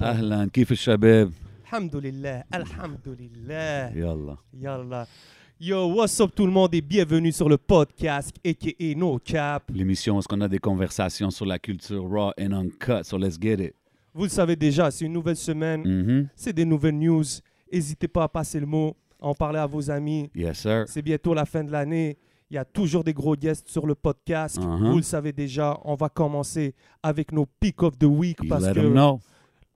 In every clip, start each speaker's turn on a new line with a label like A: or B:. A: اهلا كيف الشباب
B: الحمد
A: Mm.
B: لله الحمد لله
A: يلا
B: Yallah. Yo, what's up tout le monde et bienvenue sur le podcast aka No Cap.
A: l'émission où est-ce qu'on a des conversations sur la culture raw and uncut so let's get it
B: Vous le savez déjà, c'est une nouvelle semaine,
A: Mhm.
B: c'est des nouvelles news. N'hésitez pas à passer le mot, à en parler à vos amis.
A: yes sir
B: C'est bientôt la fin de l'année. Il y a toujours des gros guests sur le podcast.
A: Uh-huh.
B: Vous le savez déjà, on va commencer avec nos pick of the week
A: you
B: parce
A: let
B: que
A: them know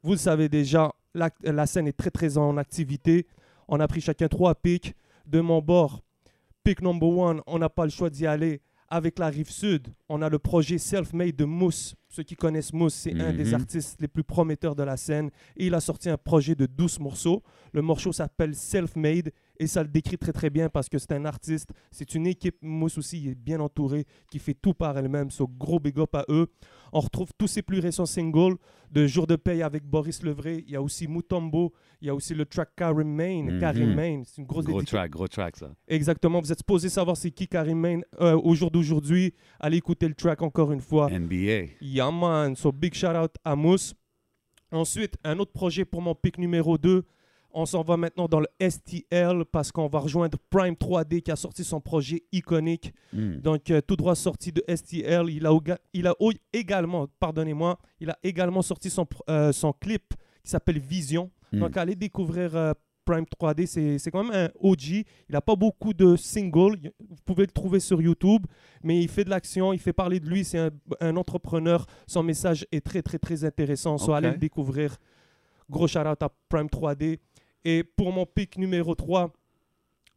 B: vous le savez déjà, la, la scène est très très en activité. On a pris chacun trois pics. De mon bord, pick number one, on n'a pas le choix d'y aller. Avec la rive sud, on a le projet Self-Made de Mousse. Ceux qui connaissent Mousse, c'est un des
A: Mhm.
B: artistes les plus prometteurs de la scène. Et il a sorti un projet de 12 morceaux. Le morceau s'appelle Self-Made et ça le décrit très très bien parce que c'est un artiste, c'est une équipe. Mousse aussi, il est bien entouré, qui fait tout par elle-même. So gros big up à eux. On retrouve tous ses plus récents singles de Jour de paye avec Boris Levré. Il y a aussi Mutombo. Il y a aussi le track Karim Main.
A: Mhm.
B: Karim Main, c'est une grosse
A: gros
B: étiquette.
A: track gros track ça
B: Exactement. Vous êtes supposé savoir c'est qui Karim Main euh, au jour d'aujourd'hui. Allez écouter le track encore une fois.
A: NBA
B: Yeah man, so big shout out à Mousse. Ensuite, un autre projet pour mon pic numéro 2. On s'en va maintenant dans le STL parce qu'on va rejoindre Prime 3D qui a sorti son projet iconique.
A: Mm.
B: Donc euh, tout droit sorti de STL, il a, oga- il a o- également, pardonnez-moi, il a également sorti son, pr- euh, son clip qui s'appelle Vision.
A: Mm.
B: Donc allez découvrir euh, Prime 3D, c'est- c'est quand même un OG. Il n'a pas beaucoup de singles, Il- vous pouvez le trouver sur YouTube, mais il fait de l'action, il fait parler de lui, c'est un, un entrepreneur. Son message est très très très intéressant, so
A: Ok.
B: allez le découvrir. Gros shout out à Prime 3D. Et pour mon pic numéro 3,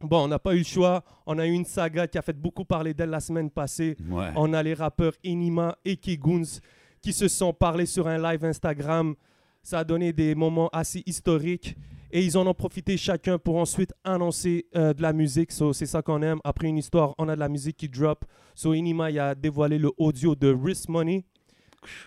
B: bon, on n'a pas eu le choix. On a eu une saga qui a fait beaucoup parler d'elle la semaine passée.
A: ouais
B: On a les rappeurs Enima et Kegoons qui se sont parlé sur un live Instagram. Ça a donné des moments assez historiques et ils en ont profité chacun pour ensuite annoncer euh, de la musique. So, c'est ça qu'on aime. Après une histoire, on a de la musique qui drop. So, Enima il a dévoilé le audio de Risk Money.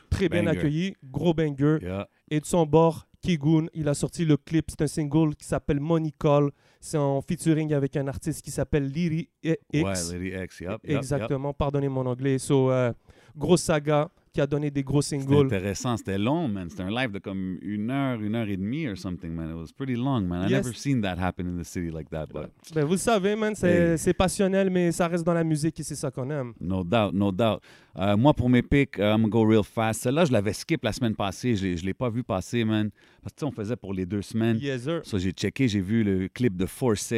B: Très bien
A: Banger.
B: accueilli, gros banger.
A: yeah
B: Et de son bord, Kigun, il a sorti le clip. C'est un single qui s'appelle Money Call. C'est en featuring avec un artiste qui s'appelle Liri X.
A: ouais Lady X yup, yup, yup.
B: Exactement, pardonnez mon anglais. So, euh, grosse saga qui a donné des gros
A: C'était
B: singles.
A: intéressant, c'était long, man. C'était un live de comme une heure, une heure et demie or something, man. It was pretty long, man. I
B: Yes.
A: never seen that happen in the city like that, but
B: Ben, vous le savez, man, c'est
A: Hey.
B: c'est passionnel, mais ça reste dans la musique et c'est ça qu'on aime.
A: No doubt, no doubt. Euh, moi, pour mes picks, euh, I'm gonna go real fast. Celle-là, je l'avais skip la semaine passée. Je ne l'ai pas vu passer, man. Parce que, tu sais, on faisait pour les deux semaines.
B: Yes, sir.
A: So, j'ai checké, j'ai vu le clip de Force.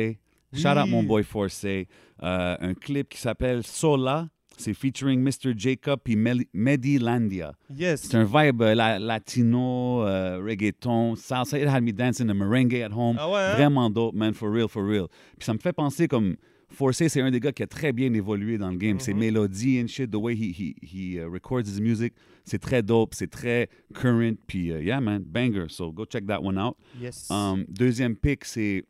A: Shout out
B: Oui.
A: mon boy Force. Euh, un clip qui s'appelle Sola. C'est featuring Mr. Jacob puis Mel- Medilandia.
B: Yes.
A: C'est un vibe euh, la- latino, euh, reggaeton, salsa. It had me dancing the merengue at home.
B: Ah ouais, hein?
A: Vraiment dope, man, for real, for real. Puis ça me fait penser comme Forcé, c'est un des gars qui a très bien évolué dans le game. Ses
B: Mm-hmm.
A: mélodies and shit, the way he, he, he uh, records his music, c'est très dope, c'est très current. Puis uh, yeah, man, banger. So go check that one out.
B: Yes.
A: Um, deuxième pick, c'est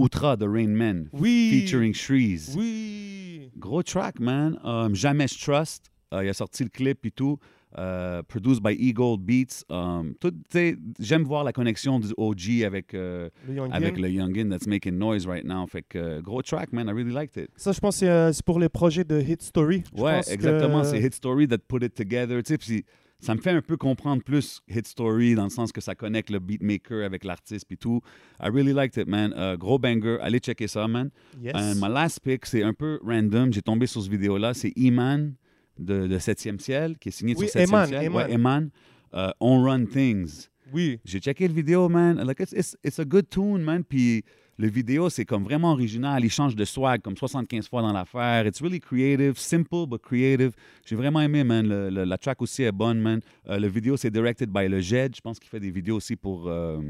A: Outra de Rain Man,
B: oui.
A: featuring Shreeze.
B: Oui.
A: Gros track, man. Um, Jamais je trust. Euh, il a sorti le clip et tout. Euh, produced by Eagle Beats. Um, tout, tu sais, J'aime voir la connexion du OG avec, euh,
B: Le Young
A: avec
B: Yin.
A: le youngin that's making noise right now. Fait que, euh, gros track, man. I really liked it.
B: Ça, je pense que c'est, euh, c'est pour les projets de Hit Story. Je
A: ouais,
B: pense que-
A: exactement. C'est Hit Story that put it together. Tu sais, puis ça me fait un peu comprendre plus Hit Story dans le sens que ça connecte le beatmaker avec l'artiste et tout. I really liked it, man. Euh, gros banger. Allez checker ça, man.
B: Yes.
A: And my last pick, c'est un peu random. J'ai tombé sur cette vidéo-là. C'est Iman de, de 7e ciel, qui est signé
B: Oui,
A: sur 7e
B: Eman,
A: ciel.
B: Eman.
A: Ouais, Eman. Euh, On Run Things.
B: Oui.
A: J'ai checké le vidéo, man. Like, it's, it's, it's a good tune, man. Puis le vidéo, c'est comme vraiment original. Il change de swag comme 75 fois dans l'affaire. It's really creative, simple, but creative. J'ai vraiment aimé, man. Le- le- la track aussi est bonne, man. Euh, le vidéo, c'est directed by le Jed. Je pense qu'il fait des vidéos aussi pour euh,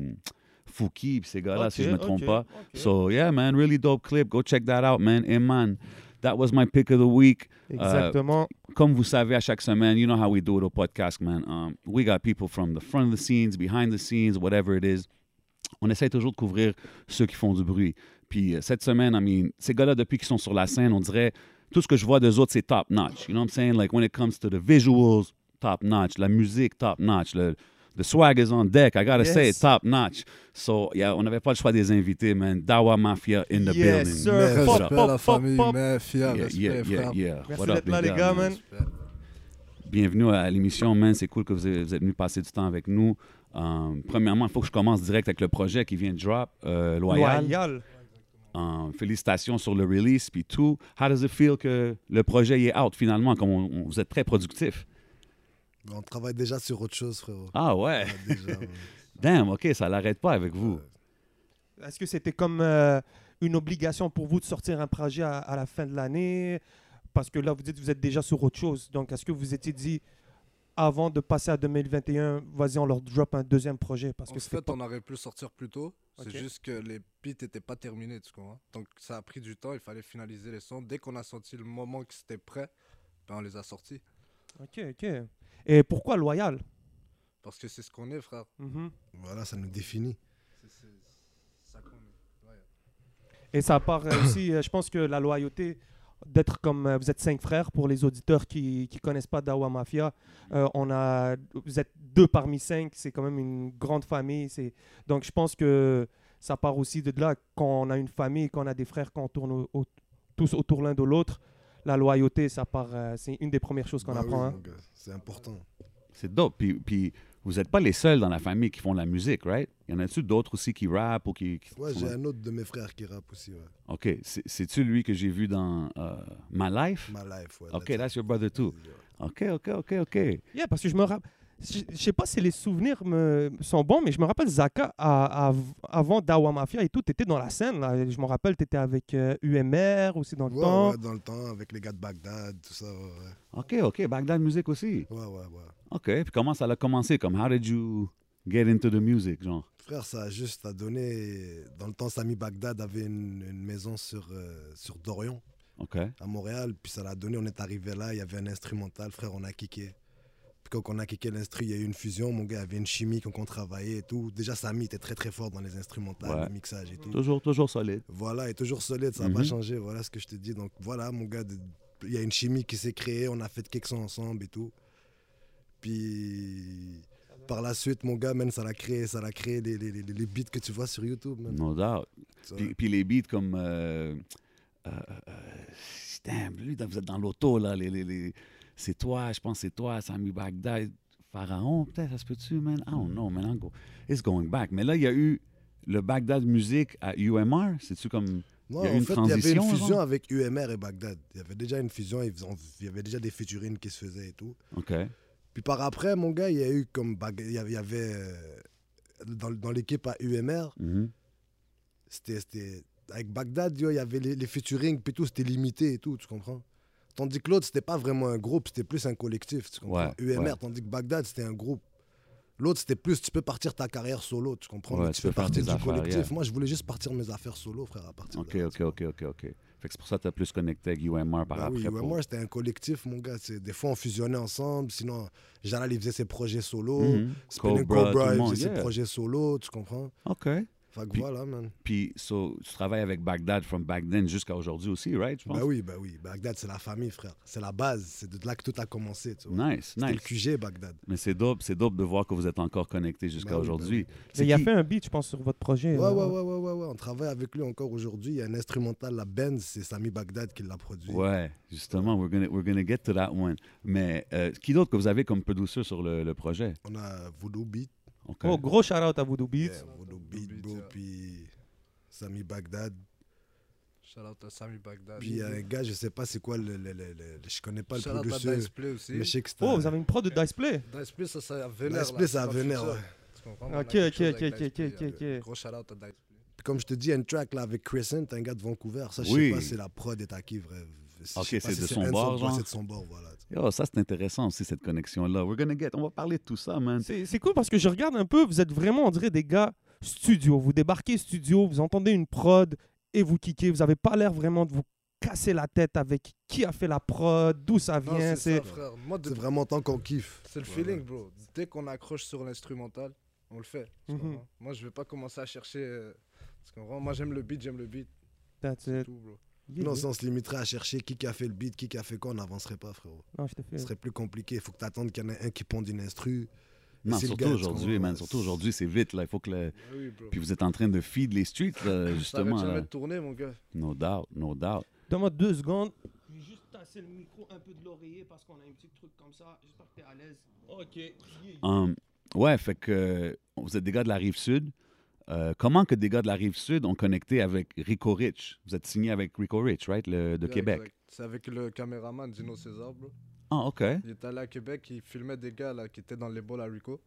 A: Fouki, puis ces gars-là, si
B: Ok,
A: je me trompe
B: ok,
A: pas.
B: ok.
A: So yeah, man, really dope clip. Go check that out, man. And man, that was my pick of the week.
B: Exactement.
A: Comme vous savez, à chaque semaine, you know how we do it au podcast, man. Um, we got people from the front of the scenes, behind the scenes, whatever it is. On essaie toujours de couvrir ceux qui font du bruit. Puis euh, cette semaine, I mean, ces gars-là, depuis qu'ils sont sur la scène, on dirait tout ce que je vois d'eux autres, c'est top notch. You know what I'm saying? Like when it comes to the visuals, top notch. La musique, top notch. Le, the swag is on deck. I gotta say,
B: Yes.
A: top notch. So, yeah, on n'avait pas le choix des invités, man. Dawa Mafia in the
B: Yes,
A: building.
B: sir.
A: What
B: Euh,
A: up?
B: Pop,
A: What
B: pop,
A: up?
B: pop,
C: respect à la famille,
B: pop.
C: mais fier,
A: Yeah, yeah,
C: respect,
A: yeah,
C: frère.
A: yeah.
B: Merci
A: What up,
B: d'être là, les gars, man.
C: Respect.
A: Puis bienvenue à l'émission, man. C'est cool que vous êtes, vous êtes venu passer du temps avec nous. Euh, premièrement, il faut que je commence direct avec le projet qui vient de drop, euh, Loyal.
B: Loyal.
A: Euh, félicitations sur le release, puis tout. How does it feel que le projet y est out finalement, comme on- on- vous êtes très productif?
C: On travaille déjà sur autre chose, frérot.
A: Ah ouais,
C: Ouais, déjà, euh, ouais.
A: damn, ok, ça l'arrête pas avec vous.
B: Est-ce que c'était comme euh, une obligation pour vous de sortir un projet à, à la fin de l'année Parce que là, vous dites que vous êtes déjà sur autre chose. Donc, est-ce que vous étiez dit, avant de passer à 2021, vas-y, on leur drop un deuxième projet Parce
C: En
B: que
C: fait,
B: c'était pas-
C: on aurait pu le sortir plus tôt. C'est
B: Ok.
C: juste que les beats n'étaient pas terminés, tu comprends. Donc ça a pris du temps, il fallait finaliser les sons. Dès qu'on a senti le moment que c'était prêt, ben, on les a sortis.
B: Ok, ok. Et pourquoi Loyal
C: Parce que c'est ce qu'on est, frère.
B: Mhm.
D: Voilà, ça nous définit.
C: C'est- c'est- c'est ça qu'on est.
B: Et ça part euh, aussi, euh, je pense que la loyauté d'être comme euh, vous êtes cinq frères pour les auditeurs qui qui connaissent pas Dawa Mafia euh, on a vous êtes deux parmi cinq c'est quand même une grande famille c'est donc je pense que ça part aussi de là quand on a une famille quand on a des frères qu'on tourne au- au- tous autour l'un de l'autre la loyauté ça part euh, c'est une des premières choses qu'on
D: Bah oui,
B: apprend hein.
D: mon
C: euh,
D: gars, C'est important.
A: C'est dope. Puis, puis vous n'êtes pas les seuls dans la famille qui font de la musique, right? Y en a-tu d'autres aussi qui rappent ou qui. qui
D: Ouais,
A: sont-
D: j'ai un autre de mes frères qui rappe aussi. ouais.
A: Ok, C'est- c'est-tu lui que j'ai vu dans euh, My Life?
D: Ma life, ouais.
A: Ok,
D: that's
A: that's your brother
D: it.
A: too. Ok, ok, ok, ok.
B: Yeah, parce que je me rappelle. Je je sais pas si les souvenirs me sont bons, mais je me rappelle Zaka, à- à- avant Dawa Mafia et tout, tu étais dans la scène. Là. Je me rappelle, tu étais avec euh, UMR aussi dans le
D: Ouais,
B: temps.
D: ouais, dans le temps, avec les gars de Bagdad, tout ça. Ouais, ouais.
A: Ok, ok, Bagdad Music aussi.
D: ouais, ouais, ouais.
A: Ok, puis comment ça a commencé? Comme, how did you get into the music, genre?
D: Frère, ça a juste à donner. Dans le temps, Sami Bagdad avait une, une maison sur, euh, sur Dorion,
A: Ok,
D: à Montréal. Puis ça l'a donné. On est arrivé là, il y avait un instrumental. Frère, on a kické. Puis quand on a kické l'instru, il y a eu une fusion. Mon gars, il y avait une chimie qu'on qu'on travaillait et tout. Déjà, Sami était très, très fort dans les instrumentales,
A: Ouais.
D: le mixage et tout.
A: toujours, toujours solide.
D: Voilà, et toujours solide, ça n'a pas
A: Mhm.
D: changé, voilà ce que je te dis. Donc voilà, mon gars, de- il y a une chimie qui s'est créée, on a fait quelques sons ensemble et tout. Puis par la suite, mon gars, man, ça l'a créé, ça l'a créé les, les, les, les beats que tu vois sur YouTube, man.
A: No doubt.
D: Ça-
A: Puis, puis les beats comme. Euh, euh, euh, damn, lui, vous êtes dans l'auto, là. Les, les, les- c'est toi, je pense que c'est toi, Sami Bagdad, Pharaon, peut-être, ça se peut-tu, man? I don't know, man. I'm go- It's going back. Mais là, il y a eu le Bagdad Music à UMR. C'est-tu comme.
D: Non,
A: il y a eu
D: en
A: une
D: fait, il y avait une
A: transition,
D: fusion
A: genre
D: avec UMR et Bagdad. Il y avait déjà une fusion, ils faisaient- il y avait déjà des featurines qui se faisaient et tout.
A: OK.
D: Puis par après, mon gars, il y a eu comme. Bag- Il y avait- il y avait. euh, Dans, dans l'équipe à UMR,
A: Mhm.
D: c'était c'était- avec Bagdad yo, il y avait les, les featuring puis tout c'était limité et tout tu comprends tandis que l'autre c'était pas vraiment un groupe c'était plus un collectif tu comprends
A: Ouais,
D: UMR
A: ouais.
D: tandis que Bagdad c'était un groupe l'autre c'était plus tu peux partir ta carrière solo tu comprends
A: Ouais,
D: mais
A: tu
D: tu
A: peux
D: fais
A: faire
D: partie
A: tes
D: du
A: affaires,
D: collectif
A: yeah.
D: moi je voulais juste partir mes affaires solo frère à partir
A: OK,
D: de là,
A: OK,
D: tu
A: OK, OK, OK. Fait que c'est pour ça que tu as plus connecté avec UMR par
D: bah oui,
A: après. pour-
D: UMR, c'était un collectif, mon gars. C'est- Des fois, on fusionnait ensemble. Sinon, Jalal, il faisait ses projets solo.
A: Mhm.
D: Spinning
A: Cobra,
D: Cobra,
A: tout le
D: il
A: monde,
D: faisait ses
A: yeah.
D: projets solo, tu comprends
A: OK.
D: Fait que
A: Puis-
D: voilà, man.
A: Puis, so, tu travailles avec Bagdad from back then jusqu'à aujourd'hui aussi, right? Je pense.
D: Bah oui, bah oui. Bagdad, c'est la famille, frère. C'est la base. C'est de là que tout a commencé. Tu vois.
A: Nice,
D: C'était
A: nice.
D: le QG, Bagdad.
A: Mais c'est dope, c'est dope de voir que vous êtes encore connectés jusqu'à
D: Ben oui, ben
A: aujourd'hui.
B: Mais
A: C'est
B: il a
A: qui-
B: fait un beat, je pense, sur votre projet.
D: Ouais, ouais,
B: euh,
D: ouais, ouais, ouais, ouais. On travaille avec lui encore aujourd'hui. Il y a un instrumental, la Benz, c'est Sami Bagdad qui l'a produit.
A: Ouais, justement, we're gonna, we're gonna get to that one. Mais euh, qui d'autre que vous avez comme producer sur le, le projet?
D: On a Voodoo Beat.
A: OK.
B: Oh, gros shout-out à Voodoo Beats.
D: Yeah, Voodoo
C: Beat,
D: Beat, bro.
C: yeah.
D: Puis Sami Bagdad.
C: Shout out à Sami Bagdad.
D: Puis il y a un gars, je sais pas c'est quoi, le, le, le- le- le- je connais pas
C: Shout
D: le
C: out à
D: producer.
C: Dice Play aussi.
D: Mais je sais que c'est
B: Oh,
D: un-
B: vous avez une prod de Dice Play.
C: Dice Play, ça, ça vénère.
D: Dice Play, ça a vénère, ouais.
B: Ok, ok, ok, ok, ok, ok.
C: euh, Gros shout out à Dice Play.
D: Puis Comme je te dis, il y a une track là avec Crescent, un gars de Vancouver. Ça, je sais
A: Oui.
D: pas si la prod est à qui, vrai. Je sais
A: Ok,
D: pas
A: c'est
D: si
A: de son
D: Hanson
A: bord,
D: ou
A: genre.
D: C'est de son bord, voilà.
A: Yo, ça, c'est intéressant aussi, cette connexion-là. We're gonna get... On va parler de tout ça, man.
B: C'est c'est cool parce que je regarde un peu, vous êtes vraiment, on dirait, des gars studio. Vous débarquez studio, vous entendez une prod et vous kickez. Vous avez pas l'air vraiment de vous casser la tête avec qui a fait la prod, d'où ça
C: Non,
B: vient.
C: c'est
B: C'est
C: ça, frère. Moi, de-
D: C'est vraiment tant qu'on kiffe.
C: c'est le
D: Ouais,
C: feeling,
D: ouais.
C: bro. Dès qu'on accroche sur l'instrumental, on le fait. tu
B: Mhm.
C: comprends? Moi, je vais pas commencer à chercher. euh, Tu comprends? Moi, j'aime le beat, j'aime le beat.
B: That's
C: C'est
B: it.
C: tout, bro.
B: Yeah,
D: Non,
B: yeah.
D: si on se limiterait à chercher qui qui a fait le beat, qui qui a fait quoi, on n'avancerait pas, frérot.
B: Non, je te fais.
D: Ce serait plus compliqué. Il faut que tu attendes qu'il y en ait un qui ponde une instru. Mais
A: Non,
D: c'est le
A: surtout
D: gars, tu
A: aujourd'hui,
D: comprends,
A: man.
D: ouais.
A: Surtout aujourd'hui, c'est vite, là. Il faut que... le-
C: Ah Oui, bro.
A: Puis vous êtes en train de feed les streets, là,
C: Ça arrête
A: justement. euh,
C: jamais
A: Là.
C: de tourner, mon gars.
A: No doubt, no doubt.
B: Donne-moi deux secondes. J'ai juste à
E: passer le micro un peu de l'oreiller parce qu'on a un petit truc comme ça. J'espère que t'es à l'aise.
B: Ok.
A: Hum, ouais, fait que euh, vous êtes des gars de la rive sud. Euh, comment que des gars de la rive sud ont connecté avec Rico Rich Vous êtes signé avec Rico Rich, right, le, de
C: Yeah,
A: Québec.
C: exact. C'est avec le caméraman Dino César, bro.
A: Ah, ok,
C: Il est allé à Québec, il filmait des gars là, qui étaient dans les balls à Rico.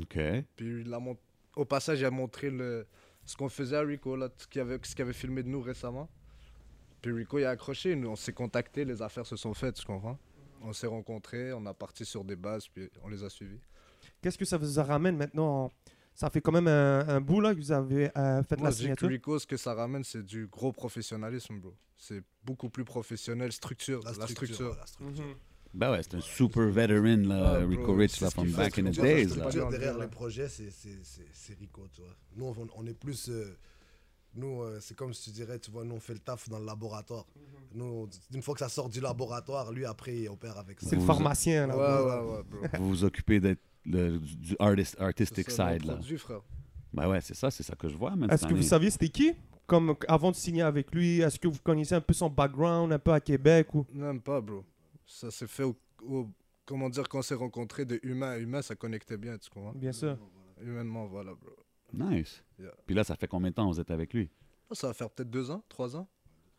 A: ok.
C: Puis il a mont- au passage, il a montré le... ce qu'on faisait à Rico, là, ce qu'il avait... ce qu'il avait filmé de nous récemment. Puis Rico, il a accroché, nous, on s'est contactés, les affaires se sont faites, tu comprends On s'est rencontrés, on a parti sur des bases, puis on les a suivis.
B: Qu'est-ce que ça vous ramène maintenant en- Ça fait quand même un, un bout là que vous avez euh, fait la
C: Moi, je dis que
B: signature.
C: Rico, ce que ça ramène, c'est du gros professionnalisme, bro. C'est beaucoup plus professionnel, structure, la structure.
D: ouais, la structure.
E: Mhm.
A: Ben ouais, c'est un super veteran, là,
C: Ouais, Ah, bro,
A: Rico Rich,
C: c'est
A: là,
C: ce
A: from
C: qu'il fait,
A: back in the
C: c'est pour ça que
A: days,
C: je te
A: là.
C: parle.
D: structure
C: Pas
D: derrière
C: grand-chose,
D: les
C: là.
D: projets, c'est- c'est c'est- c'est Rico, tu vois. Nous, on, on est plus. euh, nous, euh, c'est comme si tu dirais, tu vois, nous, on fait le taf dans le laboratoire. Nous, une fois que ça sort du laboratoire, lui, après, il opère avec ça.
B: C'est le
A: Vous-
B: pharmacien
C: Ouais,
B: là.
C: ouais, ouais, bro.
A: Vous vous occupez d'être le- du du artist, artistic
C: C'est ça,
A: side,
C: on
A: là.
C: produit, frère.
A: Ben ouais, c'est ça, c'est ça que je vois, man.
B: Est-ce
A: cette
B: que vous
A: année.
B: saviez c'était qui Comme avant de signer avec lui, est-ce que vous connaissez un peu son background, un peu à Québec ou
C: Même pas, bro. Ça s'est fait au, au- Comment dire, quand on s'est rencontrés de humain à humain, ça connectait bien, tu comprends
B: Bien sûr.
C: Humainement, voilà, bro.
A: Nice.
C: Yeah.
A: Puis là, ça fait combien de temps vous êtes avec lui
C: Oh, Ça va faire peut-être deux ans, trois ans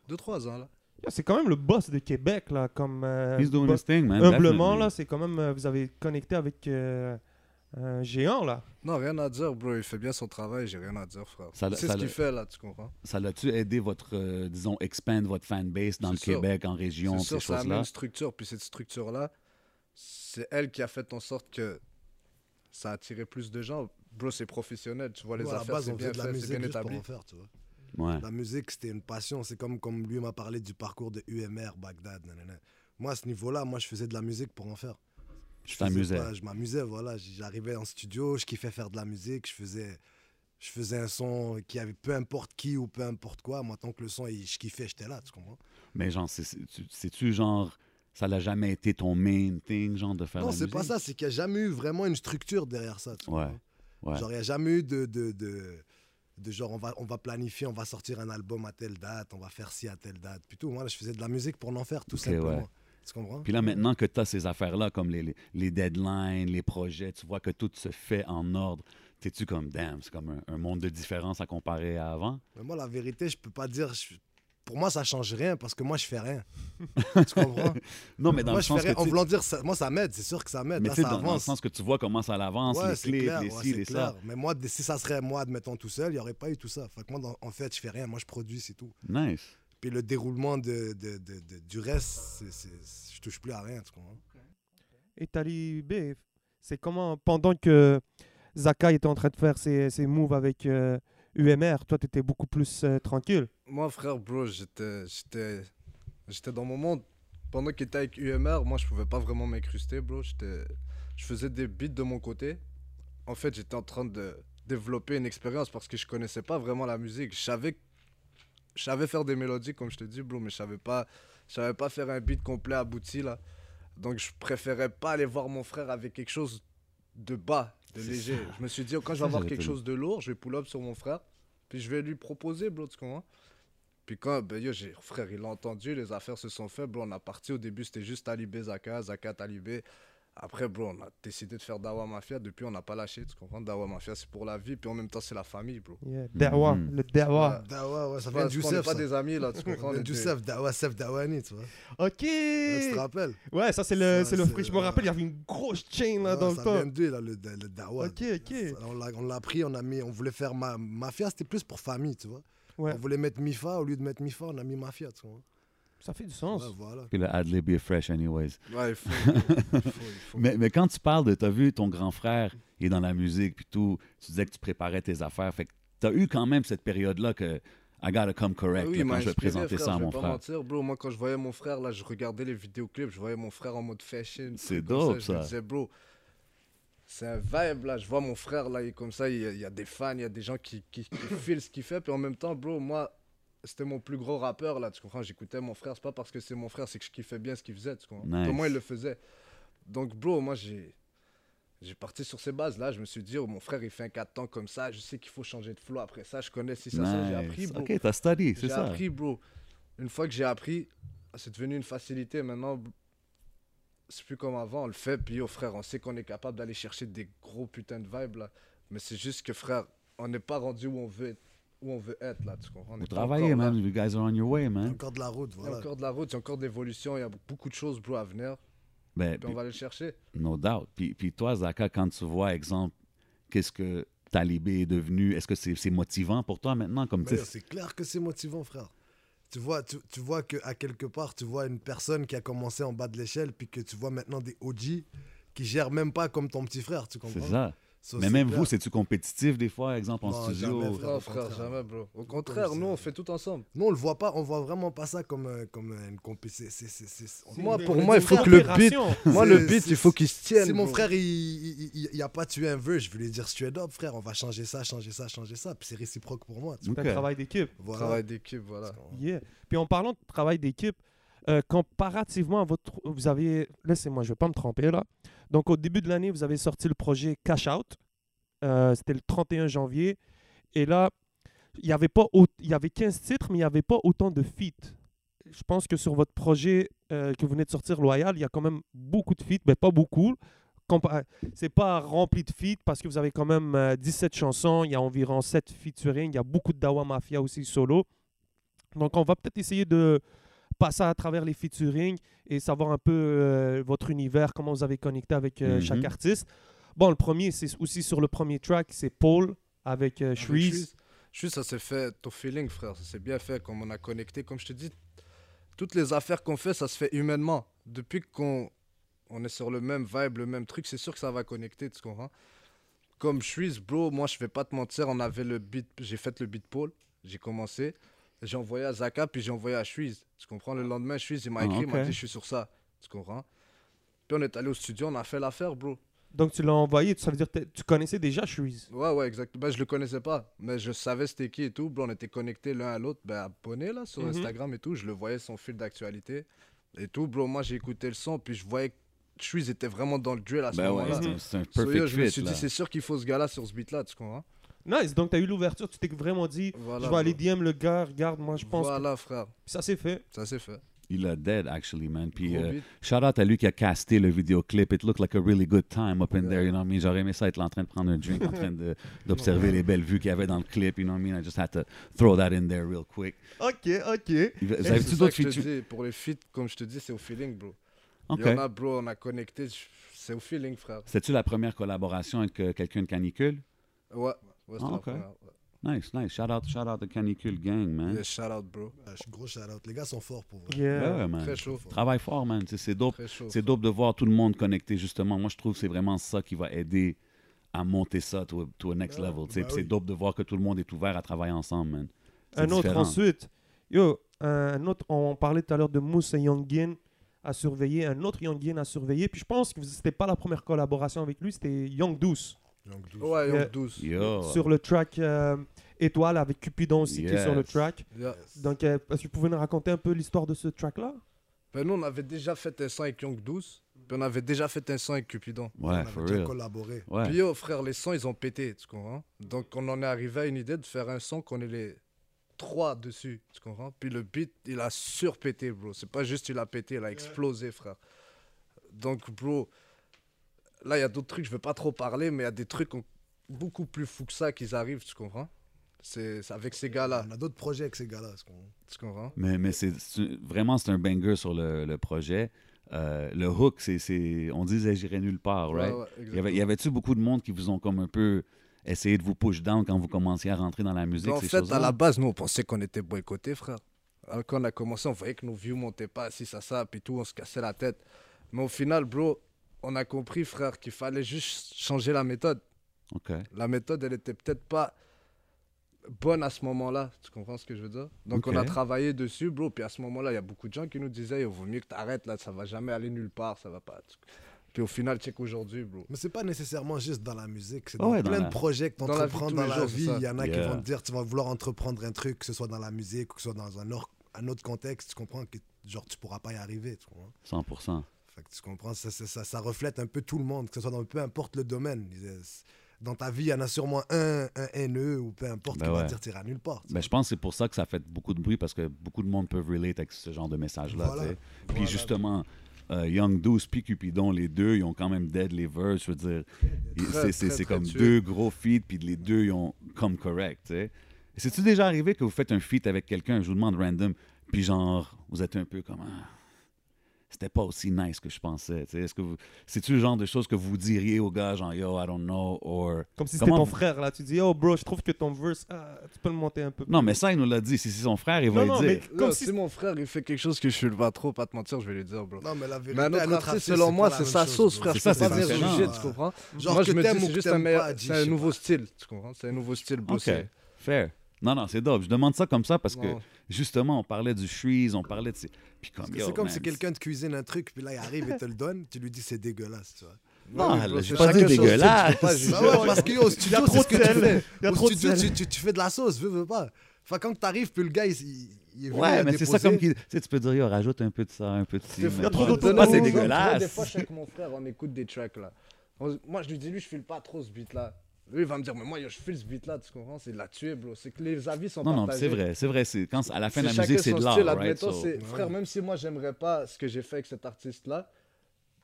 C: Deux, trois ans, là.
B: Yeah, C'est quand même le boss de Québec là, comme. euh,
A: He's doing
B: bo-
A: his thing, man.
B: humblement
A: definitely.
B: là, c'est quand même euh, vous avez connecté avec euh, un géant là.
C: Non, rien à dire, bro. Il fait bien son travail, j'ai rien à dire, frère.
A: Ça le-
C: C'est
A: ça
C: ce qu'il
A: le-
C: fait, là, tu comprends
A: Ça l'a-tu aidé votre, euh, disons, expand votre fanbase dans le
C: C'est sûr.
A: Québec, en région,
C: C'est
A: ces
C: sûr, ça amène
A: choses-là
C: une structure, puis cette structure-là, c'est elle qui a fait en sorte que ça a attiré plus de gens. Bro, c'est professionnel, tu vois, les
D: Nous, à la
C: affaires,
D: base,
C: c'est
D: on
C: bien
D: faisait de la
C: fait, c'est
D: musique
C: bien
D: juste pour
C: établi.
D: en faire, tu vois.
A: Ouais.
D: La musique, c'était une passion. C'est comme, comme lui m'a parlé du parcours de UMR, Bagdad. nanana. Moi, à ce niveau-là, moi, je faisais de la musique pour en faire.
A: Je
D: faisais
A: t'amusais.
D: pas- Je m'amusais, voilà. J- J'arrivais en studio, je kiffais faire de la musique, je faisais, je faisais un son qui avait peu importe qui ou peu importe quoi. Moi, tant que le son, il- je kiffais, j'étais là, tu comprends
A: Mais genre, c'est- c'est- tu- c'est-tu genre, ça l'a jamais été ton main thing, genre, de faire
D: Non,
A: la
D: c'est
A: musique
D: pas ça, c'est qu'il n'y a jamais eu vraiment une structure derrière ça. tu
A: Ouais,
D: comprends
A: ouais.
D: Genre, il n'y a jamais eu de, de, de, de genre, on va, on va planifier, on va sortir un album à telle date, on va faire ci à telle date. Plutôt, moi, je faisais de la musique pour en faire, tout
A: Ok,
D: simplement.
A: ouais.
D: Tu comprends
A: Puis là, maintenant que tu as ces affaires-là, comme les, les, les deadlines, les projets, tu vois que tout se fait en ordre, t'es-tu comme, damn, c'est comme un, un monde de différence à comparer à avant?
D: Mais moi, la vérité, je peux pas dire. je- Pour moi, ça change rien parce que moi, je fais rien. tu comprends
A: Non, mais dans
D: Moi,
A: le
D: je fais
A: sens que
D: rien. En
A: tu...
D: voulant dire, ça- moi, ça m'aide, c'est sûr que ça m'aide.
A: Mais
D: Là,
A: tu sais,
D: ça
A: dans, dans le
D: avance.
A: sens que tu vois comment ça l'avance,
D: Ouais,
A: les
D: c'est
A: clips,
D: clair,
A: les
D: ouais,
A: ci,
D: c'est
A: les
D: clair.
A: ça.
D: Mais moi, d- si ça serait moi, admettons, tout seul, il n'y aurait pas eu tout ça. Fait que moi, dans- en fait, je fais rien. Moi, je produis, c'est tout.
A: Nice.
D: Puis le déroulement de, de- de- de- du reste, c'est- c'est- je touche plus à rien, tu comprends
B: Et B, c'est comment pendant que Zaka était en train de faire ses, ses moves avec euh, UMR, toi tu étais beaucoup plus euh, tranquille.
C: Moi, frère, bro, j'étais, j'étais, j'étais dans mon monde. Pendant qu'il était avec UMR, moi, je pouvais pas vraiment m'incruster, bro. J'étais, je faisais des beats de mon côté. En fait, j'étais en train de développer une expérience parce que je connaissais pas vraiment la musique. Je savais, je savais faire des mélodies, comme je te dis, bro, mais je savais pas, je savais pas faire un beat complet abouti, là. Donc, je préférais pas aller voir mon frère avec quelque chose de bas, de
A: C'est
C: léger.
A: ça.
C: Je me suis dit, oh, quand je
A: Ça,
C: vais avoir
A: j'avais
C: quelque
A: pas
C: chose de lourd, je vais pull up sur mon frère, puis je vais lui proposer, bro, tu comprends puis quand, ben yo, j'ai- frère, il a entendu, les affaires se sont faites, bro, on a parti, au début c'était juste Talibé, Zaka, Zaka, Talibé. Après, bro, on a décidé de faire Dawa Mafia, depuis on n'a pas lâché, tu comprends Dawa Mafia c'est pour la vie, puis en même temps c'est la famille, bro.
B: Yeah, Dawa,
A: Mhm.
B: le Dawa.
D: Dawa, ouais, ça vient de
C: Enfin, on n'est
D: Youssef.
C: pas
D: Ça
C: des amis là, tu comprends
D: Ça
C: on
D: vient
C: est
D: de
C: des-
D: Youssef, Dawa, Sef Dawani, tu vois.
B: Ok.
D: Ouais, Tu te rappelles
B: Ouais, ça c'est le,
D: Ça,
B: c'est le
D: c'est-
B: fric. Je me rappelle, il y avait une grosse chain là
D: Ouais,
B: dans le
D: Ah, ça
B: temps.
D: vient d'eux, là, le, le Dawa.
B: Ok, ok.
D: Ça, On l'a, on l'a pris, on a mis, on voulait faire ma, mafia, c'était plus pour famille, tu vois.
B: Ouais.
D: On voulait mettre Mifa, au lieu de mettre Mifa, on a mis mafia, tu vois.
B: Ça fait du
D: Ouais,
B: sens.
D: voilà.
A: Puis le ad-lib est fresh anyways.
C: Ouais, il faut, il faut, il faut, il faut.
A: Mais, mais quand tu parles de, t'as vu ton grand frère, il est dans la musique, puis tout, tu disais que tu préparais tes affaires, fait que t'as eu quand même cette période-là que I gotta come
C: Ah
A: correct
C: oui,
A: là,
C: il m'a
A: quand je vais
C: inspiré,
A: présenter
C: frère,
A: ça à
C: je vais
A: mon
C: pas
A: frère.
C: mentir, bro, moi quand je voyais mon frère là, je regardais les vidéoclips, je voyais mon frère en mode fashion.
A: C'est
C: truc comme
A: dope,
C: Je me
A: ça.
C: disais, bro, c'est un vibe là, je vois mon frère là, il est comme ça, il y, a, il y a des fans, il y a des gens qui, qui, qui filent ce qu'il fait, puis en même temps, bro, moi, c'était mon plus gros rappeur là, tu comprends, j'écoutais mon frère, c'est pas parce que c'est mon frère, c'est que je kiffais bien ce qu'il faisait, tu comprends.
A: Nice.
C: Comment il le faisait. Donc, bro, moi j'ai. J'ai parti sur ces bases-là, je me suis dit, oh, mon frère, il fait un 4 temps comme ça, je sais qu'il faut changer de flow après ça, je connais si ça, ça, j'ai appris,
A: Nice.
C: bro.
A: Ok, t'as study, c'est
C: J'ai
A: ça.
C: appris, bro. Une fois que j'ai appris, c'est devenu une facilité maintenant. C'est plus comme avant, on le fait, puis au frère, on sait qu'on est capable d'aller chercher des gros putains de vibes là. Mais c'est juste que frère, on n'est pas rendu où on veut être, où on veut être là, tu comprends? On
A: Vous
C: est pas
A: travaillez,
C: encore là.
A: man. You guys are on your way, man.
D: Encore de la route,
C: Il y a
D: voilà.
C: encore de la route, il y a encore de l'évolution, il y a beaucoup de choses, bro, à venir.
A: Ben,
C: Puis on va aller le chercher.
A: No doubt. Puis, puis toi, Zaka, quand tu vois, exemple, qu'est-ce que Talibé est devenu, est-ce que c'est c'est motivant pour toi maintenant comme tu
C: Ben,
D: Mais
A: sais,
D: C'est clair que c'est motivant, frère. Tu vois, tu, tu vois que à quelque part, tu vois une personne qui a commencé en bas de l'échelle, puis que tu vois maintenant des OG qui gèrent même pas comme ton petit frère, tu
A: C'est
D: comprends
A: ça.
D: So,
A: Mais
D: c'est
A: même
D: clair.
A: vous, c'est-tu compétitif des fois, exemple, en
D: Non,
A: studio?
D: jamais, Frère,
C: Non,
D: au
C: frère,
D: contraire.
C: jamais, bro. Au
D: Tout
C: contraire,
D: comme
C: nous,
D: ça.
C: on fait tout ensemble.
D: Nous, on le voit pas, on voit vraiment pas ça comme, un- comme euh, une compétition.
C: Moi,
B: une-
C: pour
B: une
C: moi, il faut que le beat.
B: coopération.
C: Moi, le
D: C'est-
C: beat,
D: c'est-
C: il faut qu'il se tienne.
D: Si mon
C: bro.
D: frère, il, il, il- il a pas tué un vœu, je vais lui dire straight up, frère, on va changer ça, changer ça, changer ça. Puis c'est réciproque pour moi. tu
A: Ok.
B: C'est un travail d'équipe.
D: vois. Voilà.
C: Travail d'équipe, voilà.
B: Yeah. Puis en parlant de travail d'équipe, euh, comparativement à votre. Vous avez. Laissez-moi, je ne vais pas me tromper là. Donc, au début de l'année, vous avez sorti le projet Cash Out. Euh, C'était le 31 janvier. Et là, il y avait pas au- il y avait 15 titres, mais il n'y avait pas autant de feats. Je pense que sur votre projet euh, que vous venez de sortir, Loyal, il y a quand même beaucoup de feats, mais pas beaucoup. Compa- euh, C'est pas rempli de feats parce que vous avez quand même euh, 17 chansons, il y a environ 7 featuring, il y a beaucoup de Dawa Mafia aussi solo. Donc, on va peut-être essayer de passer à travers les featuring et savoir un peu euh, votre univers, comment vous avez connecté avec euh,
A: Mhm.
B: chaque artiste. Bon, le premier, c'est aussi sur le premier track, c'est Paul avec euh, Shreeze.
C: Juste, ça s'est fait, ton feeling, frère, ça s'est bien fait, comme on a connecté. Comme je te dis, toutes les affaires qu'on fait, ça se fait humainement. Depuis qu'on on est sur le même vibe, le même truc, c'est sûr que ça va connecter, tu comprends Comme je suis, bro, moi, je vais pas te mentir, on avait le beat, j'ai fait le beat Paul, j'ai commencé, j'ai envoyé à Zaka, puis j'ai envoyé à Suisse. Tu comprends Le lendemain, Suisse, il m'a
A: Ah,
C: écrit, il m'a
A: ok.
C: dit, je suis sur ça, tu comprends Puis on est allé au studio, on a fait l'affaire, bro.
B: Donc, tu l'as envoyé, ça veut dire que t'es- tu connaissais déjà Shreeze.
C: Ouais, ouais, exact. Ben, je le connaissais pas, mais je savais c'était qui et tout. Ben, on était connectés l'un à l'autre, ben, abonnés là, sur
B: Mhm.
C: Instagram et tout. Je le voyais son fil d'actualité et tout. Bro, moi, j'ai écouté le son, puis je voyais que Chuiz était vraiment dans le duel à ce
A: Ben ouais,
C: moment-là.
A: c'est un- c'est un
C: So, yo,
A: perfect
C: je me
A: fit,
C: suis
A: là.
C: dit, c'est sûr qu'il faut ce gars-là sur ce beat-là, tu comprends
B: Nice, donc tu as eu l'ouverture, tu t'es vraiment dit,
C: Voilà,
B: je vais aller
C: bro.
B: DM le gars, regarde, moi je pense. que-
C: Voilà, frère.
B: Puis ça s'est fait.
C: Ça, c'est fait.
A: Il a dead, actually, man. Puis,
C: Gros
A: euh,
C: beat.
A: shout out à lui qui a casté le vidéoclip. It looked like a really good time up in
C: Yeah.
A: there, you know what I mean? J'aurais aimé ça être là en train de prendre un drink, en train de- d'observer les belles vues qu'il y avait dans le clip, you know what I mean? I just had to throw that in there real quick.
B: Ok, ok.
A: Vous
C: Et
A: avez
C: c'est ça
A: d'autres
C: que je te
A: features?
C: dis, Pour les feats, comme je te dis, c'est au feeling, bro.
A: Ok.
C: Il y en a, bro, on a connecté. je- C'est au feeling, frère.
A: C'est-tu la première collaboration avec euh, quelqu'un de Canicule?
C: Ouais, ouais, c'était
A: Ah,
C: la
A: ok.
C: première, ouais.
A: Nice, nice. Shout out, shout out the Canicule Gang, man.
C: Yeah, shout out, bro.
D: Ouais, je suis gros shout out. Les gars sont forts pour vous.
B: Yeah.
A: Ouais, man.
C: Très chaud,
A: Travaille fort, man. Tu sais, C'est dope.
C: très chaud.
A: C'est dope de voir tout le monde connecté, justement. Moi, je trouve que c'est vraiment ça qui va aider à monter ça to a, to a next
C: Ah,
D: Ouais,
A: level. tu sais.
C: ben
D: bah
A: Puis C'est
D: oui.
A: dope de voir que tout le monde est ouvert à travailler ensemble, man. C'est
B: Un autre
A: différent.
B: ensuite. Yo, un autre, on parlait tout à l'heure de Mousse et Youngin à surveiller, un autre Youngin à surveiller. Puis je pense que vous- c'était pas la première collaboration avec lui, c'était Young Douce
D: Donc, douze.
C: Ouais,
B: Yeah.
C: Young 12.
A: Yo.
B: sur le track euh, Étoile avec Cupidon aussi qui est sur le
A: Yes.
B: track.
C: Yeah.
B: Donc, euh, est-ce que vous pouvez nous raconter un peu l'histoire de ce track-là
C: Ben nous, on avait déjà fait un son avec Young 12, puis on avait déjà fait un son avec Cupidon.
A: Ouais,
D: on
A: for
D: avait déjà
A: real.
D: collaboré.
A: Ouais.
C: Puis, oh, frère, les sons, ils ont pété, tu comprends? Donc, on en est arrivé à une idée de faire un son qu'on est les trois dessus, tu comprends? Puis le beat, il a surpété, bro. C'est pas juste il a pété, il a explosé, frère. Donc, bro, là, il y a d'autres trucs, je veux pas trop parler, mais il y a des trucs on- beaucoup plus fous que ça qui arrivent, tu comprends? C'est c'est avec ces gars-là,
D: On a d'autres projets avec ces gars-là. ce qu'on-
C: tu comprends?
A: Mais, mais c'est c'est- vraiment, c'est un banger sur le, le projet. Euh, le hook, c'est- c'est. On disait j'irai nulle part, right?
C: Ouais, ouais,
A: Y avait- y avait-tu beaucoup de monde qui vous ont comme un peu essayé de vous push down quand vous commenciez à rentrer dans la musique?
C: Mais en
A: ces
C: fait,
A: choses-là?
C: à la base, nous, on pensait qu'on était boycottés, frère. Alors, quand on a commencé, on voyait que nos views montaient pas, si ça, ça, puis tout, on se cassait la tête. Mais au final, bro, on a compris, frère, qu'il fallait juste changer la méthode.
A: OK.
C: La méthode, elle était peut-être pas bonne à ce moment-là. Tu comprends ce que je veux dire Donc, on a
A: Ok.
C: travaillé dessus, bro. Puis à ce moment-là, il y a beaucoup de gens qui nous disaient, il vaut mieux que t'arrêtes, là, ça va jamais aller nulle part, ça va pas. Puis au final, check aujourd'hui, bro.
D: Mais c'est pas nécessairement juste dans la musique. C'est
A: Ouais,
D: dans
A: ouais, dans
D: plein
A: la-
D: de projets que
C: Ah Dans la vie de
D: t'entreprends
C: tous
D: dans
C: les
D: la
C: jours,
D: vie.
C: c'est ça.
D: Il y en a qui
A: Yeah.
D: vont te dire tu vas vouloir entreprendre un truc, que ce soit dans la musique ou que ce soit dans un, or- un autre contexte. Tu comprends que genre, tu pourras pas y arriver. Tu comprends
A: 100
D: Fait que tu comprends, ça, ça, ça- ça reflète un peu tout le monde, que ce soit dans peu importe le domaine. Ils- euh, dans ta vie, il y en a sûrement un, un haineux ou peu importe
A: Ben
C: Bah
D: qui va
A: ouais.
D: dire t'iras nulle part. tu
A: Ben,
D: sais.
A: je pense que c'est pour ça que ça fait beaucoup de bruit parce que beaucoup de monde peuvent relate avec ce genre de message-là.
D: Voilà.
A: tu sais. Puis
D: Voilà.
A: justement, euh, Young Deuce puis Cupidon, les deux, ils ont quand même dead les verses. Je veux dire, ils- c'est-
C: Très,
A: c'est
C: très,
A: c'est
C: très
A: comme
C: tués.
A: deux gros feats, puis les deux, ils ont comme correct. tu sais. C'est-tu déjà arrivé que vous faites un feat avec quelqu'un, je vous demande random, puis genre, vous êtes un peu comme. Ah, C'était pas aussi nice que je pensais. tu sais. Est-ce que vous- C'est-tu le genre de choses que vous diriez aux gars, genre, yo, I don't know, or.
B: Comme si c'était
A: Comment
B: ton
A: vous-
B: frère, là. Tu dis, oh, bro, je trouve que ton verse, ah, tu peux le monter un peu plus.
A: Non, mais ça, il nous l'a dit. Si c'est son frère, il va
B: Non,
A: le
B: non,
A: dire.
B: mais
C: Comme
B: comme
C: si
B: si-
C: mon frère, il fait quelque chose que je suis pas trop, pas te mentir, je vais lui dire, bro.
D: Non, mais la vérité,
C: Mais un autre artiste, selon
D: pas
C: moi,
D: la
C: c'est
D: même
C: sa
D: chose,
C: sauce,
D: bro.
C: frère.
A: C'est
C: Je
A: ça,
C: peux pas
A: c'est
C: venir
A: différent.
C: juger, tu comprends
D: Genre
C: Moi,
D: que
C: je me
D: t'aimes
C: dis,
D: ou
C: c'est
D: que
C: juste un
D: t'aimes
C: meilleur.
D: pas, dis,
C: C'est
D: je
C: un
D: sais
C: nouveau
D: pas.
C: style, tu comprends C'est un nouveau style, bro.
A: Ok.
C: c'est-
A: Fair. Non, non, c'est dope. Je demande ça comme ça parce que,
C: Non.
A: justement, on parlait du Shreeze, on parlait de... ces- Puis comme,
D: Parce que
A: yo,
D: c'est comme
A: man,
D: si quelqu'un te cuisine un truc, puis là, il arrive et te le donne, tu lui dis c'est dégueulasse, tu vois.
A: Non,
C: Ouais, bro,
A: j'ai
C: c'est
A: pas dit
C: chacun son style, tu peux
A: dégueulasse.
B: Ah,
C: pas juger.
D: Bah ouais, parce que au studio, c'est ce que tu fais.
B: Il y a
D: Au
B: trop de
D: studio,
B: sel.
D: tu, tu, tu fais de la sauce, veux, veux pas. Enfin, quand t'arrives, puis le gars, il, il- il est venu
A: Ouais,
D: à
A: mais c'est ça
D: déposer.
A: comme qui... Tu sais, tu peux dire, yo, rajoute un peu de ça, un peu de ci.
C: Des
A: mais-
C: fois,
B: y a trop
C: on
B: d'auto-
C: donne
A: Ah,
C: aux
A: c'est
C: gens, tu vois, Des fois,
A: dégueulasse.
C: je suis avec mon frère, on écoute des tracks là. On- Moi, je lui dis, lui, je file pas trop ce beat là. Lui, il va me dire, mais moi, yo, je file ce beat là, tu comprends C'est de la tuer, bro. C'est que les avis sont
A: Non, non,
C: partagés.
A: c'est vrai, c'est vrai. c'est- Quand, à la fin de la
C: chacun
A: musique, c'est
C: son
A: de l'art,
C: style,
A: right?
C: admettons,
A: So-
C: c'est- Frère, même si moi, j'aimerais pas ce que j'ai fait avec cet artiste là,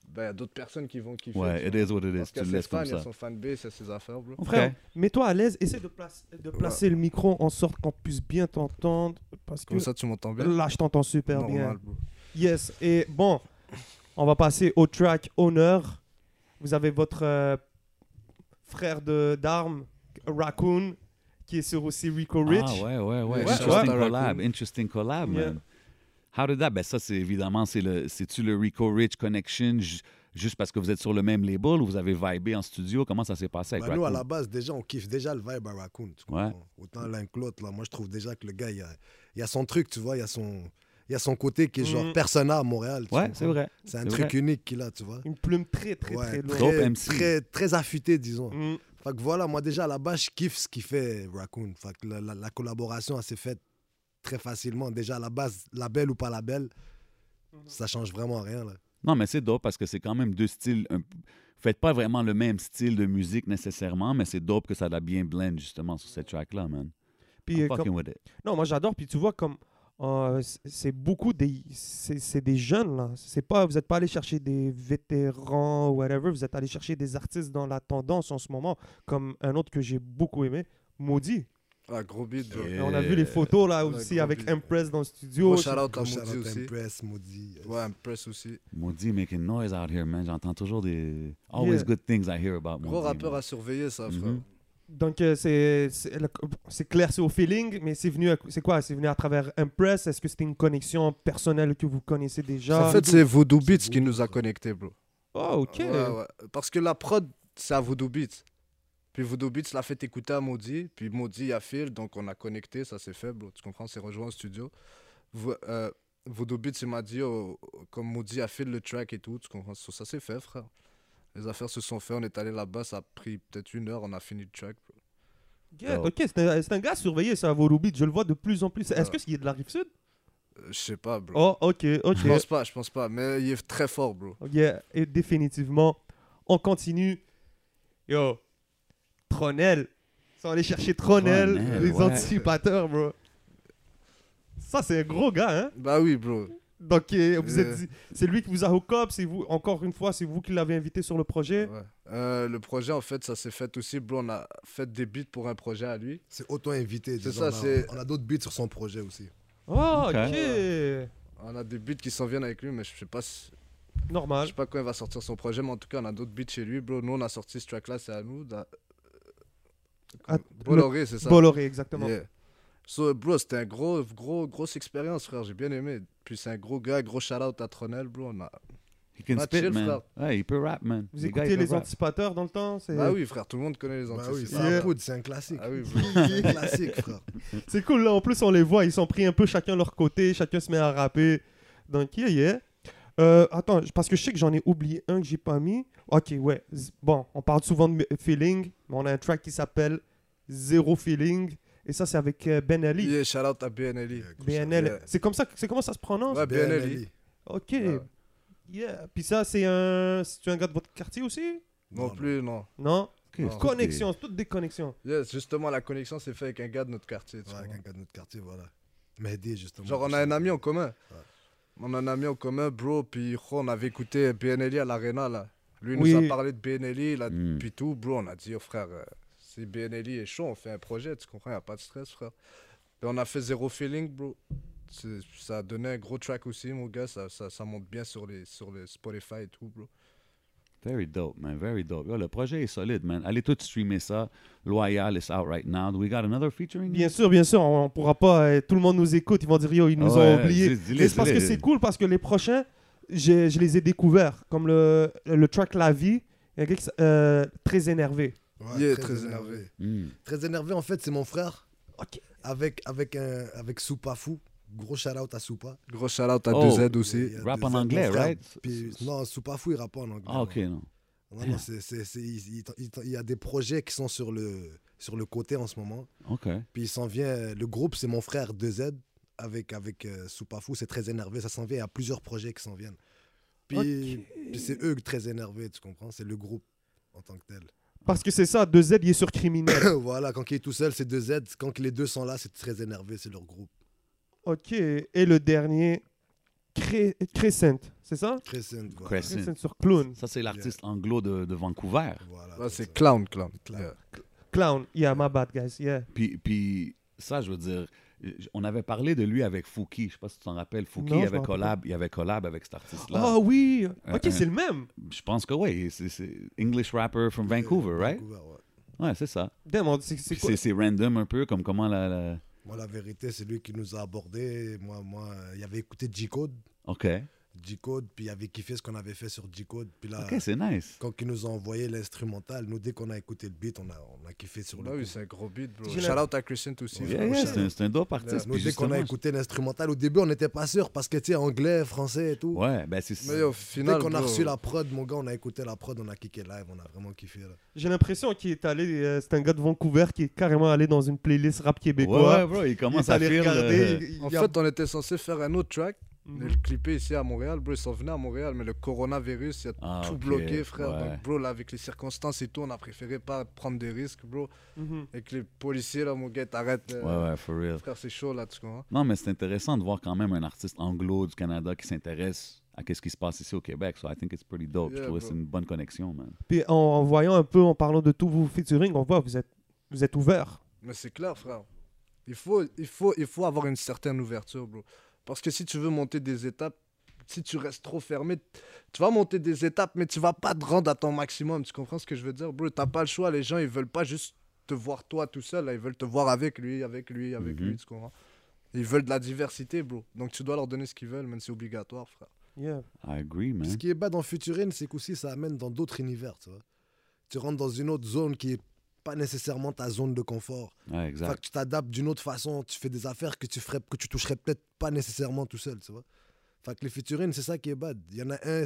C: ben, y a d'autres personnes qui vont kiffer.
A: Ouais, it
C: tu vois.
A: is what it
C: Parce
A: is. Tu
C: qu'il y
A: le
C: a ses
A: laisses
C: fans,
A: comme
C: il y a
A: ça.
C: son fanbase, il y a ses affaires, bro.
A: Ok.
B: Frère, mets-toi à l'aise, essaie de, place- de placer le micro en sorte qu'on puisse bien t'entendre. Parce que
C: Comme ça, tu m'entends bien
B: là, je t'entends super bien.
C: Normal, bro.
B: Yes, et bon, on va passer au track Honneur. Vous avez votre euh, frère de d'armes, Raccoon, qui est sur aussi Rico Rich.
A: Ah ouais, ouais, ouais.
C: Ouais,
A: Interesting
C: ouais.
A: collab.
C: Raccoon.
A: Interesting collab,
B: Yeah.
A: man. How did that? Ben ça, c'est évidemment, c'est le, c'est-tu le Rico Rich Connection ju- juste parce que vous êtes sur le même label ou vous avez vibé en studio? Comment ça s'est passé avec
D: Bah, nous, à
A: Raccoon?
D: la base, déjà, on kiffe déjà le vibe à Raccoon. Tu
A: Ouais.
D: comprends? Autant l'un que l'autre, là. Moi, je trouve déjà que le gars, il y a, il y a son truc, tu vois. Il y a son, il y a son côté qui est genre
B: Mhm.
D: persona à Montréal. tu
A: Ouais,
D: comprends?
A: c'est vrai.
D: C'est un
A: c'est
D: truc
A: vrai.
D: unique qu'il a, tu vois.
B: Une plume très, très,
D: Ouais,
B: très lourde.
A: Dope MC.
D: très, très affûté, disons.
B: Mm.
D: Fait que voilà, moi déjà à la base, je kiffe ce qu'il fait Raccoon. Fait que la, la- la collaboration, elle s'est faite très facilement. Déjà à la base, la belle ou pas la belle, ça change vraiment rien. Là.
A: Non, mais c'est dope parce que c'est quand même deux styles. un- Faites pas vraiment le même style de musique nécessairement, mais c'est dope que ça l'a bien blend justement sur cette track-là, man.
B: Puis,
A: I'm
B: euh, comme-
A: fucking with it.
B: Non, moi j'adore. Puis tu vois, comme euh, c- c'est beaucoup des, c'est c'est des jeunes là. C'est pas, vous n'êtes pas allé chercher des vétérans ou whatever. Vous êtes allé chercher des artistes dans la tendance en ce moment, comme un autre que j'ai beaucoup aimé, Maudit.
C: Ah, gros beat, bro.
A: Yeah.
B: Et On a vu les photos là
C: Ouais,
B: aussi
C: gros
B: avec
C: beat.
B: Empress dans le studio.
C: Gros shout out à
D: Gros shout-out
C: Maudit aussi.
D: Impress, Maudit.
C: Ouais, Impress aussi.
A: Maudit making noise out here, man. J'entends toujours des. Always
B: Yeah.
A: good things I hear about Maudit.
C: Gros rappeur
A: man.
C: à surveiller, ça, frère.
A: Mhm.
B: Donc euh, c'est c'est le- c'est clair, c'est au feeling, mais c'est venu, à- c'est quoi C'est venu à travers Impress. Est-ce que c'était une connexion personnelle que vous connaissez déjà
C: En fait, c'est Voodoo Beats
D: C'est
C: qui
D: Voodoo,
C: nous a
D: ça.
C: connectés, bro.
B: Oh ok.
C: Ouais, ouais. Parce que la prod, c'est à Voodoo Beats. Puis Voodoo Beats l'a fait écouter à Maudit, puis Maudit à Phil, donc on a connecté, ça c'est faible, tu comprends, c'est rejoint au studio. Vo- euh, Voodoo Beats, il m'a dit, oh, comme Maudit a fait le track et tout, tu comprends, so- ça c'est fait, frère. Les affaires se sont faites, on est allé là-bas, ça a pris peut-être une heure, on a fini le track. bro.
B: Get,
A: Oh.
B: ok, c'est un, c'est un gars surveillé, ça, Volubit. Je le vois de plus en plus. Est-ce
C: Ouais.
B: que c'est de la rive sud
C: Euh, Je sais pas, bro.
B: Oh, ok,
C: Je
B: ok.
C: pense pas, je pense pas, mais il est très fort, bro.
B: Yeah, et définitivement, on continue. Yo, Tronel. Ils sont allés chercher Tronel,
A: Tronel,
B: les
A: ouais.
B: anticipateurs, bro. Ça, c'est un gros gars, hein.
C: Bah oui, bro.
B: Donc, euh, vous
C: Euh.
B: êtes dit- c'est lui qui vous a hook up. C'est vous, encore une fois, c'est vous qui l'avez invité sur le projet.
C: Ouais. Euh, le projet, en fait, ça s'est fait aussi, bro. On a fait des beats pour un projet à lui.
D: C'est auto-invité.
C: C'est
D: disons, là.
C: ça, c'est-
D: On a d'autres beats sur son projet aussi.
B: Oh,
A: Ok.
B: ok.
C: On a des beats qui s'en viennent avec lui, mais je sais pas, si- je
B: Normal.
C: sais pas quand il va sortir son projet, mais en tout cas, on a d'autres beats chez lui, bro. Nous, on a sorti ce track-là, c'est à nous. da-
B: Ah,
C: Bolloré, c'est ça.
B: Bolloré, exactement.
C: Yeah. So, bro, c'était un gros, gros, grosse expérience, frère. J'ai bien aimé. Puis c'est un gros gars, gros shout-out à Tronel, bro. On a-
A: He can
C: Ah,
A: spit,
C: chill,
A: man.
C: frère.
A: Ouais, il peut rap, man.
B: Vous
A: Le gars, il
B: écoutez
A: peut
B: les
A: rap.
B: anticipateurs dans le temps c'est-
C: Bah oui, frère, tout le monde connaît les
D: Bah
C: antics.
D: oui, c'est
B: Yeah.
D: un poudre, c'est un classique.
C: Ah oui, bro.
D: C'est un classique, frère.
B: C'est cool, là, en plus, on les voit, ils sont pris un peu chacun leur côté, chacun se met à rapper. Donc, yeah, yeah. Euh, attends, je- parce que je sais que j'en ai oublié un que j'ai pas mis. Ok, ouais. Z- Bon, on parle souvent de me- feeling, mais on a un track qui s'appelle Zero Feeling. Et ça, c'est avec euh, Ben Ali.
C: Yeah, shout-out à BNLI.
B: BNL.
C: Yeah.
B: C'est comme ça, que- c'est comment ça se prononce
C: Ouais, BNLI.
D: BNLI.
B: Ok.
C: ouais.
B: Yeah. Puis ça, c'est un. C'est un gars de votre quartier aussi
C: Non
D: Non,
C: plus, non.
B: Non
A: Ok, c'est
B: Oh. Connexion, c'est toutes des connexions.
C: Yes, justement, la connexion s'est faite avec un gars de notre quartier. tu
D: Ouais,
C: vois.
D: avec un gars de notre quartier, voilà. Mehdi, justement.
C: Genre, on a un ami en commun.
D: Ouais.
C: On a un ami en commun, bro. Puis, gros, on avait écouté BNLI à l'Arena, là. Lui, il nous
B: Oui.
C: a parlé de BNLI, là,
A: Mm.
C: puis tout. Bro, on a dit, oh, frère, euh, si BNLI est chaud, on fait un projet, tu comprends, y a pas de stress, frère. Et on a fait Zero Feeling, bro. C'est- Ça a donné un gros track aussi, mon gars. Ça, ça, ça monte bien sur les, sur les Spotify et tout, bro.
A: Very dope, man. Very dope. Yo, le projet est solide, man. Allez tout streamer ça. Loyal is out right now. Do we got another featuring?
B: Bien sûr, bien sûr, on, on pourra pas. euh, tout le monde nous écoute, ils vont dire yo, ils nous
A: Ouais,
B: ont oubliés.
A: Oh, dis- dis-les,
B: Mais c'est parce que
A: dis-les.
B: c'est cool parce que les prochains, j'ai- je les ai découverts. Comme le, le track La Vie, il y a un gars qui s- euh, très énervé.
D: Ouais,
C: Il est très énervé.
A: Mm.
D: Très énervé, en fait, c'est mon frère.
B: Ok.
D: Avec, avec, un, avec Soupa Fou. Gros shout-out à Soupa.
C: Gros shout-out à
A: Oh.
C: 2Z
D: Il
C: aussi.
D: y a
A: Rap
D: deux
A: en
D: autres
A: anglais,
D: frères.
A: right?
D: Puis, non, Soupa Fou, il rappe en anglais.
A: Ah, ok, non.
D: Non, non, c'est, c'est, c'est- il, il- il- il y a des projets qui sont sur le, sur le côté en ce moment.
A: Ok.
D: Puis il s'en vient. Le groupe, c'est mon frère 2Z avec, avec euh, Soupafou. C'est très énervé. Ça s'en vient. Il y a plusieurs projets qui s'en viennent. Puis, puis c'est eux très énervés, tu comprends C'est le groupe en tant que tel.
B: Parce que c'est ça, 2Z, il est sur criminel.
D: voilà, quand il est tout seul, c'est 2Z. Quand les deux sont là, c'est très énervé. C'est leur groupe.
B: Ok, et le dernier, Cre- Crescent, c'est ça
D: Crescent. Voilà.
A: Crescent.
B: Crescent sur Clown.
A: Ça, c'est l'artiste anglo de, de Vancouver.
D: Voilà,
C: Là,
D: c'est
C: c'est
D: ça.
C: Clown, Clown.
D: Clown.
C: Yeah.
B: Clown, yeah, my bad, guys, yeah.
A: Puis, puis ça, je veux dire, j- on avait parlé de lui avec Fouki. Je sais pas si tu t'en rappelles. Fouki,
B: Non,
A: il
B: je
A: avait,
B: m'en rappelle
A: collab, il avait collab avec cet artiste-là.
B: Ah oui,
A: Euh,
B: ok,
A: euh.
B: c'est le même.
A: Je pense que oui. C'est c'est English rapper from Vancouver, right?
D: Vancouver, ouais.
A: Ouais, c'est ça.
B: Damn, on- c'est c'est
A: Puis
B: quoi
A: C'est c'est random un peu, comme comment la... la-
D: Moi, la vérité, c'est lui qui nous a abordés. Moi, moi euh, il avait écouté G-Code.
A: OK.
B: Ah.
D: G-Code, puis il avait kiffé ce qu'on avait fait sur G-Code. Puis là,
A: OK, c'est nice.
D: quand ils nous ont envoyé l'instrumental, nous, dès qu'on a écouté le beat, on a, on a kiffé sur
A: Bah
C: Là,
D: le
C: Bah oui,
D: coup. Oh,
C: c'est un gros beat, bro.
B: J'ai
C: Shout out à Christian aussi.
A: Yeah,
C: frère.
A: yeah, c'est un- c'est un, dope artiste.
D: Nous,
A: Puis
D: dès qu'on a
A: justement,
D: écouté l'instrumental, au début, on n'était pas sûr parce que, tu sais, anglais, français et tout.
A: Ouais, ben c'est
C: Mais au
D: Dès
C: final,
D: qu'on a
C: bro,
D: reçu la prod, mon gars, on a écouté la prod, on a kické live, on a vraiment kiffé. Là.
B: J'ai l'impression qu'il est allé, euh, c'est un gars de Vancouver qui est carrément allé dans une playlist rap
A: Ouais,
B: québécois.
A: ouais, bro, il
B: Il
A: commence
B: est
A: à euh,
B: allé
A: faire
B: regarder.
A: le...
B: il- il-
C: En
B: il a-
C: fait, on était censé faire un autre track,
B: Mhm.
C: et le clipper ici à Montréal. Bro, ils sont venus à Montréal, mais le coronavirus, il a
A: Ah,
C: tout
A: ok,
C: bloqué, frère.
A: ouais.
C: Donc, bro, là, avec les circonstances et tout, on a préféré pas prendre des risques, bro.
B: Mhm.
C: Avec les policiers, là, mon gars, t'arrêtes. euh,
A: Ouais, ouais, for real.
C: Frère, c'est chaud, là, tu comprends.
A: Non, mais c'est intéressant de voir quand même un artiste anglo du Canada qui s'intéresse à quest ce qui se passe ici au Québec. So I think it's pretty dope. je
C: Yeah,
A: trouvais que
C: bro.
A: c'est une bonne connexion, man.
B: Puis en, en voyant un peu, en parlant de tous vos featuring, on voit que vous êtes, vous êtes ouvert.
C: Mais c'est clair, frère. Il faut, il, faut, il faut avoir une certaine ouverture, bro. Parce que si tu veux monter des étapes, si tu restes trop fermé, tu vas monter des étapes, mais tu vas pas te rendre à ton maximum. Tu comprends ce que je veux dire, bro T'as pas le choix. Les gens, ils veulent pas juste te voir toi tout seul. là. Ils veulent te voir avec lui, avec lui, avec
A: Mhm.
C: lui. Tu comprends Ils veulent de la diversité, bro. Donc tu dois leur donner ce qu'ils veulent, même si c'est obligatoire, frère.
B: Yeah.
A: I agree,
D: Puis
A: man.
D: Ce qui est bas dans Futurine, c'est qu'aussi, ça amène dans d'autres univers, tu vois. Tu rentres dans une autre zone qui est pas nécessairement ta zone de confort.
A: Ouais,
D: Fait
A: exact.
D: que tu t'adaptes d'une autre façon, tu fais des affaires que tu ferais, que tu toucherais peut-être pas nécessairement tout seul, tu vois. Fait que les featuring, c'est ça qui est bad. Il y en a un,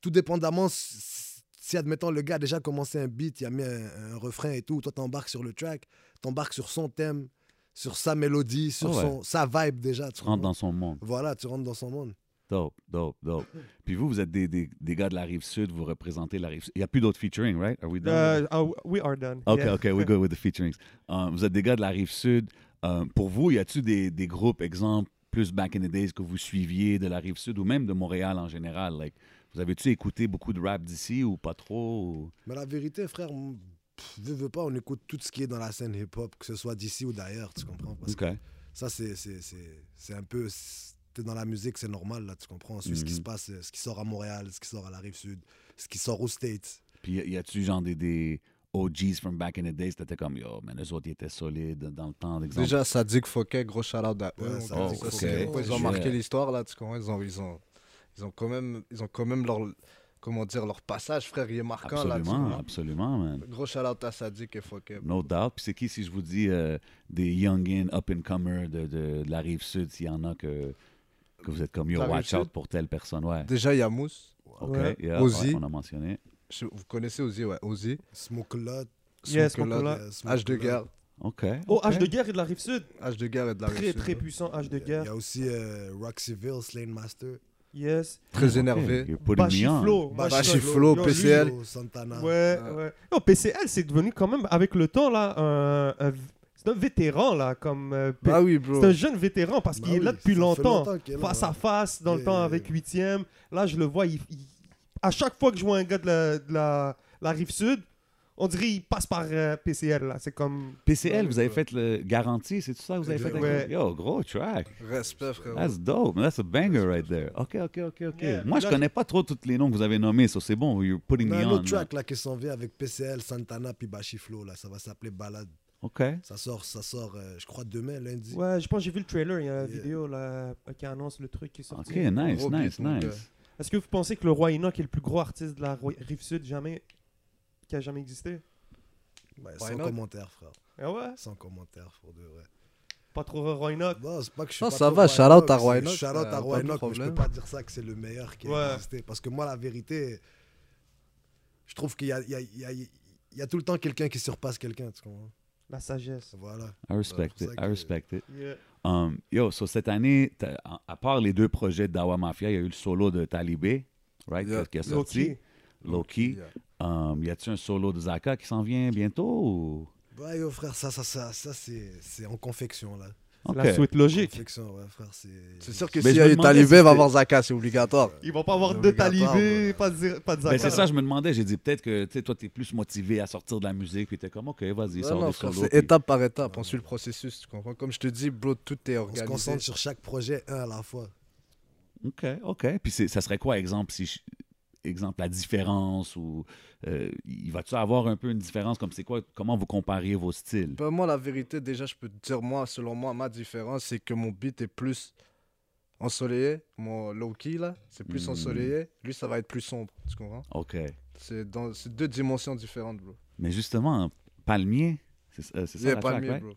D: tout dépendamment si, si, admettons, le gars a déjà commencé un beat, il a mis un, un refrain et tout, toi t'embarques sur le track, t'embarques sur son thème, sur sa mélodie, sur
A: Ah ouais.
D: son, sa vibe déjà. Tu
A: Tu rentres
D: comprends?
A: dans son monde.
D: Voilà, tu rentres dans son monde.
A: Dope, dope, dope. Puis vous, vous êtes des, des, des gars de la rive sud, vous représentez la rive sud. Il n'y a plus d'autres featuring, right? Are we done?
B: Euh, ah, we are done.
A: OK,
B: Yeah.
A: OK, we're good with the featurings. Um, vous êtes des gars de la rive sud. Um, pour vous, y a-t-il des, des groupes, exemple, plus back in the days que vous suiviez de la rive sud ou même de Montréal en général? Like, vous avez-tu écouté beaucoup de rap d'ici ou pas trop? ou-
D: Mais la vérité, frère, m- pff, veux, veux pas, on écoute tout ce qui est dans la scène hip-hop, que ce soit d'ici ou d'ailleurs, tu comprends Parce
A: OK.
D: que ça, c'est- c'est c'est- c'est un peu. c'est- T'es dans la musique, c'est normal, là, tu comprends On suit ce qui
A: Mhm.
D: se passe, euh, ce qui sort à Montréal, ce qui sort à la Rive-Sud, ce qui sort aux States.
A: Puis y- y a-tu genre des, des OGs from back in the days? T'étais comme, yo, man, eux autres, ils étaient solides dans le temps, d'exemple.
C: Déjà, Sadiq Fauquet, gros shout-out à eux.
D: Ouais,
C: mon
D: Sadiq
C: gars.
A: Fauquet.
C: Ça, c'est-
A: Ok.
C: Ils ont
A: Ouais.
C: marqué l'histoire, là, tu comprends ils ont, ils, ont, ils ont quand même, ils ont quand même leur, comment dire, leur passage, frère, il est marquant, là, tu
A: Absolument, hein.
C: comprends.
A: absolument, man.
C: Gros shout-out à Sadiq et Fauquet.
A: No doubt. Puis c'est qui, si je vous dis euh, des youngins, up-and-comers de, de, de la rive sud, s'il y en a que, que vous êtes comme, yo,
C: La
A: watch
C: Rive-Sud?
A: out pour telle personne, ouais.
C: Déjà, il y a Mousse.
A: OK,
B: Ouais.
A: yeah,
C: Ozzy.
A: ouais, on a mentionné.
C: Je- vous connaissez Ozzy, ouais, Ozzy.
D: Smoke Lot,
B: Yes,
C: Smoke
B: Smoke
C: Lot,
B: Lot.
D: euh, Smoke
C: H de
D: Lot.
C: guerre.
A: OK.
B: Oh,
A: OK.
B: H de guerre et de la rive sud.
C: H de guerre et de la
B: Très,
C: Rive-Sud.
B: très puissant, H de
D: Il y a- il y
B: guerre.
D: a aussi euh, Roxyville, Slane Master.
B: Yes.
C: Très énervé.
A: You're putting me on.
B: Bachiflo.
C: Bachiflo,
B: Yo, lui,
C: PCL.
D: Santana.
B: Ouais,
C: Ah.
B: ouais. Oh, PCL, c'est devenu quand même, avec le temps, là, un, un- c'est un vétéran, là, comme... euh, P-
C: Bah oui, bro.
B: c'est un jeune vétéran parce
D: Bah
B: qu'il est là
D: oui,
B: depuis
D: ça fait
B: longtemps.
D: qu'il est là,
B: Face
D: ouais.
B: à face, dans le
D: Et-
B: temps, avec 8e. Là, je le vois, il, il- à chaque fois que je vois un gars de la, de la, rive sud, on dirait qu'il passe par euh, PCL, là. C'est comme...
A: PCL, vous avez
C: Ouais.
A: fait le garantie, c'est tout ça que vous avez fait avec
B: Ouais.
A: Yo, gros track.
C: Respect, frère.
A: That's dope. That's a banger right there. OK, OK, OK, OK.
B: Yeah,
A: Moi, je
B: là,
A: connais pas trop tous les noms que vous avez nommés, so c'est bon. You're putting
D: On a
A: me
D: un
A: on.
D: autre track là qui s'en vient avec PCL, Santana puis Bachiflo là, ça va s'appeler Balade.
A: OK.
D: Ça sort, ça sort, euh, je crois demain lundi.
B: Ouais, je pense que j'ai vu le trailer, il y a la
D: Yeah.
B: vidéo, là, qui annonce le truc qui est sorti.
A: OK, nice,
C: Gros
A: nice,
C: beat, mon gars.
A: nice.
B: Est-ce que vous pensez que le roi Enoch est le plus gros artiste de la rive sud jamais qui a jamais existé
D: Ouais,
C: Why
D: Bah, sans
C: not
D: commentaire frère,
B: Ah ouais
D: sans commentaire pour de vrai.
B: Pas trop euh, roi Enoch.
D: Non, c'est pas que je suis
C: Non,
D: pas
C: Ah, ça
D: trop
C: va,
D: Roy
C: shout-out
D: Enoch,
C: à Roy
D: c'est
C: Enoch,
D: shout-out
C: euh,
D: à
C: pas
D: Roy
C: de
D: Enoch, mais je peux
C: problème.
D: pas dire ça que c'est le meilleur qui
B: Ouais.
D: a existé. Parce que moi, la vérité, je trouve qu'il y a, il y a- il y a- il y a tout le temps quelqu'un qui surpasse quelqu'un, tu comprends
B: La sagesse.
D: Voilà.
A: I respect
D: c'est
A: it,
D: pour ça
A: I
D: que-
A: respect it.
B: Yeah.
A: Um, yo, so cette année, t'as- à- à part les deux projets de Dawa Mafia, il y a eu le solo de Talibé, right,
C: Yeah.
A: qui a
B: Low-key.
A: sorti. Loki.
C: Yeah.
A: Um, y a-t-il un solo de Zaka qui s'en vient bientôt ou...
D: Bah, yo, frère, ça, ça, ça, ça c'est, c'est en confection, là.
B: C'est
A: OK.
B: La suite logique.
D: Confection, ouais, frère, c'est...
C: C'est sûr que
A: Mais je
C: s'il y
A: me
C: a eu
A: demandais
C: Talibé,
A: si
C: va
A: c'est-
C: avoir Zaka, c'est obligatoire.
B: Ils vont pas avoir deux
D: Obligatoire,
B: talibés,
D: ouais.
B: pas de, Zir- pas de
A: Ben,
B: Zaka.
A: c'est ça, je me demandais. J'ai dit peut-être que tu sais, toi, tu es plus motivé à sortir de la musique. Puis tu es comme, OK, vas-y,
C: Non,
A: sors
C: non,
A: des
C: frère,
A: solos.
C: c'est
A: puis-
C: étape par étape. On suit le processus, tu comprends? Comme je te dis, bro, tout est
D: On se
C: organisé.
D: concentre sur chaque projet, un à la fois.
A: OK, OK. Puis c'est- ça serait quoi, exemple, si je- exemple la différence ou euh, il va-tu avoir un peu une différence comme c'est quoi comment vous comparez vos styles
C: Ben, moi, la vérité, déjà, je peux te dire, moi, selon moi, ma différence, c'est que mon beat est plus ensoleillé. Mon low-key, là, c'est plus
A: Mm.
C: ensoleillé. Lui, ça va être plus sombre, tu comprends?
A: OK
C: C'est dans c'est deux dimensions différentes, bro.
A: mais justement palmier c'est euh, c'est ça
C: Yeah,
A: la
C: pas
A: track,
C: mieux,
A: right?
C: bro.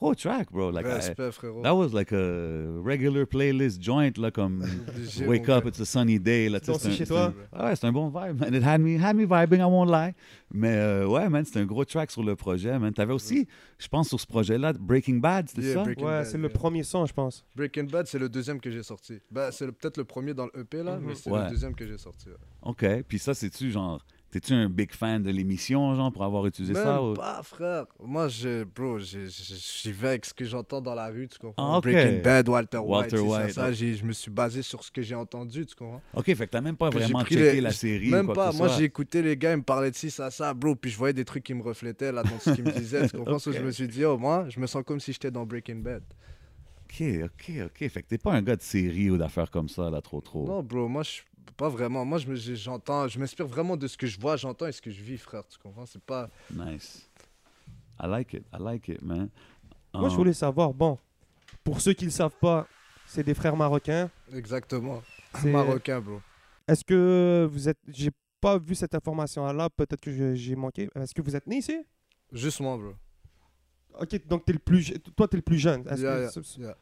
A: gros track bro like I-
C: Respect, frérot.
A: that was like a regular playlist joint là comme
C: Obligé,
A: wake
C: mon
A: up
C: gars.
A: it's a sunny day là tu sais,
B: Bon,
A: c'est
B: c'est
A: un-
B: chez
A: c'est
B: toi.
A: un- Ah ouais, c'est un bon vibe, man. It had me, had me vibing, I won't lie. Mais euh, ouais, man, c'est un gros track sur le projet, man. T'avais aussi, je pense, sur ce projet-là, Breaking Bad, c'était
C: Yeah,
A: ça?
C: Breaking
B: Ouais,
C: Bad,
B: c'est le
C: yeah.
B: premier son, je pense.
C: Breaking Bad, c'est le deuxième que j'ai sorti. Bah, c'est le- peut-être le premier dans le EP, là,
B: Mhm.
C: mais c'est
A: Ouais.
C: le deuxième que j'ai sorti. ouais.
A: OK. Puis ça, c'est-tu genre, t'es-tu un big fan de l'émission, genre, pour avoir utilisé
C: Même
A: ça? euh. ou-
C: pas, frère. Moi, je, bro, je- je- j'y vais avec ce que j'entends dans la rue, tu comprends?
A: Ah, ok.
C: Breaking Bad, Walter,
A: Walter
C: White, c'est
A: White,
C: ça, ça.
A: ouais.
C: j'ai- je me suis basé sur ce que j'ai entendu, tu comprends?
A: OK, fait que t'as même pas
C: Puis j'ai
A: vraiment
C: pris
A: checké
C: les-
A: la série. ou
C: Même
A: quoi
C: pas.
A: que ce
C: Moi,
A: soit.
C: j'ai écouté les gars, ils me parlaient de ci, ça, ça, bro, puis je voyais des trucs qui me reflétaient là dans ce qu'ils me disaient, tu comprends? So, je me suis dit, oh, moi, je me sens comme si j'étais dans Breaking Bad.
A: OK, OK, OK. Fait que t'es pas un gars de série ou d'affaires comme ça, là, trop, trop.
C: Non, bro, moi, je suis pas vraiment. Moi, je me- j'ai- j'entends, je m'inspire vraiment de ce que je vois, j'entends et ce que je vis, frère, tu comprends? C'est pas.
A: Nice. I like it, I like it, man.
B: Moi, je
A: Um,
B: voulais savoir, bon, pour ceux qui ne le savent pas, c'est des frères marocains.
C: Exactement.
B: C'est-
C: Marocain, bro.
B: Est-ce que vous êtes... J'ai pas vu cette information-là, peut-être que je- j'ai manqué. Est-ce que vous êtes né ici
C: Juste moi, bro.
B: Ok, donc t'es le plus... je- toi, t'es le plus jeune. Est-ce
C: Yeah,
B: que-
C: yeah,
B: ce- ce-
C: yeah.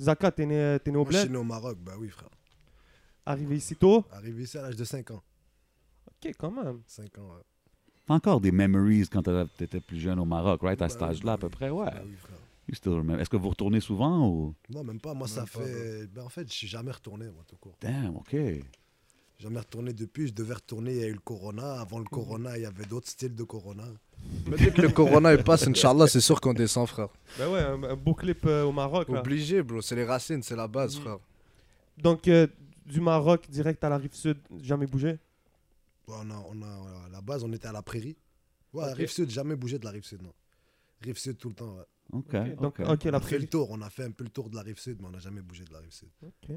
B: Zaka, t'es né, t'es né au
D: Moi, je suis
B: bled,
D: né au Maroc, bah oui, frère.
B: arrivé ici tôt.
D: Arrivé ici à l'âge de 5 ans.
B: Ok, quand même.
D: 5 ans, ouais.
A: T'as encore des memories quand t'avais- t'étais plus jeune au Maroc, right? À
D: Bah
A: cet
B: Ben,
D: oui,
A: âge-là, à
D: bah
A: peu
D: oui.
A: près, ouais.
D: Bah oui, frère.
A: You still remember. Est-ce que vous retournez souvent ou...
D: Non, même pas. Moi, ça
C: Même pas,
D: fait. Ben, en fait, je suis jamais retourné, moi, tout court.
A: Damn, OK.
D: Jamais retourné depuis. Je devais retourner. Il y a eu le Corona. Avant le Corona, il y avait d'autres styles de Corona.
C: Mais dès que le corona il passe, Inch'Allah, c'est sûr qu'on descend, frère.
B: Ben ouais, un, un beau clip euh, au Maroc. là.
C: Obligé, bro. C'est les racines, c'est la base,
B: Mhm.
C: frère.
B: Donc, euh, du Maroc direct à la rive sud, jamais bougé.
D: Ouais, on a, on a- à la base, on était à la prairie. Ouais,
B: Ok.
D: rive sud, jamais bougé de la rive sud, non. Rive sud tout le temps. Ouais.
A: OK,
B: Ok,
A: OK.
B: Donc, ok,
D: On
B: la
D: a fait le
B: prairie.
D: tour. On a fait un peu le tour de la rive sud, mais on n'a jamais bougé de la rive sud.
B: Ok.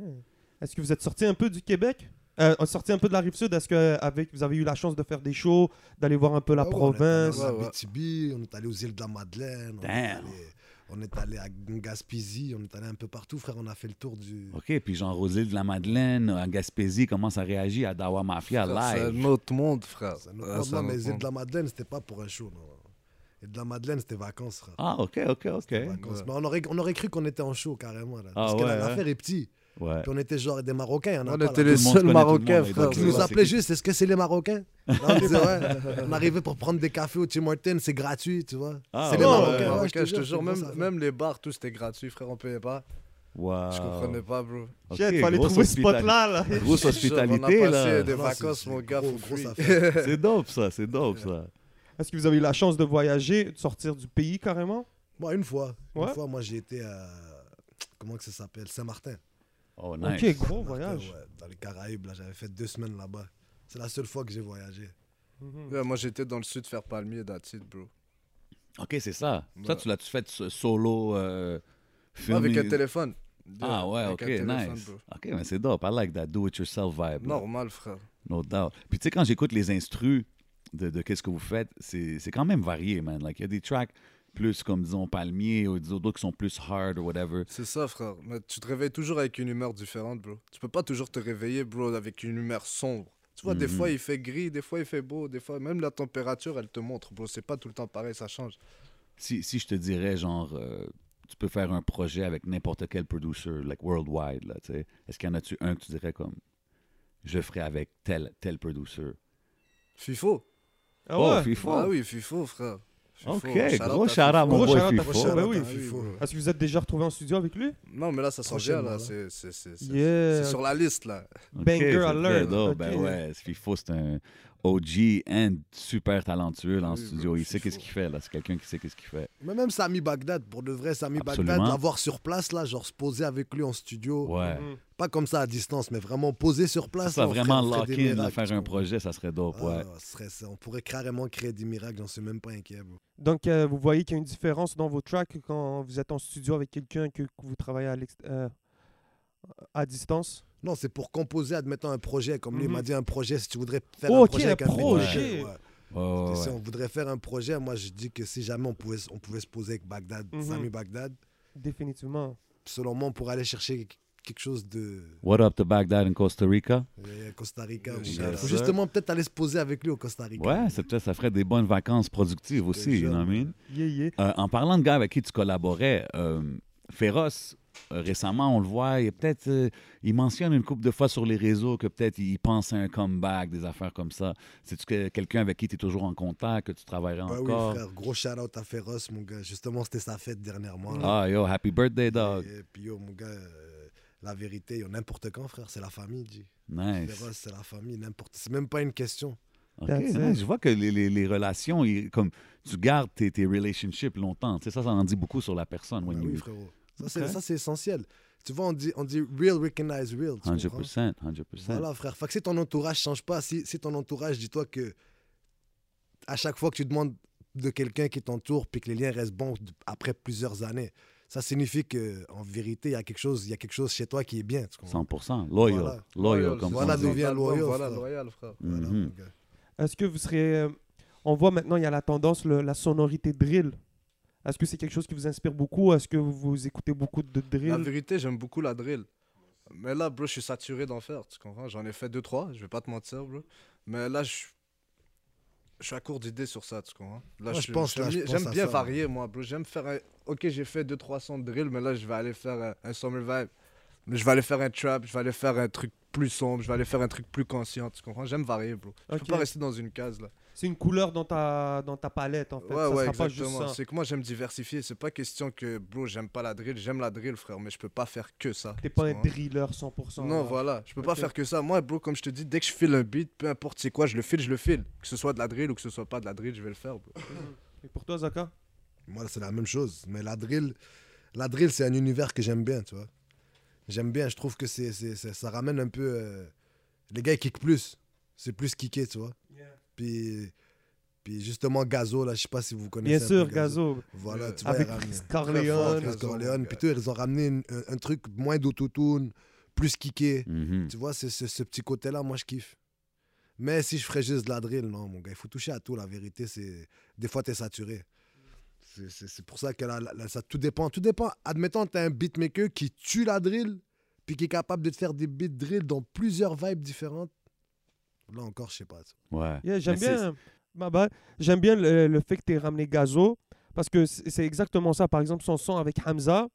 B: Est-ce que vous êtes sorti un peu du Québec euh, Sorti un peu de la rive sud Est-ce que euh, avec, vous avez eu la chance de faire des shows, d'aller voir un peu la
D: Ah Ouais, ouais,
B: province
D: On est allé en
C: Ouais, ouais.
D: Abitibi, on est allé aux îles de la Madeleine. On est,
A: Damn.
D: allé, on est allé à Gaspésie, on est allé un peu partout, frère. On a fait le tour du.
A: OK, puis genre aux îles de la Madeleine, en Gaspésie, comment ça réagit à Dawa Mafia
C: Frère, C'est un
A: live?
C: autre monde, frère.
D: Ça nous
C: Ouais,
D: prend-
C: c'est
D: non,
C: un
D: mais
C: autre
D: les îles
C: monde.
D: de la Madeleine, c'était pas pour un show, non. Les îles de la Madeleine, c'était vacances, frère.
A: Ah, OK, OK, OK.
D: Vacances.
C: ouais.
D: Mais on aurait, on aurait cru qu'on était en show carrément. Là,
A: Ah
D: parce que la-
A: ouais,
D: l'affaire est petite.
A: Ouais.
D: Puis on était genre des Marocains. Il y en a
C: On
D: pas,
C: était
D: là.
C: les
A: Tout le monde
C: seuls
A: connaît tout le
C: Marocains,
A: monde, les
C: frère.
A: deux.
D: Qui
A: Ouais,
D: nous
A: c'est
D: appelaient
A: qui-
D: juste, est-ce que c'est les Marocains Là, on disait, ouais. On arrivait pour prendre des cafés au Tim Hortons, c'est gratuit, tu vois.
A: Ah,
D: c'est
A: ouais,
D: les
A: ouais,
D: Marocains.
A: ouais,
D: ouais,
C: Marocains, je te
D: c'est
C: jure,
D: comme ça,
C: même,
D: ça.
C: même les bars, tout c'était gratuit, frère, on payait pas.
A: Wow.
C: Je comprenais pas, bro.
A: Ok,
B: Shit, fallait
A: grosse
B: trouver ce
A: hospitali-
B: spot-là, là.
A: Grosse
C: On a
A: hospitalité,
C: passé
A: là.
C: des
D: Non,
C: vacances,
D: c'est-
C: mon
D: c'est
C: gars,
D: gros,
C: for
D: grosse
C: free.
D: affaire.
A: C'est dope, ça. C'est dope, ça.
B: Est-ce que vous avez eu la chance de voyager, de sortir du pays carrément
D: Moi, une fois.
B: Ouais.
D: Une fois, moi, j'ai été à. Comment que ça s'appelle Saint-Martin.
A: Oh, nice.
B: Ok, gros
D: Saint-Martin,
B: voyage.
D: ouais, dans les Caraïbes, là, j'avais fait deux semaines là-bas. C'est la seule fois que j'ai voyagé.
B: Mhm.
C: Ouais, moi, j'étais dans le sud faire palmier, that's it, bro.
A: Ok, c'est ça. Ça,
C: Ouais.
A: tu l'as-tu fait so- solo, euh,
C: Pas
A: filmé?
C: avec un téléphone.
A: Ah ouais,
C: Avec
A: ok,
C: un téléphone,
A: nice.
C: bro.
A: Ok, mais c'est dope. I like that do-it-yourself vibe. là.
C: Normal, frère.
A: No doubt. Puis tu sais, quand j'écoute les instrus de, de qu'est-ce que vous faites, c'est c'est quand même varié, man. Like, il y a des tracks plus, comme disons, palmier ou disons, d'autres qui sont plus hard ou whatever.
C: C'est ça, frère. Mais tu te réveilles toujours avec une humeur différente, bro. Tu peux pas toujours te réveiller, bro, avec une humeur sombre. Tu vois, des
A: Mhm.
C: fois il fait gris, des fois il fait beau, des fois même la température, elle te montre, bro. C'est pas tout le temps pareil, ça change.
A: Si, si je te dirais, genre, euh, tu peux faire un projet avec n'importe quel producer, like worldwide, là, tu sais, est-ce qu'il y en a-tu un que tu dirais comme, je ferais avec tel, tel producer?
C: FIFO.
B: Ah ouais
A: oh, FIFO.
C: Ah oui, FIFO, frère. FIFO.
A: Ok,
C: Shout-out
A: gros
C: à
A: shout-out, mon
B: Gros
A: boy
B: shout-out à
A: FIFO.
B: Bah oui,
D: Ah
C: FIFO.
D: bro.
B: Est-ce que vous êtes déjà retrouvé en studio avec lui
C: Non, mais là, ça sort bien,
D: Prochainement,
C: là.
D: là.
C: C'est c'est- c'est- c'est-
B: Yeah.
C: c'est sur la liste, là.
A: Ok,
B: Banger
A: c'est très
B: alert.
A: dope.
B: Ok.
A: Ben ouais, FIFO, c'est un OG and super talentueux là, en
C: Oui, bro,
A: studio. Il sait
C: FIFO.
A: qu'est-ce qu'il fait, là. C'est quelqu'un qui sait qu'est-ce qu'il fait.
D: Mais même Sami Bagdad, pour de vrai, Sami Bagdad,
A: Absolument.
D: l'avoir sur place, là, genre se poser avec lui en studio.
A: Ouais.
B: Mhm.
D: Pas comme ça à distance, mais vraiment poser sur
A: Ça,
D: place.
A: serait
D: là, on ferait-
A: vraiment
D: on ferait des
A: lock-in, là,
D: miracles,
A: faire
D: tu
A: un
D: comprends.
A: projet, ça serait dope,
D: Ah,
A: ouais.
D: ce serait ça. On pourrait carrément créer des miracles, j'en suis même pas inquiet. bro.
B: Donc, euh, vous voyez qu'il y a une différence dans vos tracks quand vous êtes en studio avec quelqu'un que, que vous travaillez à, l'ext- euh, à distance.
D: Non, c'est pour composer, admettons, un projet. Comme lui, il
B: Mhm.
D: m'a dit un projet, si tu voudrais faire
B: Ok,
D: un projet.
B: un
D: avec beat maker,
B: projet.
D: ouais.
A: Ouais, ouais,
D: Et Si
A: ouais.
D: on voudrait faire un projet, moi, je dis que si jamais on pouvait, on pouvait se poser avec Bagdad,
B: Mhm.
D: Sami Bagdad,
B: Définitivement.
D: selon moi, on pourrait aller chercher quelque chose de
A: What up to Baghdad in Costa Rica?
D: euh, Costa Rica.
C: Yes,
D: ou-
A: sir.
D: faut justement peut-être aller se poser avec lui au Costa Rica.
A: Ouais, c'est peut-être ça ferait des bonnes vacances productives aussi, you
D: jure,
A: know what I mean?
B: Yeah, yeah.
A: Euh, en parlant de gars avec qui tu collaborais, euh, Féroce, euh, récemment, on le voit, il, est peut-être, euh, il mentionne une couple de fois sur les réseaux que peut-être il pense à un comeback, des affaires comme ça. C'est-tu que- quelqu'un avec qui tu es toujours en contact, que tu travaillerais
D: Bah
A: encore?
D: oui, frère, gros shout-out à Féroce, mon gars. Justement, c'était sa fête dernièrement. là.
A: Ah, yo, happy birthday, dog.
D: Et puis, yo, mon gars, euh, la vérité, yo, n'importe quand, frère, c'est la famille, dit.
A: Eh, Nice.
D: Féroce, c'est la famille, n'importe. C'est même pas une question.
A: Ok,
B: That's it.
A: nice. Je vois que les, les- les relations, ils- comme tu gardes tes, tes relationships longtemps. Tu sais, ça, ça en dit beaucoup sur la personne. when
D: Bah oui,
A: you-
D: frérot. Ça, c'est,
A: Ok.
D: ça, c'est essentiel. Tu vois, on dit, on dit real, recognize real. Tu comprends?
A: 100%, 100%.
D: Voilà, frère. Fait que si ton entourage change pas, si, si ton entourage, dis-toi que à chaque fois que tu demandes de quelqu'un qui t'entoure, puis que les liens restent bons d- après plusieurs années, ça signifie que en vérité, il y a quelque chose, il y a quelque chose chez toi qui est bien. Tu comprends?
A: 100%, loyal,
D: Voilà.
A: loyal, Oh, comme
C: c'est
D: Voilà
A: ça.
C: son
D: d'où vient
C: album,
D: Loyal,
C: Voilà,
D: frère.
C: loyal, frère.
D: Voilà,
A: Mhm.
D: mon gars.
B: Est-ce que vous serez. euh, on voit maintenant, il y a la tendance, le- la sonorité drill. Est-ce que c'est quelque chose qui vous inspire beaucoup Est-ce que vous écoutez beaucoup de
C: La
B: drill
C: vérité, j'aime beaucoup la drill. Mais là, bro, je suis saturé d'en faire, tu comprends J'en ai fait 2-3, je vais pas te mentir, bro. Mais là, je je suis à court d'idées sur ça, tu comprends Là,
D: Moi, je pense, là, je
C: j'aime-
D: pense
C: J'aime
D: à
C: bien
D: ça,
C: varier, moi, bro. J'aime faire un... Ok, j'ai fait 2-3 sons de drill, mais là, je vais aller faire un, un summer vibe. Mais je vais aller faire un trap, je vais aller faire un truc plus sombre, je vais aller faire un truc plus conscient, tu comprends J'aime varier, bro. Je
B: Ok.
C: peux pas rester dans une case, là.
B: C'est une couleur dans ta, dans ta palette, en fait.
C: Ouais,
B: ça
C: ouais,
B: sera pas juste
C: exactement.
B: ça.
C: C'est que moi, j'aime diversifier. C'est pas question que, bro, j'aime pas la drill. J'aime la drill, frère, mais je peux pas faire que ça.
B: T'es pas
C: tu
B: un
C: comprends
B: driller 100%.
D: euh,
C: Non,
B: là.
C: voilà, je peux pas
B: Ok.
C: faire que ça. Moi, bro, comme je te dis, dès que je file un beat, peu importe c'est quoi, je le file, je le file. Que ce soit de la drill ou que ce soit pas de la drill, je vais le faire, bro.
B: Et pour toi, Zaka
D: Moi, c'est la même chose. Mais la drill, la drill, c'est un univers que j'aime bien, tu vois. J'aime bien, je trouve que c'est, c'est- c'est- ça ramène un peu. euh, les gars, ils kickent plus. C'est plus kické, tu vois. Puis, puis justement, Gazo, là, je sais pas si vous connaissez.
B: Bien
D: un
B: sûr,
D: peu
B: Gazo. Euh,
D: Voilà, tu vois,
B: Avec
D: il ramène-
B: Chris
C: fort,
B: Corleone.
D: Chris
C: Gazo,
D: Corleone.
C: ouais.
D: Puis tout, ils ont ramené une- un, un truc moins d'autotune, plus kické.
A: Mhm.
D: Tu vois, c'est, c'est- ce petit côté-là, moi, je kiffe. Mais si je ferais juste de la drill, non, mon gars, il faut toucher à tout. La vérité, c'est. Des fois, t'es saturé. C'est, c'est- c'est pour ça que là, là, là, ça tout dépend. Tout dépend. Admettons, t'as un beatmaker qui tue la drill, puis qui est capable de te faire des beats drill dans plusieurs vibes différentes. Là encore, je sais pas. tu
A: Ouais.
B: Yeah, j'aime
A: Mais c'est-
B: bien, ma bad. j'aime bien le, le fait que tu ramené Gazo parce que c'est c'est exactement ça. Par exemple, son son avec Hamza,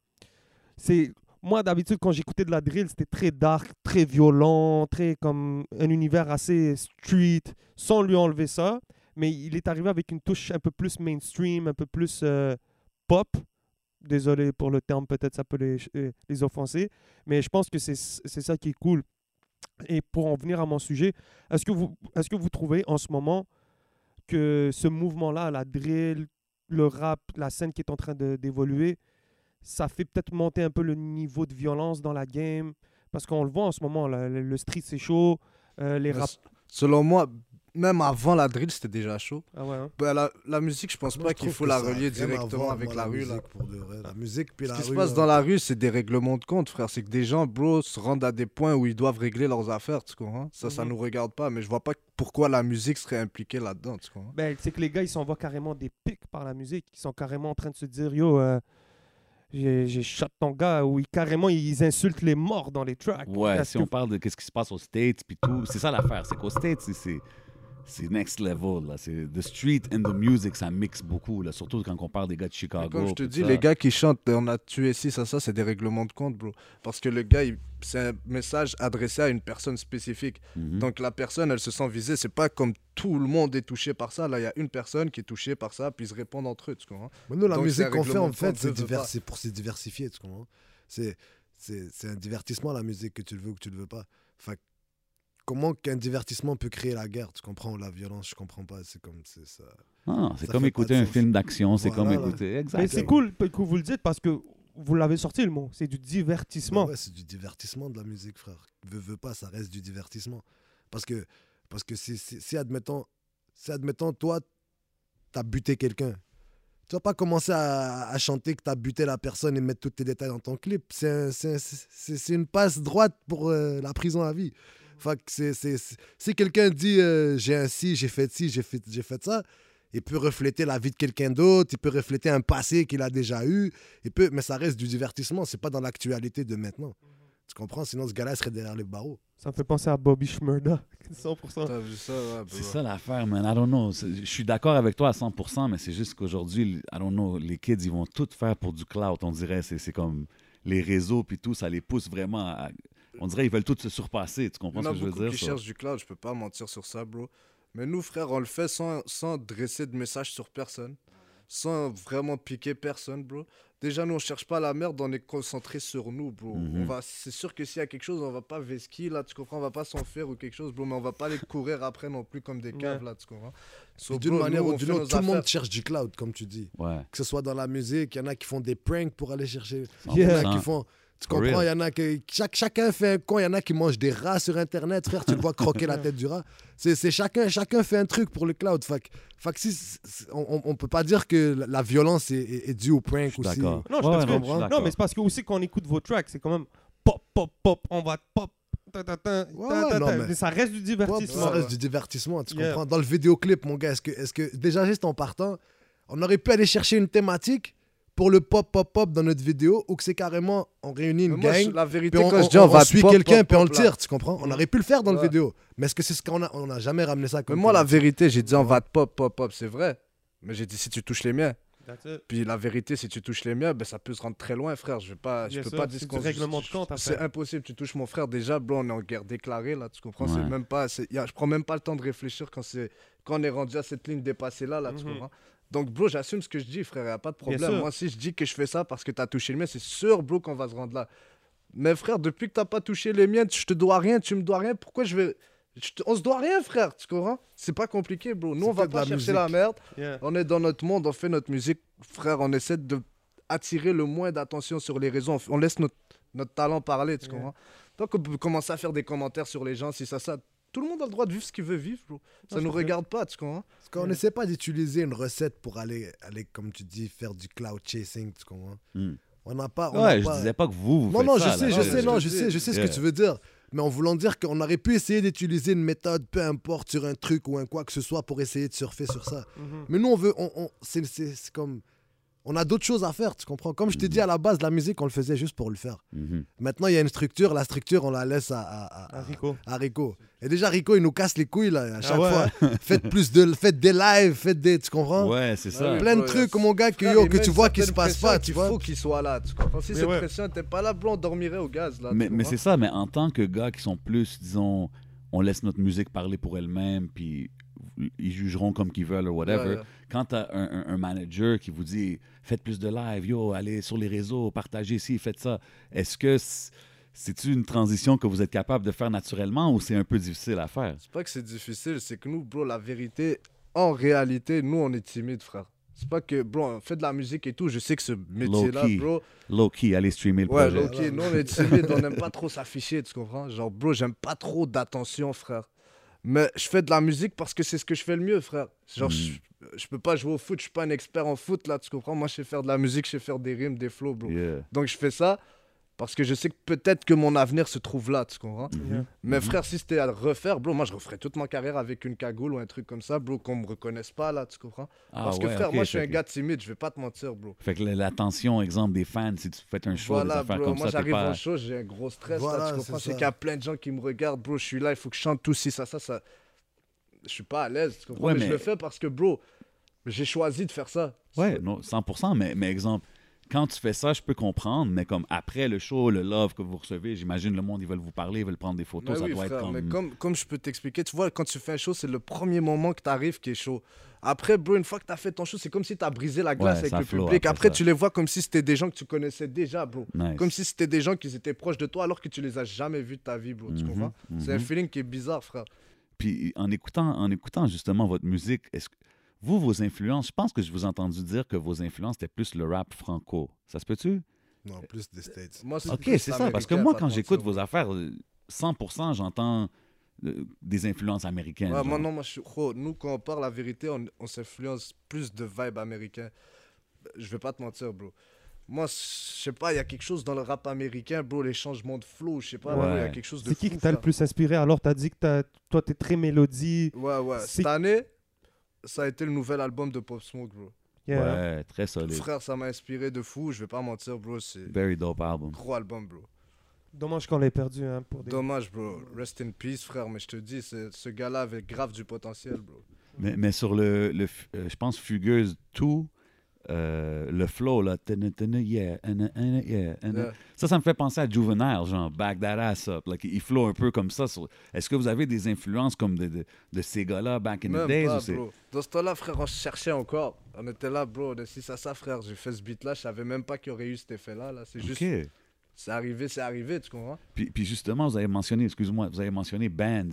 B: c'est moi d'habitude quand j'écoutais de la drill, c'était très dark, très violent, très comme un univers assez street, sans lui enlever ça. Mais il est arrivé avec une touche un peu plus mainstream, un peu plus euh, pop, Désolé pour le terme, peut-être ça peut les, euh, les offenser, mais je pense que c'est c'est ça qui est cool. Et pour en venir à mon sujet, est-ce que, est que vous trouvez en ce moment que ce mouvement-là, la drill, le rap, la scène qui est en train de- d'évoluer, ça fait peut-être monter un peu le niveau de violence dans la game Parce qu'on le voit en ce moment, là, le, le street c'est chaud, euh, les
C: Mais
B: rap.
C: s- Selon moi, même avant la drill, c'était déjà chaud.
B: Ah ouais, hein?
C: Bah, la, la musique, je pense
D: Moi,
C: pas
D: je
C: qu'il
D: trouve
C: faut
D: que
C: la
D: ça a rien
C: relier
D: à
C: directement
D: voir,
C: avec
D: moi,
C: la rue.
D: musique,
C: Là.
D: pour de vrai. La musique puis
C: Ce
D: la
C: qui se
D: rue, hein. euh,
C: passe
D: là.
C: dans la rue, c'est des règlements de compte, frère. C'est que des gens, bro, se rendent à des points où ils doivent régler leurs affaires, tu comprends Ça, ça
B: Mhm.
C: nous regarde pas, mais je vois pas pourquoi la musique serait impliquée là-dedans, tu comprends
B: Ben, c'est que les gars, ils s'envoient carrément des pics par la musique. Ils sont carrément en train de se dire, yo, euh, j'ai j'ai shot ton gars. Ou ils, carrément, ils insultent les morts dans les tracks.
A: Ouais,
B: Est-ce
A: si
B: que-
A: on parle de qu'est-ce qui se passe aux States puis tout, c'est ça l'affaire. C'est qu'aux States, c'est- c'est c'est next level là. C'est the street and the music, ça mixe beaucoup là. Surtout quand on parle des gars de Chicago.
C: Mais Comme je te
A: puis
C: dis,
A: ça.
C: les gars qui chantent, on a tué ci, ça, ça, c'est des règlements de compte, bro. Parce que le gars, il- c'est un message adressé à une personne spécifique.
A: Mhm.
C: Donc la personne, elle se sent visée. C'est pas comme tout le monde est touché par ça. Là, il y a une personne qui est touchée par ça, puis ils se répondent entre eux, tu comprends
D: Mais nous, la
C: Donc, c'est un
D: musique qu'on fait,
C: règlement
D: en
C: de compte,
D: fait, c'est
C: veut, veut
D: divers-
C: pas.
D: c'est pour se diversifier, tu comprends C'est c'est- c'est un divertissement, la musique, que tu le veux ou que tu le veux pas. Fait que comment qu'un divertissement peut créer la guerre Tu comprends La violence, je comprends pas. C'est comme... c'est ça.
A: Non, non, c'est
D: ça
A: comme
D: fait pas
A: écouter
D: de
A: un
D: sens.
A: film d'action, c'est
D: Voilà,
A: comme
D: là.
A: écouter. Exact.
B: Mais c'est cool que vous le dites parce que vous l'avez sorti le mot. C'est du
D: Mais
B: divertissement.
D: ouais, c'est du divertissement de la musique, frère. Veux, veux pas, ça reste du divertissement. Parce que, parce que si, si, si, admettons, si, admettons, toi, t'as buté quelqu'un, tu vas pas commencer à, à chanter que t'as buté la personne et mettre tous tes détails dans ton clip. C'est un- c'est un- c'est- c'est une passe droite pour euh, la prison à vie. Fait que c'est- c'est- c'est- si quelqu'un dit euh, j'ai un ci, j'ai fait ci, j'ai fait, j'ai fait ça, il peut refléter la vie de quelqu'un d'autre, il peut refléter un passé qu'il a déjà eu. Il peut, mais ça reste du divertissement, c'est pas dans l'actualité de maintenant. Tu comprends Sinon, ce gars-là serait derrière les barreaux.
B: Ça me fait penser à Bobby Schmurda, 100%.
C: T'as vu ça, ouais, bro.
A: Oh. C'est ça l'affaire, man. I don't know. C'est- Je suis d'accord avec toi à 100%, mais c'est juste qu'aujourd'hui, I don't know, les kids, ils vont tout faire pour du clout, on dirait. C'est c'est comme les réseaux puis tout, ça les pousse vraiment à... On dirait qu'ils veulent tous se surpasser, tu comprends
C: Il y
A: ce
C: en a
A: que je veux
C: beaucoup
A: dire?
C: qui
A: ça?
C: cherchent du cloud, je peux pas mentir sur ça, bro. Mais nous, frère, on le fait sans, sans dresser de message sur personne, sans vraiment piquer personne, bro. Déjà, nous, on cherche pas la merde, on est concentré sur nous, bro.
A: Mhm.
C: On va, c'est sûr que s'il y a quelque chose, on va pas vesquiller, là, tu comprends, on va pas s'en faire ou quelque chose, bro, mais on va pas aller courir après non plus comme des caves, là, tu comprends. So,
D: Et D'une
C: bro,
D: manière
C: nous,
D: ou
C: on
D: d'une
C: fait
D: autre,
C: nos
D: tout le monde
C: affaires.
D: cherche du cloud, comme tu dis.
A: Ouais.
D: Que ce soit dans la musique, il y en a qui font des pranks pour aller chercher. Il y
A: 100%.
D: en a qui font. Tu
A: For
D: comprends
A: real.
D: Il y en a qui. chaque- chacun fait un con, il y en a qui mangent des rats sur Internet, frère, tu le vois croquer la tête du rat. C'est c'est chacun, chacun fait un truc pour le cloud. Fait, que- fait que si, si- on, on peut pas dire que la- la violence est, est- est due au
A: Je
D: prank
A: suis
D: aussi.
A: d'accord.
B: Non, je
A: Ouais,
B: te
A: ouais,
B: comprends.
A: je suis
B: Non,
A: d'accord.
B: mais c'est parce que aussi quand on écoute vos tracks, c'est quand même pop, pop, pop, on va te pop. ta, ta, ta, ta,
D: Ouais,
B: ta,
D: non,
B: ta.
D: mais-
B: Mais Ça reste du
D: Ouais,
B: divertissement.
D: ça reste du divertissement, tu
B: Yeah.
D: comprends. Dans le vidéoclip, mon gars, est-ce que, est que déjà juste en partant, on aurait pu aller chercher une thématique pour le pop, pop, pop dans notre vidéo ou que c'est carrément on réunit une
C: Mais moi, je-
D: gang,
C: la vérité,
D: puis on,
C: quand
D: on-
C: je dis
D: on
C: on va
D: suit
C: pop,
D: quelqu'un
C: pop,
D: puis on le
C: pop, là.
D: tire, tu comprends. On aurait pu le faire dans le
C: Ouais.
D: vidéo, mais est-ce que c'est ce qu'on a On n'a jamais ramené ça
C: Mais
D: comme.
C: moi, la
D: thématique.
C: vérité, j'ai dit on va te pop, pop, pop, c'est vrai. Mais j'ai dit si tu touches les miens.
B: That's it.
C: Puis la vérité, si tu touches les miens, ben, ça peut se rendre très loin, frère. Je ne pas, je
B: Yes,
C: peux
B: sir.
C: pas
B: C'est
C: dire
B: du règlement de compte, après.
C: C'est impossible. Tu touches mon frère déjà, bro, on est en guerre déclarée, là, tu comprends
A: Ouais.
C: c'est même pas, c'est- y a- Je prends même pas le temps de réfléchir quand, c'est- quand on est rendu à cette ligne dépassée là, là, tu
B: Mhm.
C: comprends donc, bro, j'assume ce que je dis, frère, y a pas de
B: sûr.
C: problème. Moi, si je dis que je fais ça parce que tu as touché le mien, c'est sûr, bro, qu'on va se rendre là. Mais frère, depuis que t'as pas touché les miens, tu- je te dois rien, tu me dois rien. Pourquoi je vais. je te- On se doit rien, frère, tu comprends C'est pas compliqué, bro. Nous,
D: C'est
C: on va
D: peut-être
C: pas
D: la
C: chercher
D: musique.
C: la merde.
B: Yeah.
C: On est dans notre monde, on fait notre musique, frère. On essaie de attirer le moins d'attention sur les réseaux. On f- On laisse notre, notre talent parler, tu
B: Ouais.
C: comprends Donc, on peut commencer à faire des commentaires sur les gens, si ça, ça. Tout le monde a le droit de vivre ce qu'il veut vivre, bro.
B: je
C: Ça nous
B: comprends.
C: regarde pas, tu comprends
D: Parce qu'on n'essaie pas d'utiliser une recette pour aller, aller comme tu dis, faire du cloud chasing, tu comprends.
A: Hmm.
D: On n'a pas. on
A: Ouais,
D: n'a
A: je
D: pas-
A: disais pas que vous, vous
D: Non,
A: faites
D: non,
A: ça,
D: je
A: là.
D: sais, je
C: c'est
D: sais,
C: ce
D: non,
C: que
D: je
C: je
D: sais,
C: dis.
D: je sais ce
A: Yeah.
D: que tu veux dire. Mais en voulant dire qu'on aurait pu essayer d'utiliser une méthode, peu importe, sur un truc ou un quoi que ce soit, pour essayer de surfer sur ça.
B: Mhm.
D: Mais nous, on veut, on, on- c'est c'est- c'est comme. On a d'autres choses à faire, tu comprends Comme je t'ai
A: Mhm.
D: dit à la base, la musique, on le faisait juste pour le faire.
A: Mhm.
D: Maintenant, il y a une structure, la structure, on la laisse à, à- à-
B: Ah, Rico.
D: à Rico. Et déjà, Rico, il nous casse les couilles, là, à chaque
B: ouais.
D: fois. faites plus de. Faites des lives, faites des. Tu comprends
A: Ouais, c'est ça.
C: Ouais.
D: Plein de
C: Bro,
D: trucs,
C: yes.
D: mon gars, que,
C: Frère,
D: yo,
C: il
D: que
C: met
D: tu
C: une
D: vois qui se
C: certaine
D: passe
C: pression
D: pas, tu
C: qu'il
D: vois.
C: faut qu'il soit là, tu comprends Si
B: Mais
C: cette
B: ouais.
C: pression n'était pas là, bro, on dormirait au gaz, là. tu
A: Mais, mais
C: comprends
A: c'est ça, mais en tant que gars qui sont plus, disons, on laisse notre musique parler pour elle-même, puis ils jugeront comme qu'ils veulent ou whatever.
C: Ouais,
A: Quand tu as un, un- un manager qui vous dit faites plus de live, yo, allez sur les réseaux, partagez ci, faites ça, est-ce que c- c'est-tu une transition que vous êtes capable de faire naturellement ou c'est un peu difficile à faire?
C: C'est pas que c'est difficile, c'est que nous, bro, la vérité, en réalité, nous, on est timide, frère. C'est pas que, bro, on fait de la musique et tout. Je sais que ce métier-là,
A: Low-key.
C: bro,
A: Low-key, allez streamer le
C: Ouais,
A: projet.
C: ok, nous on est timide, on n'aime pas trop s'afficher, tu comprends Genre, bro, j'aime pas trop d'attention, frère. Mais je fais de la musique parce que c'est ce que je fais le mieux, frère. Genre,
A: Mhm.
C: je, je peux pas jouer au foot, je suis pas un expert en foot, là, tu comprends Moi, je sais faire de la musique, je sais faire des rimes, des flows, bro.
A: Yeah.
C: Donc, je fais ça parce que je sais que peut-être que mon avenir se trouve là, tu comprends
A: Mhm.
C: Mais
A: Mhm.
C: frère, si c'était à le refaire, bro, moi, je referais toute ma carrière avec une cagoule ou un truc comme ça, bro, qu'on me reconnaisse pas, là, tu comprends
A: Ah
C: Parce que,
A: ouais,
C: frère,
A: ok,
C: moi, je suis
A: fait
C: un
A: que-
C: gars timide, je vais pas te mentir, bro.
A: Fait que l'attention, exemple, des fans, si tu fais un show, des
C: Voilà,
A: affaires
C: bro,
A: comme ça,
C: moi
A: t'es
C: j'arrive
A: pas...
C: en show, j'ai un gros stress là,
D: Voilà,
C: tu comprends
D: c'est
C: C'est
D: ça.
C: qu'il y a plein de gens qui me regardent, bro, je suis là, il faut que je chante tout, si ça, ça, ça. Je suis pas à l'aise, tu comprends
A: Ouais,
C: mais, je
A: mais-
C: le fais parce que, bro, j'ai choisi de faire ça.
A: Ouais, non, 100%, mais, mais exemple, quand tu fais ça, je peux comprendre, mais comme après le show, le love que vous recevez, j'imagine le monde, ils veulent vous parler, ils veulent prendre des
C: Mais
A: photos, ça
C: Ben oui,
A: doit
C: frère,
A: être
C: mais
A: comme...
C: comme, comme je peux t'expliquer, tu vois, quand tu fais un show, c'est le premier moment que t'arrives qui est chaud. Après, bro, une fois que t'as fait ton show, c'est comme si t'as brisé la glace
A: Ouais,
C: avec
A: ça
C: le
A: flow
C: public.
A: après
C: Après,
A: ça.
C: tu les vois comme si c'était des gens que tu connaissais déjà, bro.
A: Nice.
C: Comme si c'était des gens qui étaient proches de toi alors que tu les as jamais vus de ta vie, bro. Tu
A: Mhm,
C: comprends C'est un
A: mhm.
C: feeling qui est bizarre, frère.
A: Puis en écoutant, en écoutant justement votre musique, est-ce que vous, vos influences, je pense que je vous ai entendu dire que vos influences étaient plus le rap franco. Ça se peut-tu?
D: Non, plus des States.
C: Moi, c'est
A: Ok,
C: plus
A: c'est ça, parce que
C: américain,
A: moi,
C: pas
A: quand
C: de
A: j'écoute
C: mentir,
A: vos affaires, euh, 100%, j'entends euh, des influences américaines.
C: Ouais, moi
A: genre.
C: non, moi je suis. gros, nous, quand on parle la vérité, on, on s'influence plus de vibe américain. Je vais pas te mentir, bro. Moi, je sais pas, il y a quelque chose dans le rap américain, bro, les changements de flow, je sais pas, bro, il y a
A: Ouais.
C: quelque chose de.
B: C'est qui
C: fou,
B: qui t'a le
C: frère.
B: plus inspiré Alors, t'as dit que t'as- toi, t'es très mélodie.
C: Ouais, ouais.
B: C'est-
C: Cette année, ça a été le nouvel album de Pop Smoke, bro.
B: Yeah.
A: Ouais, très solide.
C: Frère, ça m'a inspiré de fou, je vais pas mentir, bro, c'est
A: Very dope album.
C: gros album, bro.
B: Dommage qu'on l'ait perdu. hein, pour
A: Ben.
B: des...
C: Dommage, bro. Rest in peace, frère, mais je te dis, c'est- ce gars-là avait grave du potentiel, bro.
A: Mais, mais sur le, le f- euh, je pense, Fugueuse tout euh, le flow, là, tana, tana, yeah, ana, ana, yeah, ana.
C: Yeah.
A: ça, ça me fait penser à Juvenile, genre, back that ass up. Like, il flow un peu comme ça. sur- Est-ce que vous avez des influences comme de, de, de ces gars-là back in the
C: Même
A: days?
C: pas,
A: ou c'est-
C: bro. Dans ce temps-là, frère, on se cherchait encore. On était là, bro, de 6 à ça, frère. J'ai fait ce beat-là, je savais même pas qu'il y aurait eu cet effet-là. Là. C'est juste,
A: Ok.
C: c'est arrivé, c'est arrivé, tu comprends
A: Puis, puis justement, vous avez mentionné, excuse-moi, vous avez mentionné Bands.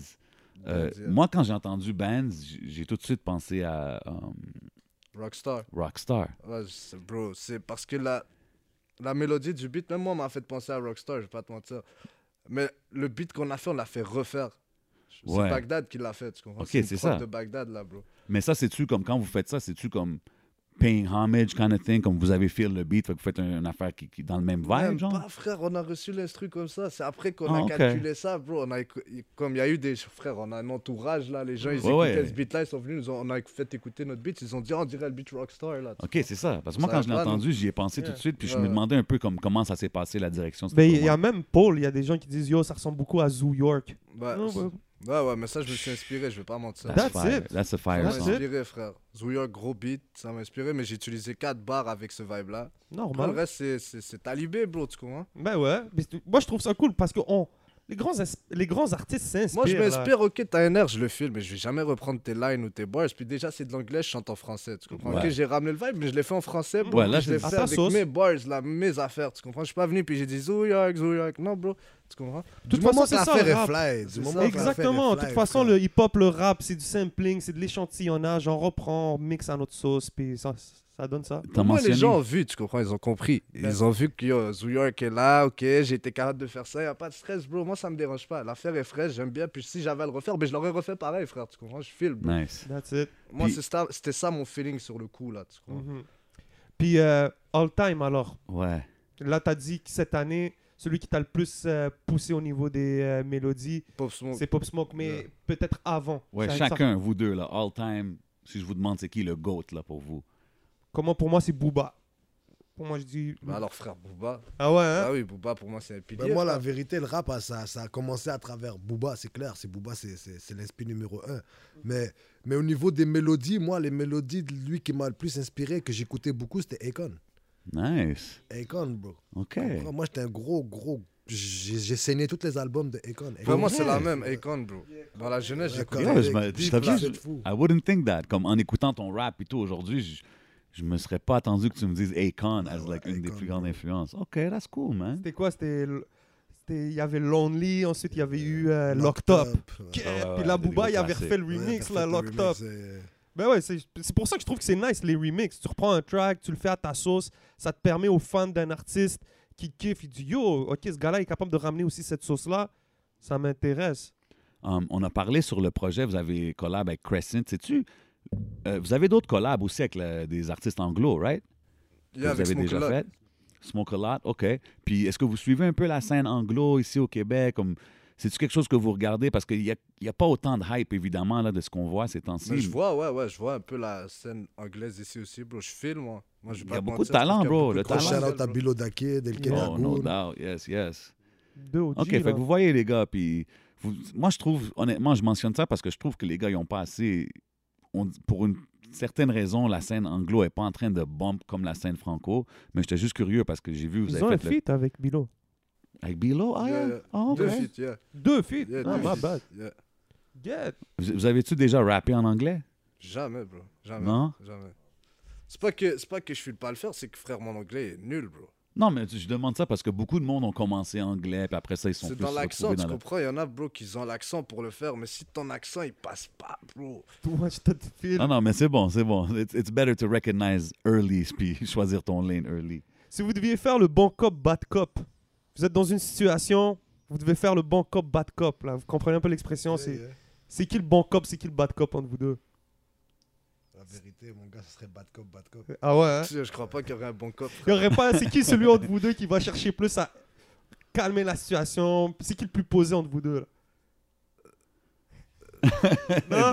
A: Euh,
C: Bands, yeah.
A: Moi, quand j'ai entendu Bands, j- j'ai tout de suite pensé à euh,
C: Rockstar.
A: Rockstar.
C: Ouais, c'est- bro, c'est parce que la, la mélodie du beat, même moi, m'a fait penser à Rockstar, je vais pas te mentir. Mais le beat qu'on a fait, on l'a fait refaire.
A: Ouais.
C: C'est Bagdad qui l'a fait, tu comprends
A: Ok,
C: une
A: c'est
C: prod
A: ça.
C: de Bagdad, là, bro.
A: Mais ça, c'est-tu comme quand vous faites ça, c'est-tu comme paying homage kind of thing, comme vous avez feel le beat, fait que vous faites un- une affaire qui, qui est dans le même vibe,
C: Même
A: genre?
C: pas, frère, on a reçu l'instru comme ça. C'est après qu'on
A: Ah,
C: a
A: ok.
C: calculé ça, bro. On a, écou- comme il y a eu des. Frère, on a un entourage là. Les gens, ils
A: Ouais,
C: écoutaient
A: ouais.
C: ce beat là. Ils sont venus, nous ont- on a fait écouter notre beat. Ils ont dit, Ah, on dirait le beat Rockstar là.
A: Ok, c'est ça. Parce que moi,
C: Ça
A: quand je l'ai
C: va pas,
A: entendu, j'y ai pensé tout de suite, puis je
C: Ouais,
A: me
C: ouais.
A: demandais un peu comme, comment ça s'est passé, la direction. c'était
B: Mais Ben, il
A: pour
B: y a
A: moi.
B: même Paul, il y a des gens qui disent Yo, ça ressemble beaucoup à Zoo York.
C: Ouais,
B: Non,
C: c'est-
B: bah,
C: ouais, ouais, mais ça, je me suis inspiré. Je vais pas mentir.
A: That's,
B: That's
A: fire.
B: it.
A: Bah, That's a
C: Ça
A: fire
C: m'a
B: That's
A: song.
B: it.
C: inspiré, frère. Zoo York, gros beat. Ça m'a inspiré, mais j'ai utilisé 4 bars avec ce vibe là. Pour le
B: Normal.
C: reste, c'est- c'est c'est talibé, bro. Tu comprends
B: Ben ouais. Mais c'est- moi, je trouve ça cool parce que on... les, grands ins- les grands artistes s'inspirent.
C: Moi, je
B: là.
C: m'inspire, ok, t'as un air, je le filme, mais je vais jamais reprendre tes lines ou tes bars. Puis déjà, c'est de l'anglais, je chante en français, tu comprends?
A: Ouais.
C: Ok, j'ai ramené le vibe, mais je l'ai fait en français. Bro,
A: Ouais,
C: puis
A: là,
C: je l'ai
A: c'est-
B: À
C: fait
B: ta
C: avec
B: sauce.
C: mes bars, là, mes affaires, tu comprends? Je suis pas venu, puis j'ai dit Zoo York, Zoo York. Non, bro, tu comprends?
B: De toute
D: du
B: façon,
D: moment
B: c'est
D: que
B: ça,
D: l'affaire
B: le
D: est
B: rap.
D: fly, du
C: C'est
D: moment
C: ça.
D: que l'affaire
B: Exactement.
D: est
B: De
D: fly,
B: toute façon,
D: frère.
B: le hip-hop, le rap, c'est du sampling, c'est de l'échantillonnage. On reprend, on mixe à notre sauce, puis ça, ça donne ça.
A: T'as
C: Au moins,
A: mentionné... Ben.
C: les gens ont vu, tu comprends? Ils ont compris. Ils ont vu que yo, Zoo York est là, ok, j'ai été capable de faire ça, y a pas de stress, bro. Moi, ça me dérange pas. L'affaire est fraîche, j'aime bien. Puis si j'avais à le refaire, ben, je l'aurais refait pareil, frère, tu comprends? Je filme. bro.
A: Nice.
B: That's it.
C: Moi,
A: Puis-
C: c'est ça- c'était ça mon feeling sur le coup, là, tu comprends?
B: Mhm. Puis, euh, all time, alors.
A: Ouais.
B: Là, t'as dit que cette année, celui qui t'a le plus euh, poussé au niveau des euh, mélodies,
A: Mm.
C: Pop Smoke.
B: c'est Pop Smoke, mais
C: Yeah.
B: peut-être avant.
A: Ouais,
B: Ça- ça-
A: chacun, vous deux, là, all time, si je vous demande c'est qui le GOAT, là, pour vous?
B: Comment pour moi, c'est Booba. Pour moi, je dis.
C: Ben alors, frère Booba.
B: Ah ouais, hein? Bah,
C: Ah oui, Booba, pour moi, c'est un
D: Ben,
C: pilier.
D: moi,
C: frère.
D: la vérité, le rap, ah, ça, ça a commencé à travers Booba, c'est clair. C'est Booba, c'est- c'est c'est l'inspi numéro un. Mais, mais au niveau des mélodies, moi, les mélodies, de lui qui m'a le plus inspiré, que j'écoutais beaucoup, c'était Akon.
A: Nice.
D: Akon, bro.
A: OK.
D: Comprends? Moi, j'étais un gros, gros, j'ai j'ai saigné tous les albums de Akon.
C: Vraiment, c'est la
A: Ouais.
C: même, Akon, bro. Dans la jeunesse, j'écoute.
A: Akon. Ouais, je me- je t'abuse.
D: C'est fou.
A: I wouldn't think that. Comme en écoutant ton rap et tout aujourd'hui, je, je me serais pas attendu que tu me dises Akon as
D: Ouais,
A: like une des
D: Akon,
A: plus grandes influences. Ok, that's cool, man.
B: C'était quoi C'était. l- c'était- Il y avait Lonely, ensuite il y avait eu euh, Locked Up.
D: ouais.
B: Ok,
A: ouais,
B: Puis là,
A: ouais, des
B: Booba,
A: gros
B: il avait
A: classiques.
B: refait le
D: Ouais,
B: remix,
D: t'as
B: là,
D: fait
B: Locked
D: le
B: Up.
D: remix, euh,
B: Ben ouais, c'est c'est pour ça que je trouve que c'est nice les remixes. Tu reprends un track, tu le fais à ta sauce, ça te permet aux fans d'un artiste qui kiffe, il dit yo, ok, ce gars-là est capable de ramener aussi cette sauce-là, ça m'intéresse.
A: Um, on a parlé sur le projet, vous avez collab avec Crescent, sais-tu? Euh, vous avez d'autres collabs aussi avec le- des artistes anglo, right?
C: Il y
A: que
C: a
A: vous
C: avec
A: avez
C: Smoke
A: déjà
C: Lot.
A: fait. Smoke a lot, OK. Puis est-ce que vous suivez un peu la scène anglo ici au Québec? Comme, c'est-tu quelque chose que vous regardez? Parce qu'il n'y a, il y a pas autant de hype, évidemment, là, de ce qu'on voit ces temps-ci.
C: Mais je vois, ouais, ouais, je vois un peu la scène anglaise ici aussi, bro. Je filme, moi. Moi, je vais
A: Il y
C: pas
A: a
C: te
A: beaucoup
C: mentir,
A: de
C: je trouve
A: talent,
C: qu'il y a
A: bro,
C: beaucoup
A: le
C: de
D: Gros
A: talent.
C: potentiel,
D: shout-out à
C: bro.
D: Bilo Dake, Del
A: Oh, no
D: Kenagoun.
A: doubt. Yes, yes.
B: Deux OG,
A: OK,
B: là.
A: fait que vous voyez, les gars, puis vous- moi, je trouve, honnêtement, je mentionne ça parce que je trouve que les gars, ils n'ont pas assez... on- pour une certaine raison, la scène anglo n'est pas en train de bump comme la scène franco, mais j'étais juste curieux parce que j'ai vu, vous
B: Ils ont
A: avez
B: un
A: fait le-
B: feat avec Bilo.
A: Avec Bilo? Ah,
C: Yeah,
A: yeah.
C: yeah.
A: Ah, OK.
C: Deux feats, yeah.
B: Deux feats.
C: Yeah,
B: ah,
A: bah,
C: deux
B: my
C: feats.
B: bad.
C: Yeah.
B: Get.
A: Vous, vous avez-tu déjà rappé en anglais?
C: Jamais, bro. Jamais.
A: Non?
C: Jamais. C'est pas que c'est pas que je suis pas le faire, c'est que frère mon anglais est nul, bro.
A: Non, mais tu- je demande ça parce que beaucoup de monde ont commencé anglais, puis après ça, ils sont
C: C'est
A: plus
C: dans l'accent,
A: retrouvés
C: tu
A: dans le...
C: comprends Il y en a, bro, qui ont l'accent pour le faire, mais si ton accent il passe pas, bro.
B: Toi, je te file.
A: Non, non, mais c'est bon, c'est bon. It's, it's better to recognize early, puis choisir ton lane early.
B: Si vous deviez faire le bon cop, bad cop, vous êtes dans une situation, vous devez faire le bon cop, bad cop. Là. Vous comprenez un peu l'expression.
D: Yeah,
B: C'est
D: yeah.
B: c'est qui le bon cop, c'est qui le bad cop entre vous deux
D: La vérité, mon gars, ce serait bad cop, bad cop.
B: Ah ouais hein?
C: Tu sais, Je crois pas qu'il y aurait un bon cop.
B: Il y aurait pas. C'est qui celui entre vous deux qui va chercher plus à calmer la situation C'est qui le plus posé entre vous deux là Non.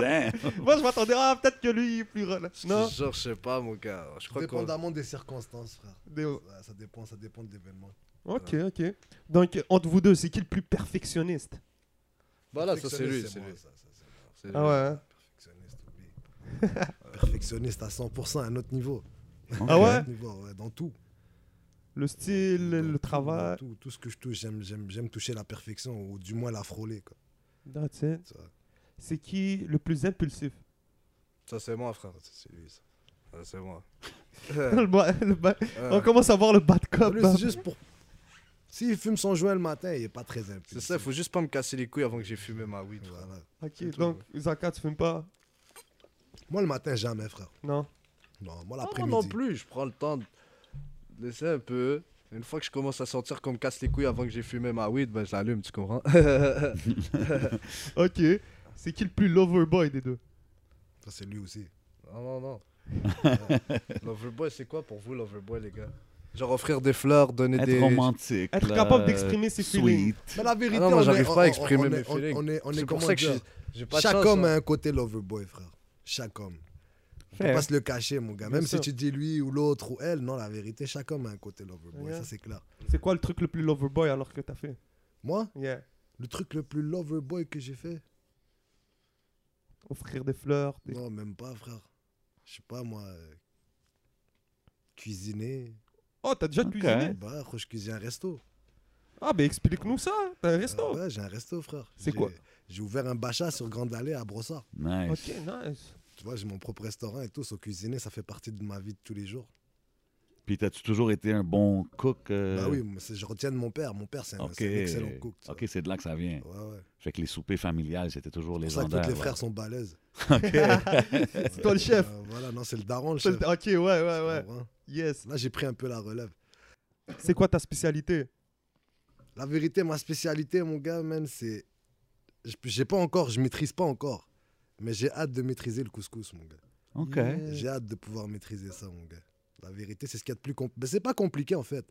A: Damn.
B: Moi, je m'attendais, ah, peut-être que lui, il est plus relax. Non,
C: Genre, je sais pas, mon gars. Je crois qu'on.
D: Dépendamment des circonstances, frère.
B: Des-
D: Ça, ça dépend, ça dépend de l'événement.
B: Ok, ok. Donc, entre vous deux, c'est qui le plus perfectionniste
C: Voilà, Bah ça c'est lui.
D: Perfectionniste,
C: C'est
D: moi,
C: lui.
D: ça, ça, c'est moi.
C: c'est
B: Ah ouais.
C: lui.
B: hein?
D: Perfectionniste, oublie. Perfectionniste à 100%, à un autre niveau.
B: Ah ouais
D: À un autre niveau, ouais, dans tout.
B: Le style,
D: Dans
B: le
D: tout,
B: travail.
D: dans Tout, tout ce que je touche, j'aime, j'aime, j'aime toucher la perfection, ou du moins la frôler. Quoi.
B: That's it.
D: Ça,
B: C'est qui le plus impulsif
C: Ça c'est moi, frère. C'est lui. Ça, Ça, c'est moi.
B: Le ba- le ba-
C: Euh,
B: On commence à voir le bad cop.
C: Bah,
D: Lui,
B: hein.
D: c'est juste pour. S'il fume son joint le matin, il est pas très impulsif.
C: C'est ça, faut juste pas me casser les couilles avant que j'ai fumé ma weed. frère.
D: Voilà.
B: Ok,
C: c'est tout,
B: donc, Zaka, tu fumes pas
D: Moi, le matin, jamais, frère.
B: Non.
D: Non, moi,
C: Ah,
D: l'après-midi.
C: moi non plus, je prends le temps de laisser un peu. Une fois que je commence à sentir qu'on me casse les couilles avant que j'ai fumé ma weed, ben je l'allume, tu comprends
B: Ok. C'est qui le plus lover boy des deux
D: Ça, c'est lui aussi.
C: Non, non, non. Loverboy, c'est quoi pour vous, Loverboy, les gars Genre offrir des fleurs, donner des.
A: Être romantique.
B: Être
A: là,
B: capable d'exprimer ses
A: sweet.
B: feelings.
D: Mais la vérité,
C: Ah non, moi,
D: on est-
C: j'arrive
D: on-
C: pas à
D: on-
C: exprimer
D: on
C: mes
D: est- on-
C: feelings.
D: On est, on est
C: C'est pour
D: comment
C: ça que j'ai
D: dire,
C: j'ai pas de
D: Chaque
C: chance,
D: homme
C: hein.
D: a un côté loverboy, frère. Chaque homme. On peut
A: Fair.
D: pas se le cacher, mon gars.
B: Bien
D: Même si
B: sûr.
D: tu dis lui ou l'autre ou elle, non, la vérité, chaque homme a un côté loverboy.
B: Yeah.
D: Ça, c'est clair.
B: C'est quoi le truc le plus lover boy alors que t'as fait
D: Moi,
B: Yeah.
D: le truc le plus loverboy que j'ai fait,
B: Offrir des fleurs. des-
D: non, même pas, frère. Je sais pas, moi. euh, Cuisiner.
B: Oh, t'as déjà
A: Ok.
B: cuisiné
D: Bah, frère, je cuisine un resto.
B: Ah, ben explique-nous ça. T'as un
D: Ah
B: resto.
D: ouais, j'ai un resto, frère.
B: C'est
D: J'ai-
B: quoi
D: J'ai ouvert un bacha sur Grande Allée à Brossard.
A: Nice.
B: Ok, nice.
D: Tu vois, j'ai mon propre restaurant et tout. Au cuisiner, ça fait partie de ma vie de tous les jours.
A: Puis t'as-tu toujours été un bon cook? euh?
D: Bah oui, moi, c'est- je retiens de mon père. Mon père, c'est un,
A: Ok.
D: c'est un excellent cook. tu vois.
A: OK, c'est de là que ça vient.
D: Ouais, ouais.
A: Fait que les soupers familiales, c'était toujours
D: C'est pour ça que
A: légendaire.
D: tous les
A: là.
D: frères sont balèzes.
B: C'est toi le chef.
D: Euh, voilà, non, c'est le daron, le chef.
B: C'est- Ok, ouais, ouais, ouais.
D: tu comprends
B: Yes.
D: Là, j'ai pris un peu la relève.
B: C'est quoi ta spécialité
D: La vérité, ma spécialité, mon gars, man, c'est. je- J'ai pas encore, je maîtrise pas encore. Mais j'ai hâte de maîtriser le couscous, mon gars.
A: OK.
D: J'ai hâte de pouvoir maîtriser ça, mon gars. La vérité, c'est ce qu'il y a de plus compliqué. Mais c'est pas compliqué, en fait.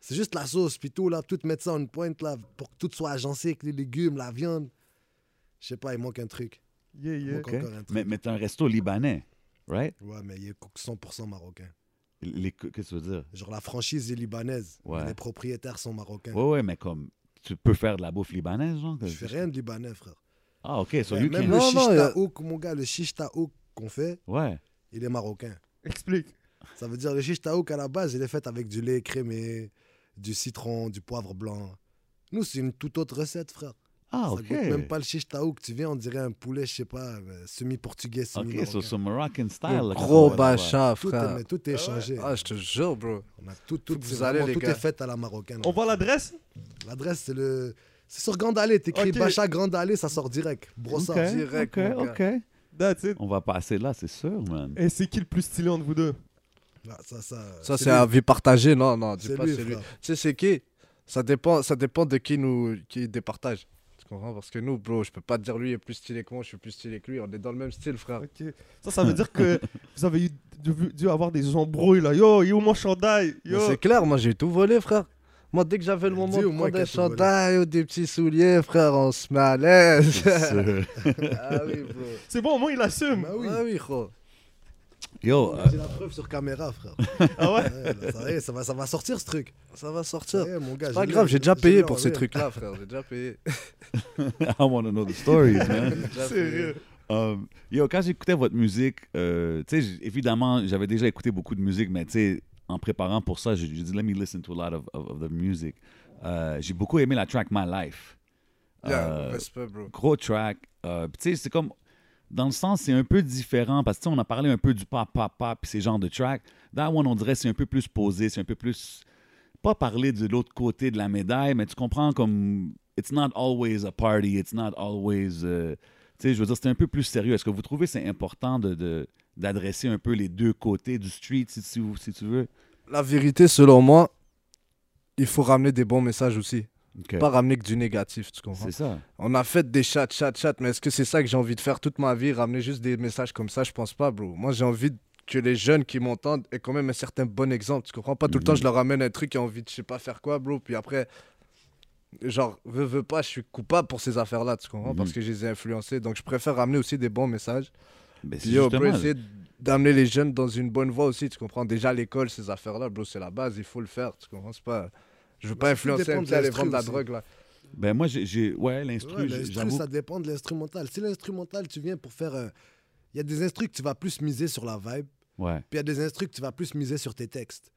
D: C'est juste la sauce, puis tout, là, tout mettre ça en pointe, là, pour que tout soit agencé avec les légumes, la viande. Je sais pas, il manque un truc.
B: Yeah,
D: Il
B: yeah.
D: manque
A: OK.
D: encore un truc.
A: Mais, mais t'as un resto libanais, right?
D: Ouais, mais il est 100% marocain.
A: Les, co- qu'est-ce que tu veux dire?
D: Genre, la franchise est libanaise. mais
A: Ouais.
D: Les propriétaires sont marocains.
A: Ouais, ouais, mais comme tu peux faire de la bouffe libanaise, genre?
D: Je fais rien de libanais, frère.
A: Ah, OK, so
D: Ouais,
A: you
D: même
A: can-
D: le
C: Non,
D: shish
C: non, il y a-
D: taouk, mon gars, le shish taouk qu'on fait,
A: Ouais.
D: il est marocain.
B: Explique.
D: Ça veut dire le shish taouk à la base, il est fait avec du lait crémé, du citron, du poivre blanc, Nous, c'est une toute autre recette, frère.
A: Ah,
D: ça
A: ok.
D: goûte même pas le shish taouk. Tu viens, on dirait un poulet, je sais pas, euh, semi-portugais, semi
A: Ok, so, so Moroccan style. là,
C: Gros
A: qu'on voit là-bas.
C: bacha,
D: Tout est,
C: frère.
D: mais tout est changé.
C: Ah, je te jure, bro.
D: On a tout, tout,
C: Vous
D: c'est
C: allez,
D: vraiment-
C: les
D: tout
C: gars.
D: est fait à la marocaine.
B: On voit l'adresse
D: L'adresse, c'est le. C'est sur Grande Allée. T'écris
B: Ok.
D: Bacha Grande Allée, ça sort direct. Brossard.
A: Ok,
C: direct,
A: ok,
C: mon
A: ok.
B: That's it.
A: On va passer là, c'est sûr, man.
B: Et c'est qui le plus stylé entre vous deux
D: Ah, Ça, ça,
C: Ça,
D: c'est
C: c'est
D: lui.
C: un vie partagée. Non, non, dis
D: C'est
C: pas
D: lui,
C: c'est lui. Tu
D: frère.
C: sais, c'est qui ça dépend, ça dépend de qui nous qui départage. Tu comprends Parce que nous, bro, je peux pas te dire lui est plus stylé que moi, je suis plus stylé que lui. On est dans le même style,
D: Ah.
C: frère.
B: Ok. Ça, ça veut dire que vous avez eu- dû, dû avoir des embrouilles là. Yo, il est où mon chandail
C: Mais
B: Yo.
C: C'est clair, moi, j'ai tout volé, frère. Moi, dès que j'avais le
D: Dis
C: moment
D: au
C: de
D: moins
C: prendre
D: qu'elle
C: des
D: a tout volé.
C: chandails ou des petits souliers, frère, on se met à l'aise.
A: C'est-
C: ah oui, bro.
B: C'est bon, au moins il assume.
D: Bah oui.
C: Ah oui, gros. Oh,
A: Yo, euh,
D: J'ai la preuve sur caméra, frère.
B: Ah ouais
D: Ouais, là, ça, y est, ça va, ça va sortir ce truc.
C: Ça va sortir.
D: Ouais, mon gars,
C: C'est
D: je
C: Pas
D: l'ai,
C: grave,
D: je
C: j'ai déjà
D: l'ai
C: payé
D: en
C: pour ces
D: vrai.
C: trucs-là, frère. J'ai déjà payé.
A: I want to know the stories, man.
C: J'ai déjà payé.
B: Sérieux.
A: Um, yo, quand j'écoutais votre musique, euh, tu sais, j- évidemment, j'avais déjà écouté beaucoup de musique, mais tu sais, en préparant pour ça, j'ai j'ai dit, let me listen to a lot of, of, of the music. Euh, j'ai beaucoup aimé la track My Life.
C: Yeah,
A: Euh,
C: respect, bro.
A: gros track. Euh, puis tu sais, c'est comme. Dans le sens, c'est un peu différent parce que tu sais, on a parlé un peu du pop, pop, pop, puis ces genres de track. That one, on dirait, c'est un peu plus posé, c'est un peu plus. Pas parler de l'autre côté de la médaille, mais tu comprends comme. It's not always a party, it's not always. euh, tu sais, je veux dire, c'est un peu plus sérieux. Est-ce que vous trouvez c'est important de. de- d'adresser un peu les deux côtés du street, si tu, si tu veux.
D: Uh-huh.
C: La vérité, selon moi, il faut ramener des bons messages aussi. Pas ramener que du négatif, tu comprends
A: C'est ça.
C: On a fait des chats, chats, chats, mais est-ce que c'est ça que j'ai envie de faire toute ma vie Ramener juste des messages comme ça Je pense pas, bro. Moi, j'ai envie que les jeunes qui m'entendent aient quand même un certain bon exemple. Tu comprends Pas tout le
D: Mhm.
C: temps, je leur ramène un truc qui a envie de je sais pas faire quoi, bro. Puis après, genre, veux, veux pas, je suis coupable pour ces affaires-là, tu comprends Parce
A: Mhm.
C: que je les ai influencés. Donc, je préfère ramener aussi des bons messages.
A: Ben, c'est
C: Puis yo, bro,
A: justement-
C: essayer d'amener les jeunes dans une bonne voie aussi, tu comprends Déjà à l'école, ces affaires-là, bro, c'est la base, il faut le faire, tu comprends C'est pas... Je veux
D: Bah,
C: pas
D: ça tout
C: influencer
D: dépend
C: un
D: de
C: petit à aller
D: l'instru
C: vendre de la
D: aussi.
C: drogue, là.
A: ben moi, j'ai- j'ai... Ouais, l'instru,
D: Ouais,
A: j'ai-
D: l'instru,
A: j'avoue.
D: ça dépend de l'instrumental. Si l'instrumental, tu viens pour faire. euh, Il y a des instrus que tu vas plus miser sur la vibe,
A: Ouais,
D: puis il y a des instrus que tu vas plus miser sur tes textes.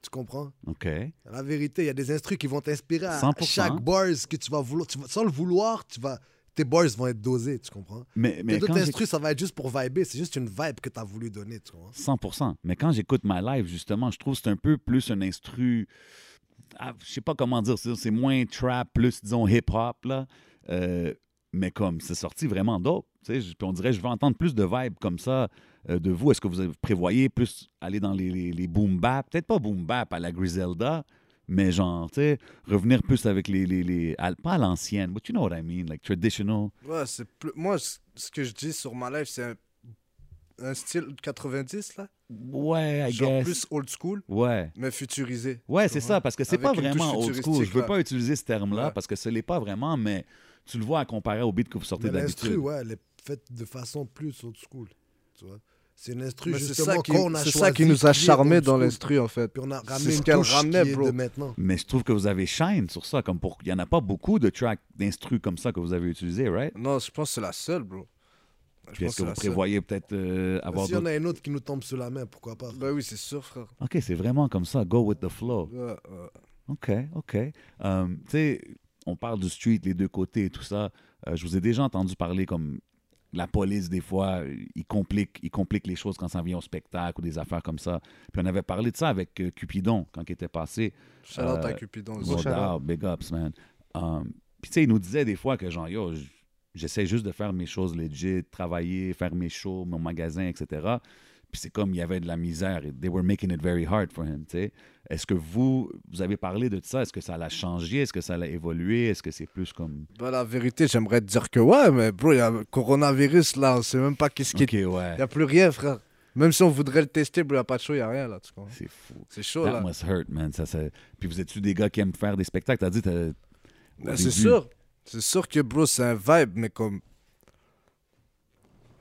D: Tu comprends
A: OK.
D: La vérité, il y a des instrus qui vont t'inspirer à
A: 100%.
D: chaque bars que tu vas vouloir. tu vas- sans le vouloir, tu vas, tes bars vont être dosés, tu comprends
A: Mais, mais
D: Tes
A: quand
D: autres
A: j'ai-
D: instrus, ça va être juste pour vibrer. C'est juste une vibe que tu as voulu donner, tu comprends
A: 100%. Mais quand j'écoute ma live, justement, je trouve que c'est un peu plus un instru. ah, je sais pas comment dire, c'est c'est moins trap, plus disons hip-hop, là. Euh, mais comme c'est sorti vraiment dope, tu sais, je- puis on dirait je veux entendre plus de vibes comme ça euh, de vous. Est-ce que vous avez- prévoyez plus aller dans les, les, les boom bap, peut-être pas boom bap à la Griselda, mais genre, tu sais, revenir plus avec les, les, les à- pas à l'ancienne, but you know what I mean, like traditional.
C: Ouais, c'est plus... Moi, c- ce que je dis sur ma life, c'est un... un style 90, là.
A: Ouais, I
C: Genre
A: guess.
C: plus old school,
A: Ouais.
C: mais futurisé.
A: Ouais,
C: Tu
A: c'est
C: comprends
A: ça, parce que c'est
C: Avec
A: pas
C: une touche
A: vraiment old school.
C: futuristique,
A: Je veux
C: là.
A: pas utiliser ce terme-là
C: Ouais.
A: parce que ce n'est pas vraiment, mais tu le vois à comparer au beat que vous sortez
D: Mais
A: d'habitude.
D: l'instru, ouais, elle est faite de façon plus old school. Tu vois C'est une instru
C: Mais c'est
D: justement
C: ça, qui...
D: qu'on a
C: c'est ça
D: choisi,
C: qui nous a
D: est
C: charmé
D: old
C: dans
D: school.
C: l'instru, en fait.
D: Puis on a
C: C'est
D: ramené
C: ce
D: une
C: qu'elle
D: touche
C: ramenait,
D: qui est
C: bro.
D: de maintenant.
A: Mais je trouve que vous avez shine sur ça. comme pour Il n'y en a pas beaucoup de tracks d'instru comme ça que vous avez utilisé, right?
C: Non, je pense que c'est la seule, bro. Je
A: Puis est-ce
C: pense
A: que
C: c'est
A: vous
C: la seule.
A: prévoyez peut-être euh, avoir
D: S'il y en
A: d'autres.
D: a une autre qui nous tombe sous la main, pourquoi pas
C: Bah oui, c'est sûr, frère.
A: Ok, c'est vraiment comme ça. Go with the flow.
C: Ouais, ouais.
A: OK, OK. Euh, tu sais, on parle du street, les deux côtés et tout ça. Euh, je vous ai déjà entendu parler comme la police, des fois, ils compliquent, ils compliquent les choses quand ça vient au spectacle ou des affaires comme ça. Puis on avait parlé de ça avec euh, Cupidon quand il était passé.
C: Shout-out
A: Euh,
C: à Cupidon aussi.
A: No
B: shout-out.
A: doubt, big ups, man. Um, puis tu sais, il nous disait des fois que genre, yo, j- j'essaie juste de faire mes choses legit, travailler, faire mes shows, mon magasin, etc. Puis c'est comme il y avait de la misère. They were making it very hard for him, tu sais. Est-ce que vous, vous avez parlé de ça? Est-ce que ça l'a changé? Est-ce que ça l'a évolué? Est-ce que c'est plus comme...
C: Bah, la vérité, j'aimerais te dire que ouais, mais bro, il y a le coronavirus là, on sait même pas qu'est-ce qui.
A: ouais.
C: Il n'y a plus rien, frère. Même si on voudrait le tester, bro, il n'y a pas de show, il n'y a rien là, tu comprends.
A: C'est fou.
C: C'est chaud
A: That
C: là.
A: must hurt, man. Ça, ça- Puis vous êtes-tu des gars qui aiment faire des spectacles? T'as dit... t'as-
C: Mais
A: au
C: Ben, c'est
A: début-
C: sûr. C'est sûr que, bro, c'est un vibe, mais comme.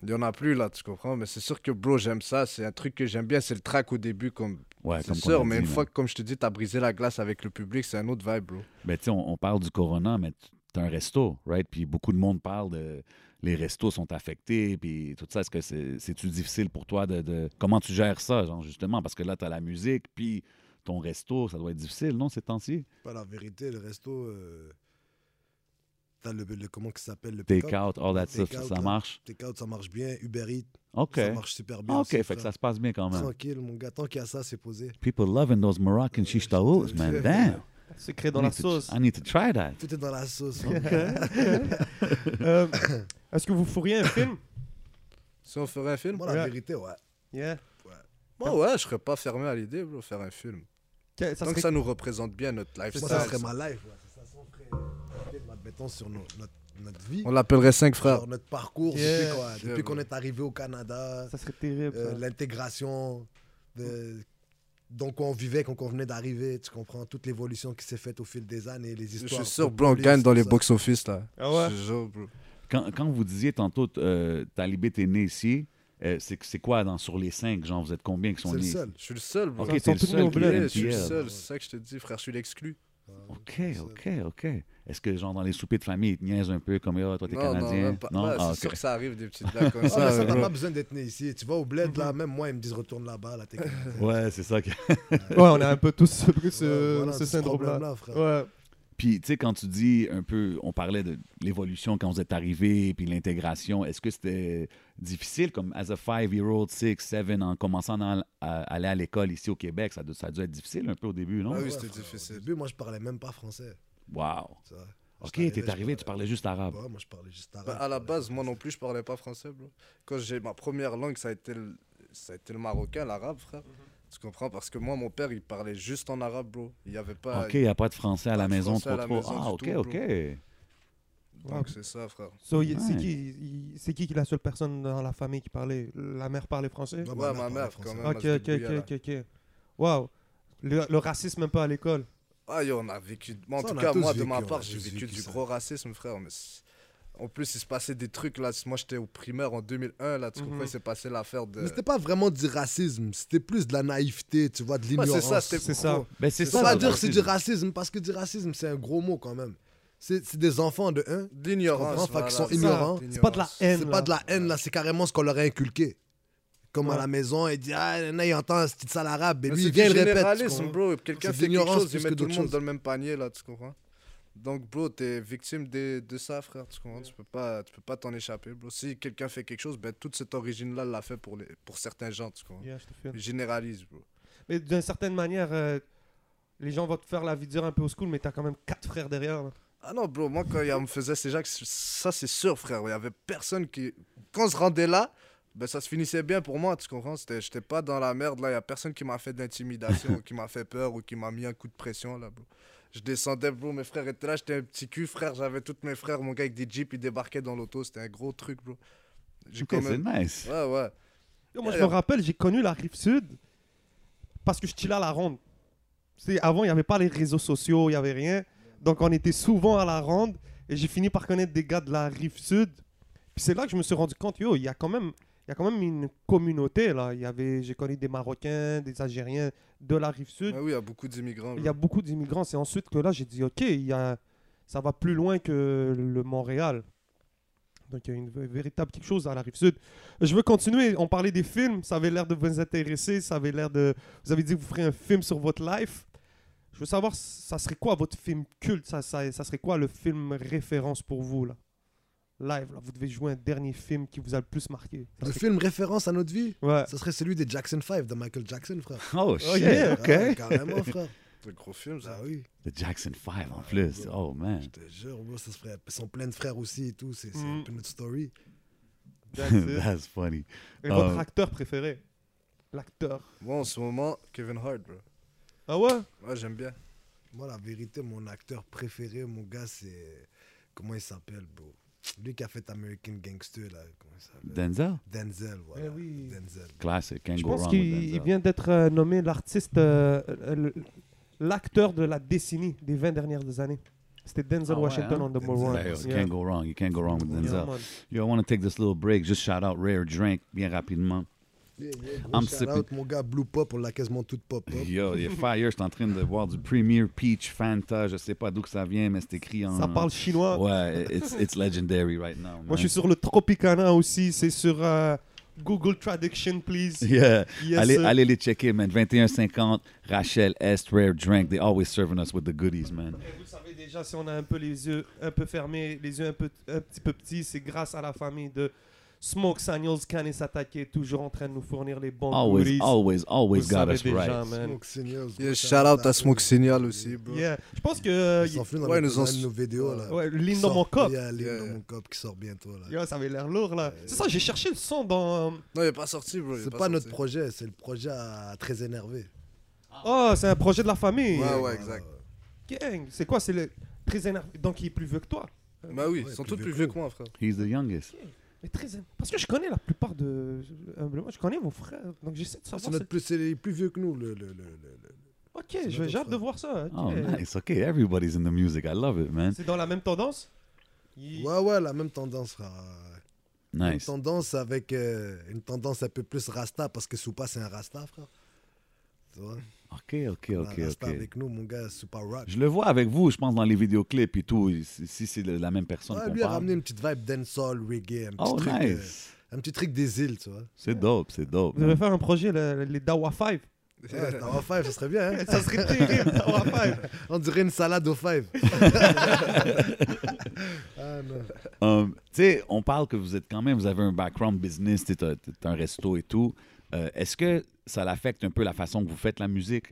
C: Il n'y en a plus là, tu comprends. Mais c'est sûr que, bro, j'aime ça. C'est un truc que j'aime bien, c'est le track au début, comme.
A: Ouais,
C: c'est
A: Ben, comme qu'on
C: sûr,
A: a
C: mais
A: dit,
C: une
A: man.
C: fois que, comme je te dis, t'as brisé la glace avec le public, c'est un autre vibe, bro.
A: Ben, tu sais, on, on parle du corona, mais tu- t'as un resto, right? Puis beaucoup de monde parle de les restos sont affectés, puis tout ça. Est-ce que c'est- c'est-tu difficile pour toi de, de- Comment tu gères ça, genre, justement? Parce que là, t'as la musique, puis ton resto, ça doit être difficile, non, ces temps-ci?
D: Pas la vérité, le resto, euh, T'as le, le- comment que ça s'appelle le
A: Take
D: pick-up.
A: out, all that stuff,
D: Take out,
A: ça
D: là.
A: marche.
D: Take out, ça marche bien. Uber Eats,
A: OK. Ah,
D: ça marche super bien.
A: OK, fait
D: aussi,
A: que ça
D: frère.
A: se passe bien quand même.
D: Tranquille, mon gars. Tant qu'il y a ça, c'est posé.
A: People loving those Moroccan
D: Ouais,
A: shish towels,
D: je-
A: man. Damn.
B: Secret
A: I
B: dans la
A: need to-
B: sauce.
A: I need to try that.
D: Tout est dans la sauce. hein.
B: Euh, Est-ce que vous feriez un film
C: Si on ferait un film
D: Moi, la
B: Ouais.
D: vérité, ouais.
B: Yeah.
C: Moi, ouais, je serais pas fermé à l'idée, bro, faire un film.
B: Que- ça
C: Tant que
B: serait-
C: ça nous représente bien notre
D: Moi,
C: lifestyle.
D: ça serait ma life. Ouais. C'est ça, sans frère. Admettons sur nos- notre, notre vie,
C: On l'appellerait 5 frères.
D: sur notre parcours,
B: Yeah.
D: depuis quoi,
C: Yeah,
D: depuis qu'on
C: bro.
D: est arrivé au Canada,
B: ça serait terrible.
D: euh,
B: ça.
D: l'intégration, de- donc on vivait quand on venait d'arriver, tu comprends toute l'évolution qui s'est faite au fil des années, les
C: Je
D: histoires.
C: suis sûr,
D: beaucoup
C: bro, on
D: plus,
C: gagne dans
D: tout
C: les
D: ça.
C: box-office, là.
B: Ah ouais?
C: Je te jure, bro.
A: Quand, quand vous disiez tantôt, euh, Talibé, t'es né ici, euh, c'est c'est quoi dans, sur les cinq, genre, vous êtes combien qui sont
D: C'est le
A: nés?
D: seul.
C: Je suis le seul, bro.
A: OK, t'es
B: Ils sont
A: le
B: tous nés
A: seul
B: au
A: qui
B: bled.
A: est
C: Je suis le
A: NPL.
C: seul, c'est ça que je te dis, frère, je suis l'exclu.
D: Ah,
A: OK, OK, OK. Est-ce que, genre, dans les soupers de famille, ils te niaisent un peu comme, oh, toi, t'es
C: Non, non,
A: Canadien?
C: même pas. Ouais,
A: Ah,
C: c'est sûr
A: OK.
C: que ça arrive des petites blagues comme
D: Ah, mais
C: ça.
D: ça, t'as
C: bro.
D: pas besoin d'être né ici. Tu vas au bled, là, même moi, ils me disent retourne là-bas, là, t'es
A: Ouais, c'est ça. que-
B: Ouais, on a un peu tous ce, ce-
D: Ouais, voilà,
B: ce
D: tout
B: syndrome-là.
D: problème-là, frère.
B: Ouais.
A: Puis, tu sais, quand tu dis un peu, on parlait de l'évolution quand vous êtes arrivé, puis l'intégration, est-ce que c'était difficile, comme as a five-year-old, six, seven, en commençant dans- à aller à l'école ici au Québec, ça, a dû- ça a dû être difficile un peu au début, non?
C: Ah oui,
D: Ouais,
C: c'était
D: frère,
C: difficile.
D: Au début, moi, je parlais même pas français.
A: Wow.
D: tu vois.
A: OK,
D: J'étais
A: t'es arrivé,
D: je
A: tu parlais juste arabe.
D: Ouais, moi, je parlais juste arabe.
C: Bah, à la
D: je parlais
C: base,
D: pas
C: moi non
D: français.
C: plus, je parlais pas français, bro. Quand j'ai ma première langue, ça a été le, ça a été le marocain, l'arabe, frère.
D: Mhm.
C: Tu comprends Parce que moi, mon père, il parlait juste en arabe, bro. Il y avait pas.
B: Ah,
A: OK, il n'y a pas de français à
C: pas
A: la
C: de
A: maison,
C: français à
A: trop,
C: la
A: trop.
C: maison
A: Ah,
C: du
A: OK,
C: tout,
A: OK.
B: Ah,
C: Donc c'est ça, frère.
B: So, y- C'est
A: Ouais.
B: qui, y- c'est qui qui est la seule personne dans la famille qui parlait La mère parlait français
D: Ouais,
C: Ouais,
D: ma mère
C: ma
D: parlait
C: mère,
D: français.
C: quand même.
B: Ok,
C: elle se
B: ok,
C: débrouillait,
B: ok,
C: là.
B: ok, ok. Waouh. Le, le racisme un peu à l'école.
C: Ah, yo, on a vécu. Moi, en
D: Ça,
C: tout
D: on a
C: cas,
D: tous
C: moi, de
D: vécu,
C: ma
D: on a
C: part,
D: tous
C: j'ai vécu,
D: vécu
C: du
D: ça.
C: gros racisme, frère. Mais c'est- en plus, il se passait des trucs là. Moi, j'étais au primaire en 2001, là. Tu
B: Mhm.
C: comprends Il s'est passé l'affaire de.
D: Mais c'était pas vraiment du racisme, c'était plus de la naïveté, tu vois, de
C: Ouais,
D: l'ignorance.
C: c'est ça, c'était
B: C'est ça.
A: Ben, c'est
C: C'est
A: ça.
D: On va
A: le
D: dire que c'est du
A: racisme.
D: racisme, parce que du racisme, c'est un gros mot quand même. C'est c'est des enfants de 1.
C: D'ignorance.
D: Comprends, fait qu'ils sont
C: c'est ça,
D: ignorants.
B: C'est pas de la
C: d'ignorance.
B: haine.
D: C'est
B: là.
D: pas de la haine, là, c'est carrément ce qu'on leur a inculqué. Comme à
B: Ouais.
D: la maison, il dit Ah, là, il entend ce petit sale arabe, et
C: Mais
D: lui,
C: c'est
D: il vient
C: du
D: le répète. tu
C: généralisme,
D: comprends?
C: bro. Quelqu'un
D: C'est
C: fait quelque
D: l'ignorance
C: chose, il
D: plus
C: met
D: que
C: tout le
D: d'autres
C: monde
D: choses.
C: dans le même panier, là, tu comprends Donc, bro, t'es victime de, de ça, frère, tu comprends Tu peux pas tu peux pas t'en échapper, bro. Si quelqu'un fait quelque chose, ben, toute cette origine-là l'a fait pour, les, pour certains gens, tu comprends
B: Yeah, je te file.
C: Il Généralise, bro.
B: Mais d'une certaine manière, euh, les gens vont te faire la vie dure un peu au school, mais t'as quand même quatre frères derrière. là.
C: Ah non, bro, moi, quand il y a- on me faisait ces jacques, ça, c'est sûr, frère. Il y avait personne qui... Quand on se rendait là, ben, ça se finissait bien pour moi, tu comprends C'était- J'étais pas dans la merde, là. Il y a personne qui m'a fait d'intimidation ou qui m'a fait peur ou qui m'a mis un coup de pression, là, bro. Je descendais, bro, mes frères étaient là, j'étais un petit cul, frère. J'avais tous mes frères, mon gars, avec des jeeps, ils débarquaient dans l'auto. C'était un gros truc, bro. J'ai
A: OK, c'est nice.
C: Ouais, ouais.
B: Yo, moi, je me
C: Alors-
B: rappelle, j'ai connu la rive sud parce que je chillais à la ronde. C'est avant, il n'y avait pas les réseaux sociaux, il n'y avait rien. Donc, on était souvent à la ronde et j'ai fini par connaître des gars de la rive sud. Puis c'est là que je me suis rendu compte, yo, il y a quand même. Il y a quand même une communauté là. Il y avait, j'ai connu des Marocains, des Algériens de la rive sud.
C: Ah oui, il y a beaucoup d'immigrants,
B: Il y a
C: bro.
B: beaucoup d'immigrants. C'est ensuite que là, j'ai dit, OK, il y a... ça va plus loin que le Montréal. Donc, il y a une v- véritable quelque chose à la rive sud. Je veux continuer. On parlait des films. Ça avait l'air de vous intéresser. Ça avait l'air de. Vous avez dit que vous ferez un film sur votre life. Je veux savoir, ça serait quoi votre film culte ça, ça, ça serait quoi le film référence pour vous, là Live, là. Vous devez jouer un dernier film qui vous a le plus marqué. Ça
D: Le
B: serait-
D: film référence à notre vie,
B: Ouais.
D: ça serait celui des Jackson 5 de Michael Jackson, frère.
A: Oh, shit,
B: yeah.
A: OK.
D: Ouais, carrément, frère.
C: C'est un gros film, ça.
D: Ah oui.
A: The Jackson 5, en plus. Oh, man.
D: Je te jure, bro, ça se ferait- Ils sont pleins de frères aussi et tout. C'est c'est
B: Mm.
D: un peu notre story.
B: That's it.
A: That's funny.
B: Et votre
A: Euh.
B: acteur préféré L'acteur.
C: Moi, en ce moment, Kevin Hart, bro.
B: Ah ouais
C: Moi, j'aime bien.
D: Moi, la vérité, mon acteur préféré, mon gars, c'est. Comment il s'appelle, bro Lui qui a fait American Gangster, là. Comment il s'appelle
A: Denzel?
D: Denzel, voilà.
B: Eh oui.
D: Denzel.
A: Classic. Can't
B: Je
A: go
B: pense
A: wrong with
B: qu'il il
A: Denzel.
B: vient d'être euh, nommé l'artiste, euh, euh, le- l'acteur de la décennie des 20 dernières années. C'était Denzel
A: Ah ouais,
B: Washington
A: hein?
B: on the
D: Denzel.
B: Moron.
A: Yeah, yo, you can't go wrong. You can't go wrong with
B: Yeah,
A: Denzel.
B: man.
A: Yo, I want to take this little break. Just shout out Rare Drink bien rapidement. I'm
D: shout out, mon gars, Blue Pop, on l'a quasiment toute pop-up.
A: Yo, il est fire. Je suis en train de boire du Premier Peach Fanta. Je sais pas d'où que ça vient, mais c'est écrit en...
B: Ça parle chinois.
A: Ouais, it's, it's legendary right now, man.
B: Moi, je suis sur le Tropicana aussi. C'est sur euh, Google Traduction, please.
A: Yeah.
B: Yes,
A: allez,
B: sir.
A: allez les checker, man. 2150, Rachel Est, Rare Drink. They always serving us with the goodies, man.
B: Vous savez Déjà, si on a un peu les yeux un peu fermés, les yeux un, peu, un petit peu petits, c'est grâce à la famille de Smoke Samuels, Canis Satake, toujours en train de nous fournir les bons
A: Always,
B: Oh, goodies.
A: always,
B: Vous
A: always got
B: savez
A: us
B: déjà,
A: right.
B: man.
D: Smoke Signals.
C: Yeah, shout out à Smoke Signal aussi, bro.
B: Yeah. Je pense que euh,
D: Ils sont venus dans
C: Ouais,
D: le-
C: nous en-
D: dans nos vidéos là.
B: y- ouais, Lean
D: Qui
B: dans
D: sort-
B: mon cop.
D: Il y a Lean
C: Yeah.
D: dans mon cop qui sort bientôt là.
B: Yo, ça avait l'air lourd là. C'est ça, j'ai cherché le son dans.
C: Non, il est pas sorti, bro. il est
D: C'est pas notre
C: sorti.
D: projet, c'est le projet à très énervé.
B: Oh, c'est un projet de la famille.
C: Ouais, ouais, exact.
B: Gang, c'est quoi C'est le. Très énervé. Donc il est plus vieux que toi.
C: Bah oui,
D: Ouais,
C: ils sont
D: plus
C: tous
D: vieux
C: plus
D: que
C: vieux
D: nous.
C: que moi, frère.
A: He's the youngest.
B: Mais très éner- Parce que je connais la plupart de. Humblement, je connais vos frères. Donc j'essaie de
D: C'est
B: savoir.
D: notre
B: c'est-
D: plus, c'est les plus vieux que nous. Le, le, le, le- le-
B: Ok, je vais-
D: notre
B: j'ai hâte de
D: frère.
B: voir ça. ok.
A: Oh, nice. Okay, everybody's in the music. I love it, man.
B: C'est dans la même tendance Il-
D: Ouais, ouais, la même tendance, frère. Une
A: Nice.
D: tendance avec euh, une tendance un peu plus rasta parce que Soupa c'est un rasta, frère. Tu vois
A: Okay, okay,
D: On a
A: okay,
D: rasta
A: okay.
D: avec nous, mon gars, Soupa Rock.
A: Je le vois avec vous, je pense, dans les vidéoclips et tout, si si c'est le- la même personne
D: Ouais,
A: qu'on
D: lui a
A: parle.
D: ramené une petite vibe dancehall, reggae, un petit,
A: Oh,
D: truc, euh,
A: nice.
D: un petit truc des îles, tu vois.
A: C'est dope, c'est dope.
B: Vous
A: man.
B: devez faire un projet, le- les Dawa 5.
D: Ouais, c'est un five, ça serait bien, hein
B: Ça serait terrible, Dawa 5.
D: On dirait une salade au five. ah non.
A: Um, tu sais, on parle que vous êtes quand même, vous avez un background business, tu as, un resto et tout. Euh, est-ce que ça l'affecte un peu la façon que vous faites la musique?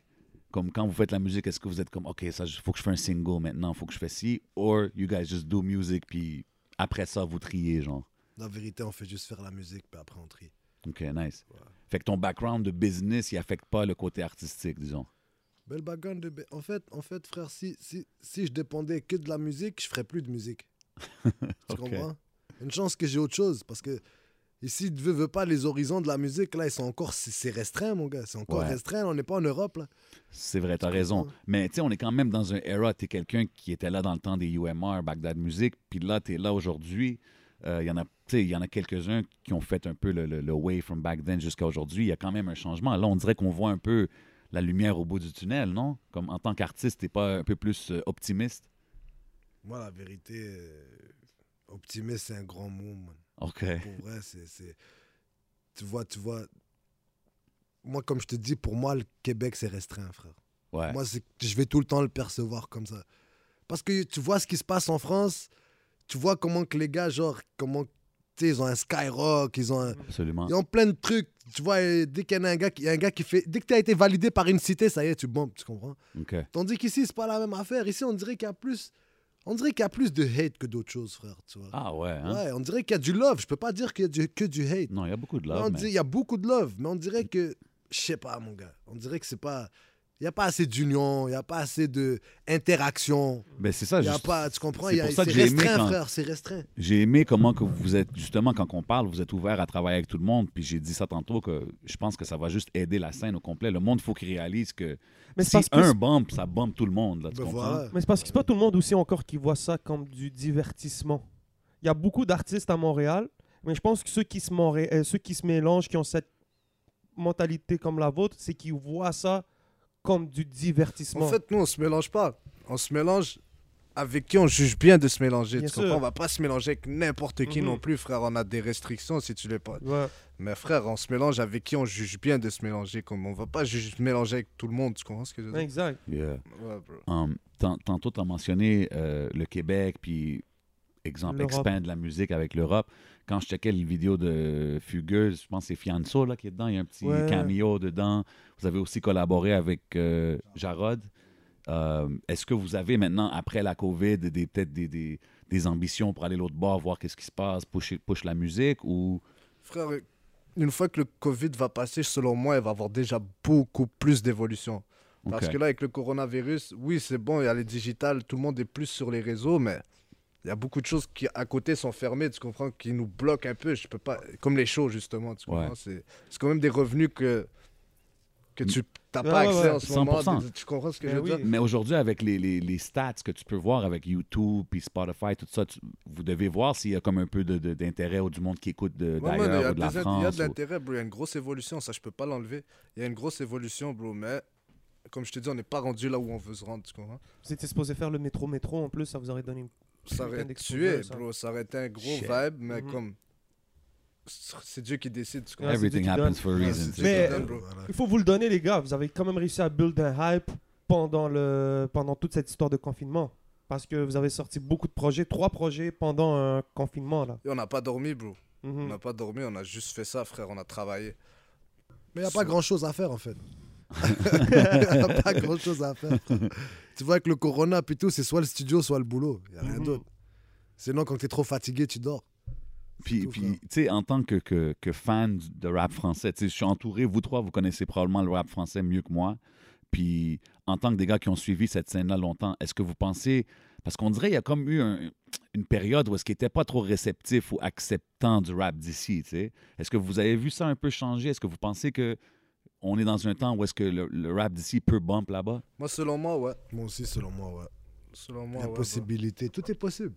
A: Comme quand vous faites la musique, est-ce que vous êtes comme, OK, ça, faut que je fasse un single maintenant, faut que je fasse ci, or you guys just do music, puis après ça, vous triez, genre.
D: La vérité, on fait juste faire la musique, puis après on trie.
A: OK, nice. Fait que ton background de business, il affecte pas le côté artistique, disons.
D: Belle background de. ba- En fait, en fait frère, si, si, si je dépendais que de la musique, je ferais plus de musique. tu
A: Ok.
D: comprends Une chance que j'ai autre chose, parce que ici, ne veut, veut pas les horizons de la musique, là, ils sont encore. C'est c'est restreint, mon gars. C'est encore
A: Ouais.
D: restreint. On n'est pas en Europe, là.
A: C'est vrai, t'as raison. Mais tu sais, on est quand même dans un era, t'es quelqu'un qui était là dans le temps des UMR, Bagdad Music, puis là, t'es là aujourd'hui. Euh, Il y en a, tu sais, il y en a quelques-uns qui ont fait un peu le, le- le way from back then jusqu'à aujourd'hui. Il y a quand même un changement. Là, on dirait qu'on voit un peu la lumière au bout du tunnel, non? Comme en tant qu'artiste, t'es pas un peu plus euh, optimiste?
D: Moi, la vérité, euh, optimiste, c'est un grand mot, man.
A: OK.
D: Pour vrai, c'est. c'est- Tu vois, tu vois. Moi, comme je te dis, pour moi, le Québec, c'est restreint, frère.
A: Ouais.
D: Moi, c'est- je vais tout le temps le percevoir comme ça. Parce que tu vois ce qui se passe en France, tu vois comment que les gars, genre, comment, tu sais, ils ont un skyrock, ils ont, un-
A: Absolument.
D: ils ont plein de trucs. Tu vois, et dès qu'il y en a un gars, qui- il y a un gars qui fait, dès que tu as été validé par une cité, ça y est, tu bombes, tu comprends.
A: OK.
D: Tandis qu'ici, c'est pas la même affaire. Ici, on dirait qu'il y a plus, on dirait qu'il y a plus de hate que d'autres choses, frère, tu vois.
A: Ah ouais, hein?
D: Ouais, on dirait qu'il y a du love. Je peux pas dire qu'il y a du- que du hate.
A: Non, il y a beaucoup de love,
D: On
A: mais-
D: dit, il y a beaucoup de love, mais on dirait que, je sais pas, mon gars, on dirait que c'est pas. Il n'y a pas assez d'union, il n'y a pas assez d'interaction.
A: Ben, c'est ça,
D: Il y a
A: juste-
D: pas, tu comprends,
A: c'est
D: il y a-
A: pour
D: c'est
A: ça que j'ai aimé
D: restreint,
A: quand- Ah,
D: frère, c'est restreint.
A: J'ai aimé comment que vous êtes, justement, quand on parle, vous êtes ouvert à travailler avec tout le monde. Puis j'ai dit ça tantôt que je pense que ça va juste aider la scène au complet. Le monde, faut qu'il réalise que
B: Mais c'est
A: si
B: parce que
A: un bump, ça bump tout le monde. Là, tu
D: Ben
A: comprends?
D: voilà.
B: Mais c'est parce que c'est pas tout le monde aussi encore qui voit ça comme du divertissement. Il y a beaucoup d'artistes à Montréal, mais je pense que ceux qui se, Montré- euh, ceux qui se mélangent, qui ont cette mentalité comme la vôtre, c'est qu'ils voient ça comme du divertissement.
C: En fait, nous, on se mélange pas. On se mélange avec qui on juge bien de se mélanger.
B: Bien
C: tu comprends
B: sûr.
C: On va pas se mélanger avec n'importe qui
B: Mhm.
C: non plus, frère. On a des restrictions si tu l'es pas.
B: Ouais.
C: Mais frère, on se mélange avec qui on juge bien de se mélanger. Comme on va pas juste mélanger avec tout le monde. Tu comprends ce que je veux dire
B: Exact.
A: Yeah.
C: Ouais, bro.
A: Um, tan- tantôt, tu as mentionné euh, le Québec, puis exemple,
B: L'Europe.
A: expand la musique avec l'Europe. Quand je checkais les vidéos de Fugueuse, je pense que c'est Fianso là, qui est dedans. Il y a un petit
B: Ouais.
A: cameo dedans. Vous avez aussi collaboré avec euh, Jarod. Euh, Est-ce que vous avez maintenant, après la COVID, des- peut-être des, des- des ambitions pour aller l'autre bord, voir qu'est-ce qui se passe, push, push la musique ou...
C: Frère, une fois que le Covid va passer, selon moi, il va y avoir déjà beaucoup plus d'évolution. Parce
A: Ok.
C: que là, avec le coronavirus, oui, c'est bon, il y a les digitales, tout le monde est plus sur les réseaux, mais il y a beaucoup de choses qui, à côté, sont fermées, tu comprends, qui nous bloquent un peu. Je peux pas... Comme les shows, justement, tu
A: Ouais.
C: comprends. C'est c'est quand même des revenus que, que tu n'as
B: Ouais,
C: pas
B: ouais, ouais.
C: accès en ce moment.
A: 100%.
C: Tu- Tu comprends ce que
B: Ben
C: je veux
B: oui.
C: dire
A: Mais aujourd'hui, avec les, les- les stats que tu peux voir avec YouTube, puis Spotify, tout ça, tu- vous devez voir s'il y a comme un peu de- de- d'intérêt ou du monde qui écoute de-
C: Ouais, man, il y
A: d'ailleurs
C: a
A: ou de la
C: des- Il y a
A: France.
C: de l'intérêt, bro. Il y a une grosse évolution, ça, je peux pas l'enlever. Il y a une grosse évolution, bro, mais comme je te dis, on n'est pas rendu là où on veut se rendre, tu comprends
B: Vous étiez supposé faire le métro-métro en plus, ça vous aurait donné une.
C: Ça
B: Putain
C: aurait
B: d'explosion,
C: tué,
B: ça.
C: bro. Ça aurait été un gros
A: Shit.
C: vibe, mais
B: Mhm.
C: comme. C'est Dieu qui décide, tu
A: ou-
C: comprends
B: Ouais, c'est
A: Everything
B: Dieu qui
A: happens
B: donne.
A: for a
C: Ouais,
A: reason.
C: c'est
A: tu sais.
B: Mais-
C: Jordan, bro.
D: Voilà.
B: Il faut vous le donner, les gars. Vous avez quand même réussi à build un hype pendant, le... pendant toute cette histoire de confinement. Parce que vous avez sorti beaucoup de projets, trois projets pendant un confinement, là.
C: Et on n'a pas dormi, bro. On
B: Mhm.
C: n'a pas dormi, on a juste fait ça, frère. On a travaillé.
D: Mais il n'y a
C: Sous-
D: pas grand chose à faire en fait. Il n'y a pas grand chose à faire. frère. Tu vois, avec le corona, puis tout, c'est soit le studio, soit le boulot. Il n'y a rien
B: Mhm.
D: d'autre. Sinon, quand tu es trop fatigué, tu dors.
A: Puis,
D: tout,
A: puis,
D: frère.
A: tu sais, en tant que, que, que fan du- de rap français, tu sais, je suis entouré, vous trois, vous connaissez probablement le rap français mieux que moi. Puis, en tant que des gars qui ont suivi cette scène-là longtemps, est-ce que vous pensez. Parce qu'on dirait qu'il y a comme eu un- une période où est-ce qu'ils n'étaient pas trop réceptifs ou acceptants du rap d'ici, tu sais. Est-ce que vous avez vu ça un peu changer? Est-ce que vous pensez que on est dans un temps où est-ce que le, le rap d'ici peut bump là-bas?
C: Moi, selon moi, ouais.
D: Moi aussi, selon moi, ouais.
C: Selon moi,
D: la
C: ouais, bro.
D: possibilité, tout est possible.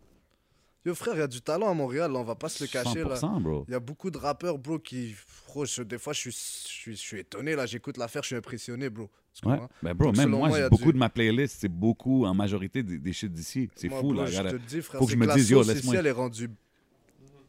C: Yo, frère, il y a du talent à Montréal, là, on va pas se le cacher, là.
A: 100%, bro.
C: Il y a beaucoup de rappeurs, bro, qui. Bro, je- des fois, je suis, je, suis, je suis étonné, là. J'écoute l'affaire, je suis impressionné, bro. Tu
A: Ouais.
C: comprends?
A: Ben, bro,
C: Donc,
A: même
C: selon
A: moi,
C: moi, il y
A: j'ai
C: a
A: beaucoup
C: du-
A: de ma playlist, c'est beaucoup en majorité des, des shit d'ici. C'est
C: Moi,
A: fou,
C: bro,
A: là.
C: Je
A: regarde.
C: te dis, frère,
A: Faut que
C: c'est
A: je me
C: la
A: dise, yo,
C: sauce ici,
A: laisse-moi-
C: elle est rendue.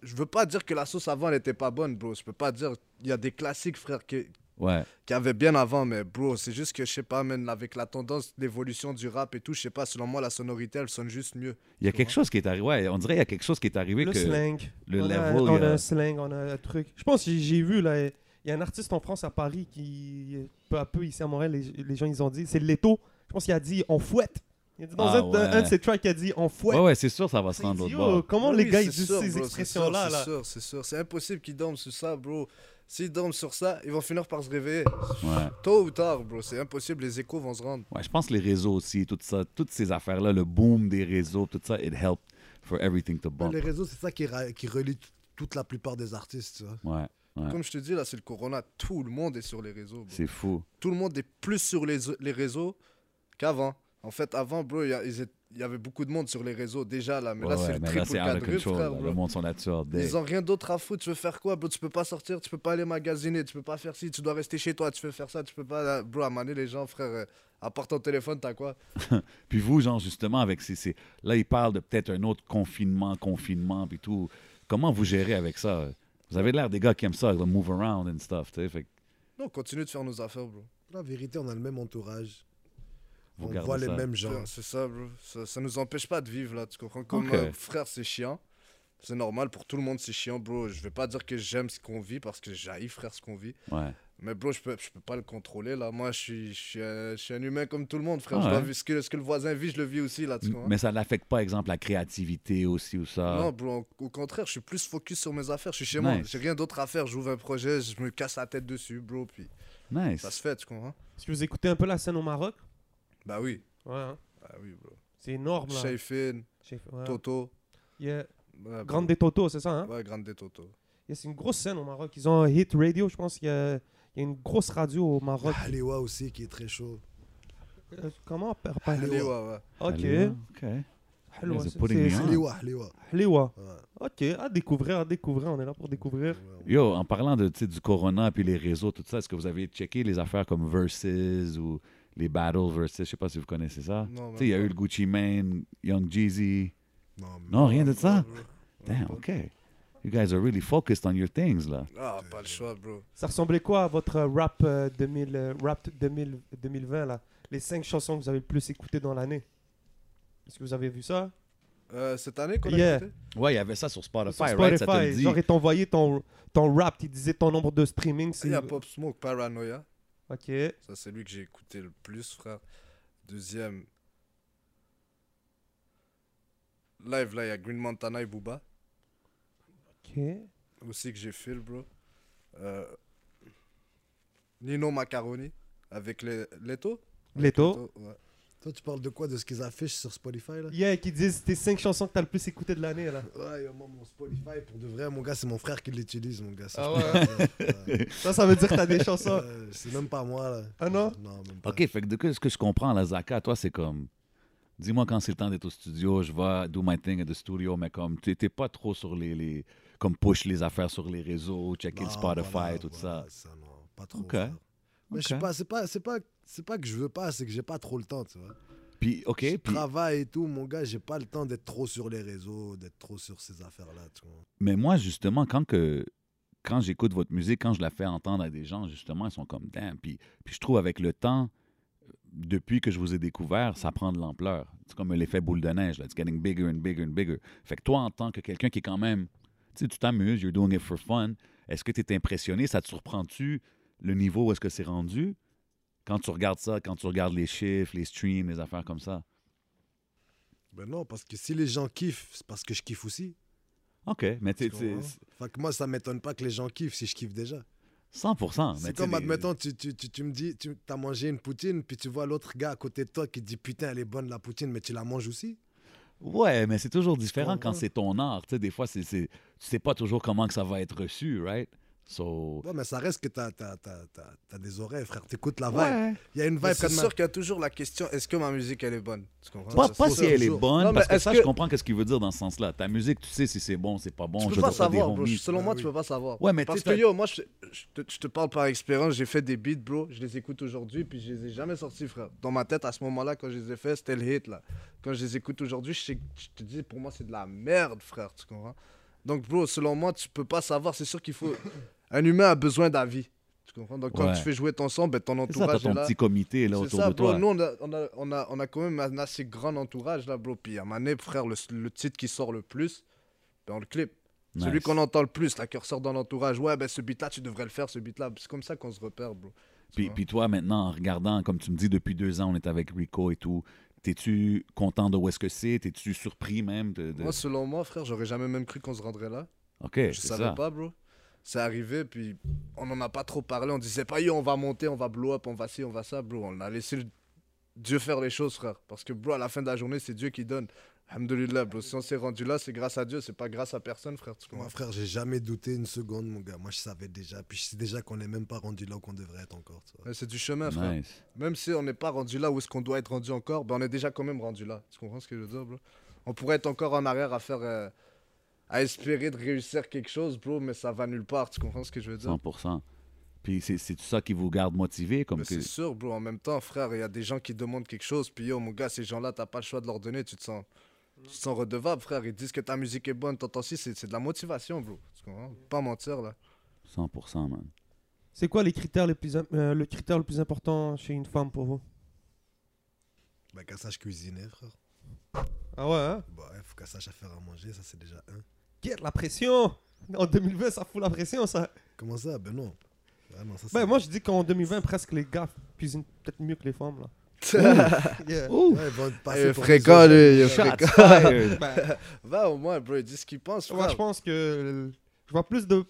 C: Je veux pas dire que la sauce avant, elle était pas bonne, bro. Je peux pas dire. Il y a des classiques, frère, qui,
A: Ouais.
C: qu'il y avait bien avant, mais bro, c'est juste que je sais pas, man, avec la tendance, l'évolution du rap et tout, je sais pas, selon moi, la sonorité, elle sonne juste mieux.
A: Il y a quelque chose qui est arrivé. Ouais, on dirait qu'il y a quelque chose qui est arrivé
B: le
A: que
B: slang.
A: le
B: on a,
A: level,
B: on
A: il y
B: a
A: a-
B: un slang, on a un truc. Je pense que j'ai- j'ai vu, là, il y a un artiste en France, à Paris, qui, peu à peu, ici à Montréal, les, les gens, ils ont dit, c'est Leto. Je pense qu'il a dit, on fouette. Il a dit dans
A: Ah,
B: un,
A: ouais.
B: un de ses tracks, il a dit, on fouette.
A: Ouais, ouais, c'est sûr, ça va se
B: C'est
A: rendre l'autre
B: idiot,
A: bord.
B: Comment
C: Oui,
B: les gars
C: c'est
B: ils utilisent
C: sûr,
B: ces
C: bro, c'est
B: expressions-là
C: sûr,
B: là
C: C'est sûr, c'est sûr. C'est impossible qu'ils dorment sur ça, bro. S'ils dorment sur ça, ils vont finir par se réveiller.
A: Ouais.
C: Tôt ou tard, bro, c'est impossible, les échos vont se rendre.
A: Ouais, je pense les réseaux aussi, tout ça, toutes ces affaires-là, le boom des réseaux, tout ça, it helped for everything to
D: Les
A: bump.
D: réseaux, c'est ça qui, ra- qui relie t- toute la plupart des artistes. tu vois.
A: Ouais, Ouais.
C: Comme je te dis, là, c'est le corona. Tout le monde est sur les réseaux, bro.
A: c'est fou.
C: Tout le monde est plus sur les, les réseaux qu'avant. En fait, avant, bro, il y, a- ils étaient- il y avait beaucoup de monde sur les réseaux déjà, là. Mais
A: Ouais,
C: là,
A: ouais,
C: c'est le
A: mais là,
C: triple
A: c'est out of
C: quadruple,
A: control.
C: frère,
A: là.
C: bro.
A: Le monde sont là-dessus all day.
C: Ils ont rien d'autre à foutre. Tu veux faire quoi, bro Tu peux pas sortir, tu peux pas aller magasiner, tu peux pas faire ci, tu dois rester chez toi, tu peux faire ça, tu peux pas. Bro, à maner les gens, frère. euh, À part ton téléphone, t'as quoi
A: Puis vous, genre, justement, avec ces... ces- Là, ils parlent de peut-être un autre confinement, confinement, puis tout. Comment vous gérez avec ça? Vous avez l'air des gars qui aiment ça, le move around and stuff, tu sais. Fait que
C: Non, on continue de faire nos affaires, bro.
D: La vérité, on a le même entourage.
A: vous
D: on
A: gardez
D: voit
A: ça.
D: les mêmes
C: Frère,
D: gens.
C: C'est ça, bro. Ça, ça nous empêche pas de vivre, là. Tu comprends Comme
A: Ok.
C: euh, frère, c'est chiant. C'est normal pour tout le monde, c'est chiant, bro. Je vais pas dire que j'aime ce qu'on vit parce que j'haïs, frère, ce qu'on vit.
A: Ouais.
C: Mais bro, je peux, je peux pas le contrôler, là. Moi, je suis, je suis, un, je suis un humain comme tout le monde, frère.
A: Ah
C: Je dois
A: ouais.
C: vivre ce, que, ce que le voisin vit, je le vis aussi, là. Tu comprends
A: Mais ça n'affecte pas, exemple, la créativité aussi ou ça.
C: Non, bro, au au contraire, je suis plus focus sur mes affaires. Je suis chez moi,
A: Nice.
C: j'ai rien d'autre à faire. J'ouvre un projet, je me casse la tête dessus, bro. Puis
A: Nice.
C: ça se fait, tu comprends
B: Est-ce que vous écoutez un peu la scène au Maroc
C: Bah oui,
B: Ouais, hein.
C: bah oui, bro.
B: c'est énorme là.
C: Shayfin,
B: Chef, ouais.
C: Toto.
B: Il y a
C: Ouais,
B: Grande des Toto, c'est ça hein
C: bro. Ah, Ouais, Grande des Toto.
B: Il y a- C'est une grosse scène au Maroc. Ils ont un hit radio, je pense. Il y a, il y a une grosse radio au Maroc.
D: Halewa aussi, qui est très chaud.
B: Euh, Comment par- par-
C: Allez, ouais, ouais.
B: Ok.
A: Allez, OK.
B: Halewa,
A: Guys are
B: c'est-
A: putting me
B: c'est-
A: on.
D: Halewa, Halewa.
B: Halewa.
D: Ouais,
B: Ok, à découvrir, à découvrir. On est là pour découvrir.
D: ouais, ouais.
A: Yo, en parlant de, tu sais, du corona puis les réseaux, tout ça, est-ce que vous avez checké les affaires comme Versus ou les Battles Versus? Je sais pas si vous connaissez ça.
C: Non,
A: Tu sais, il y a
C: même
A: eu le Gucci Mane, Young Jeezy.
D: Non, mais-
A: Non, rien de ça?
C: pas.
A: Damn, OK. You guys are really focused on your things, là.
C: Ah, pas le choix, bro.
B: Ça ressemblait quoi à votre euh, rap, euh, 2000, euh, rap 2000 2020 là Les cinq chansons que vous avez le plus écoutées dans l'année. Est-ce que vous avez vu ça
C: Euh, cette année qu'on
B: Yeah.
C: a écouté
A: Ouais, il y avait ça sur Spotify,
B: Sur
A: right? Ça te le
B: Spotify,
A: dit.
B: genre, ils t'envoyaient ton, ton rap, ils disaient ton nombre de streaming.
C: Il
B: C'est...
C: y a Pop Smoke, Paranoia.
B: Ok.
C: Ça, c'est lui que j'ai écouté le plus, frère. Deuxième. Live, là, il y a Green Montana et Booba.
B: Ok.
C: aussi que j'ai fait, le bro. Euh, Nino Macaroni avec les Leto.
B: Leto.
C: Leto, ouais.
D: Toi, tu parles de quoi De ce qu'ils affichent sur Spotify là
B: Yeah, qui disent tes cinq chansons que t'as le plus écoutées de l'année là.
D: Ouais, yo, moi, mon Spotify, pour de vrai, mon gars, c'est mon frère qui l'utilise, mon gars. ça,
B: Ah
D: je peux pas dire.
B: Ça, ça veut dire que t'as des
D: Ouais,
B: chansons.
D: ouais, C'est même pas moi, là.
B: Ah non
D: Non, même pas.
A: OK, fait que de que- ce que je comprends, la Zaka, toi, c'est comme... Dis-moi quand c'est le temps d'être au studio, je vais do my thing at the studio, mais comme tu n'étais pas trop sur les, les... Comme push les affaires sur les réseaux, checker le
D: Non,
A: Spotify,
D: voilà,
A: tout
D: voilà,
A: ça.
D: non, pas trop.
A: Ok.
D: frère. Mais je sais
A: Ok.
D: pas, c'est pas, c'est pas, c'est pas que je veux pas, c'est que j'ai pas trop le temps, tu vois.
A: Puis, OK,
D: je
A: puis...
D: travaille et tout, mon gars, j'ai pas le temps d'être trop sur les réseaux, d'être trop sur ces affaires-là, tu vois.
A: Mais moi, justement, quand que quand j'écoute votre musique, quand je la fais entendre à des gens, justement, ils sont comme damn. Puis, puis je trouve avec le temps, depuis que je vous ai découvert, ça prend de l'ampleur. C'est comme l'effet boule de neige. Là. It's getting bigger and bigger and bigger. Fait que toi, en tant que quelqu'un qui est quand même. Tu sais, tu t'amuses, you're doing it for fun. Est-ce que tu es impressionné? Ça te surprend-tu le niveau où est-ce que c'est rendu? Quand tu regardes ça, quand tu regardes les chiffres, les streams, les affaires comme ça.
D: Ben non, parce que si les gens kiffent, c'est parce que je kiffe aussi.
A: OK, mais
D: Tu
A: tu sais,
D: comprends? hein. Fait que moi, ça m'étonne pas que les gens kiffent si je kiffe déjà.
A: 100 Ah, mais tu
D: C'est comme,
A: sais, les-
D: admettons, tu, tu, tu, tu me dis, tu as mangé une poutine, puis tu vois l'autre gars à côté de toi qui dit putain, elle est bonne la poutine, mais tu la manges aussi.
A: Ouais, mais c'est toujours différent
D: comprends?
A: quand c'est ton art. Tu sais, des fois, c'est, c'est- tu sais pas toujours comment que ça va être reçu, right? So...
D: Ouais, mais ça reste que t'as as, des oreilles, frère. T'écoutes la
C: Ah
D: vibe.
A: Ouais.
D: Il y a une
C: Mais
D: vibe
C: C'est
D: quand même.
C: sûr qu'il y a toujours la question est-ce que ma musique elle est bonne Tu comprends
A: Pas,
C: Ça,
A: pas
C: c'est
A: si
C: ça.
A: elle est
D: toujours.
A: bonne,
C: Non,
A: parce
C: mais
A: que
C: est-ce
A: ça,
C: que-
A: je comprends qu'est-ce qu'il veut dire dans ce sens-là. Ta musique, tu sais si c'est bon, c'est pas bon.
C: tu
A: je
C: peux pas
A: dois faire des
C: savoir, bro.
A: homies.
C: Selon
D: Ah
C: moi,
D: oui.
C: tu peux pas savoir.
A: Ouais, mais
C: Parce
A: tu sais,
C: que
A: t'as-
C: yo, moi, je, je te, je te parle par expérience, j'ai fait des beats, bro. Je les écoute aujourd'hui, puis je les ai jamais sortis, frère. Dans ma tête, à ce moment-là, quand je les ai faits, c'était le hit, là. Quand je les écoute aujourd'hui, je, sais que- je te dis, pour moi, c'est de la merde, frère. Tu comprends Donc, bro, selon moi, tu peux pas savoir. C'est sûr qu'il faut. Un humain a besoin d'avis. Tu comprends Donc, quand
A: Ouais.
C: tu fais jouer ton son, ben, ton
A: c'est ça, t'as
C: entourage
A: ton
C: est là.
A: petit comité là,
C: C'est
A: autour
C: ça,
A: de
C: bro.
A: toi.
C: Nous, on a, on, a, on, a, on a quand même un assez grand entourage, là, bro. Puis à Mané, frère, le, le titre qui sort le plus, ben, on le clip. Celui
A: Nice.
C: qu'on entend le plus, là, qui ressort dans l'entourage. Ouais, ben ce beat-là, tu devrais le faire, ce beat-là. C'est comme ça qu'on se repère, bro. Tu
A: Puis,
C: vois.
A: puis toi, maintenant, en regardant, comme tu me dis, depuis deux ans, on est avec Rico et tout, t'es-tu content de où est-ce que c'est? T'es-tu surpris même de... de-
C: Moi, selon moi, frère, j'aurais jamais même cru qu'on se rendrait là.
A: OK,
C: je
A: c'est
C: savais
A: ça.
C: pas, bro. C'est arrivé, puis on n'en a pas trop parlé. On disait pas, yo, on va monter, on va blow up, on va ci, on va ça, bro. On a laissé le- Dieu faire les choses, frère. Parce que, bro, à la fin de la journée, c'est Dieu qui donne. Alhamdulillah, bro. Si on s'est rendu là, c'est grâce à Dieu, c'est pas grâce à personne, frère. Tu comprends
D: Moi, frère, j'ai jamais douté une seconde, mon gars. Moi, je savais déjà. Puis je sais déjà qu'on n'est même pas rendu là où qu'on devrait être encore. tu vois.
C: Ouais, C'est du chemin, frère.
A: Nice.
C: Même si on n'est pas rendu là où est-ce qu'on doit être rendu encore, ben on est déjà quand même rendu là. Tu comprends ce que je veux dire, bro On pourrait être encore en arrière à faire. euh, à espérer de réussir quelque chose, bro, mais ça va nulle part. Tu comprends ce que je veux dire
A: 100 Puis c'est, c'est tout ça qui vous garde motivé? Comme
C: Mais
A: que...
C: c'est sûr, bro. En même temps, frère, il y a des gens qui demandent quelque chose. Puis yo, mon gars, ces gens-là, t'as pas le choix de leur donner. Tu te sens, tu te sens redevable, frère. Ils disent que ta musique est bonne. T'entends si, c'est c'est de la motivation, bro. Tu comprends Pas mentir, là.
A: 100 man.
B: C'est quoi les critères les plus im- euh, le critère le plus important chez une femme pour vous
D: Ben, qu'elle sache cuisiner, frère.
B: Ah ouais, hein
D: Bah, ouais, faut qu'elle sache à faire à manger, ça, c'est déjà un.
B: Get la pression En 2020, ça fout la pression, ça.
D: Comment ça Ben non. Ah non, ça,
B: Ben,
D: c'est-
B: moi, je dis qu'en 2020, presque les gars cuisinent peut-être mieux que les femmes, là.
A: Oh.
B: Yeah.
D: Ouais, ils vont passer
C: Euh,
D: pour
C: fréquent,
D: des
C: lui,
D: hommes.
C: fréquent.
A: Shots fired.
B: Ben,
C: Va au moins, bro. Dis ce qu'ils pensent, frère.
B: moi, je pense que je vois plus de.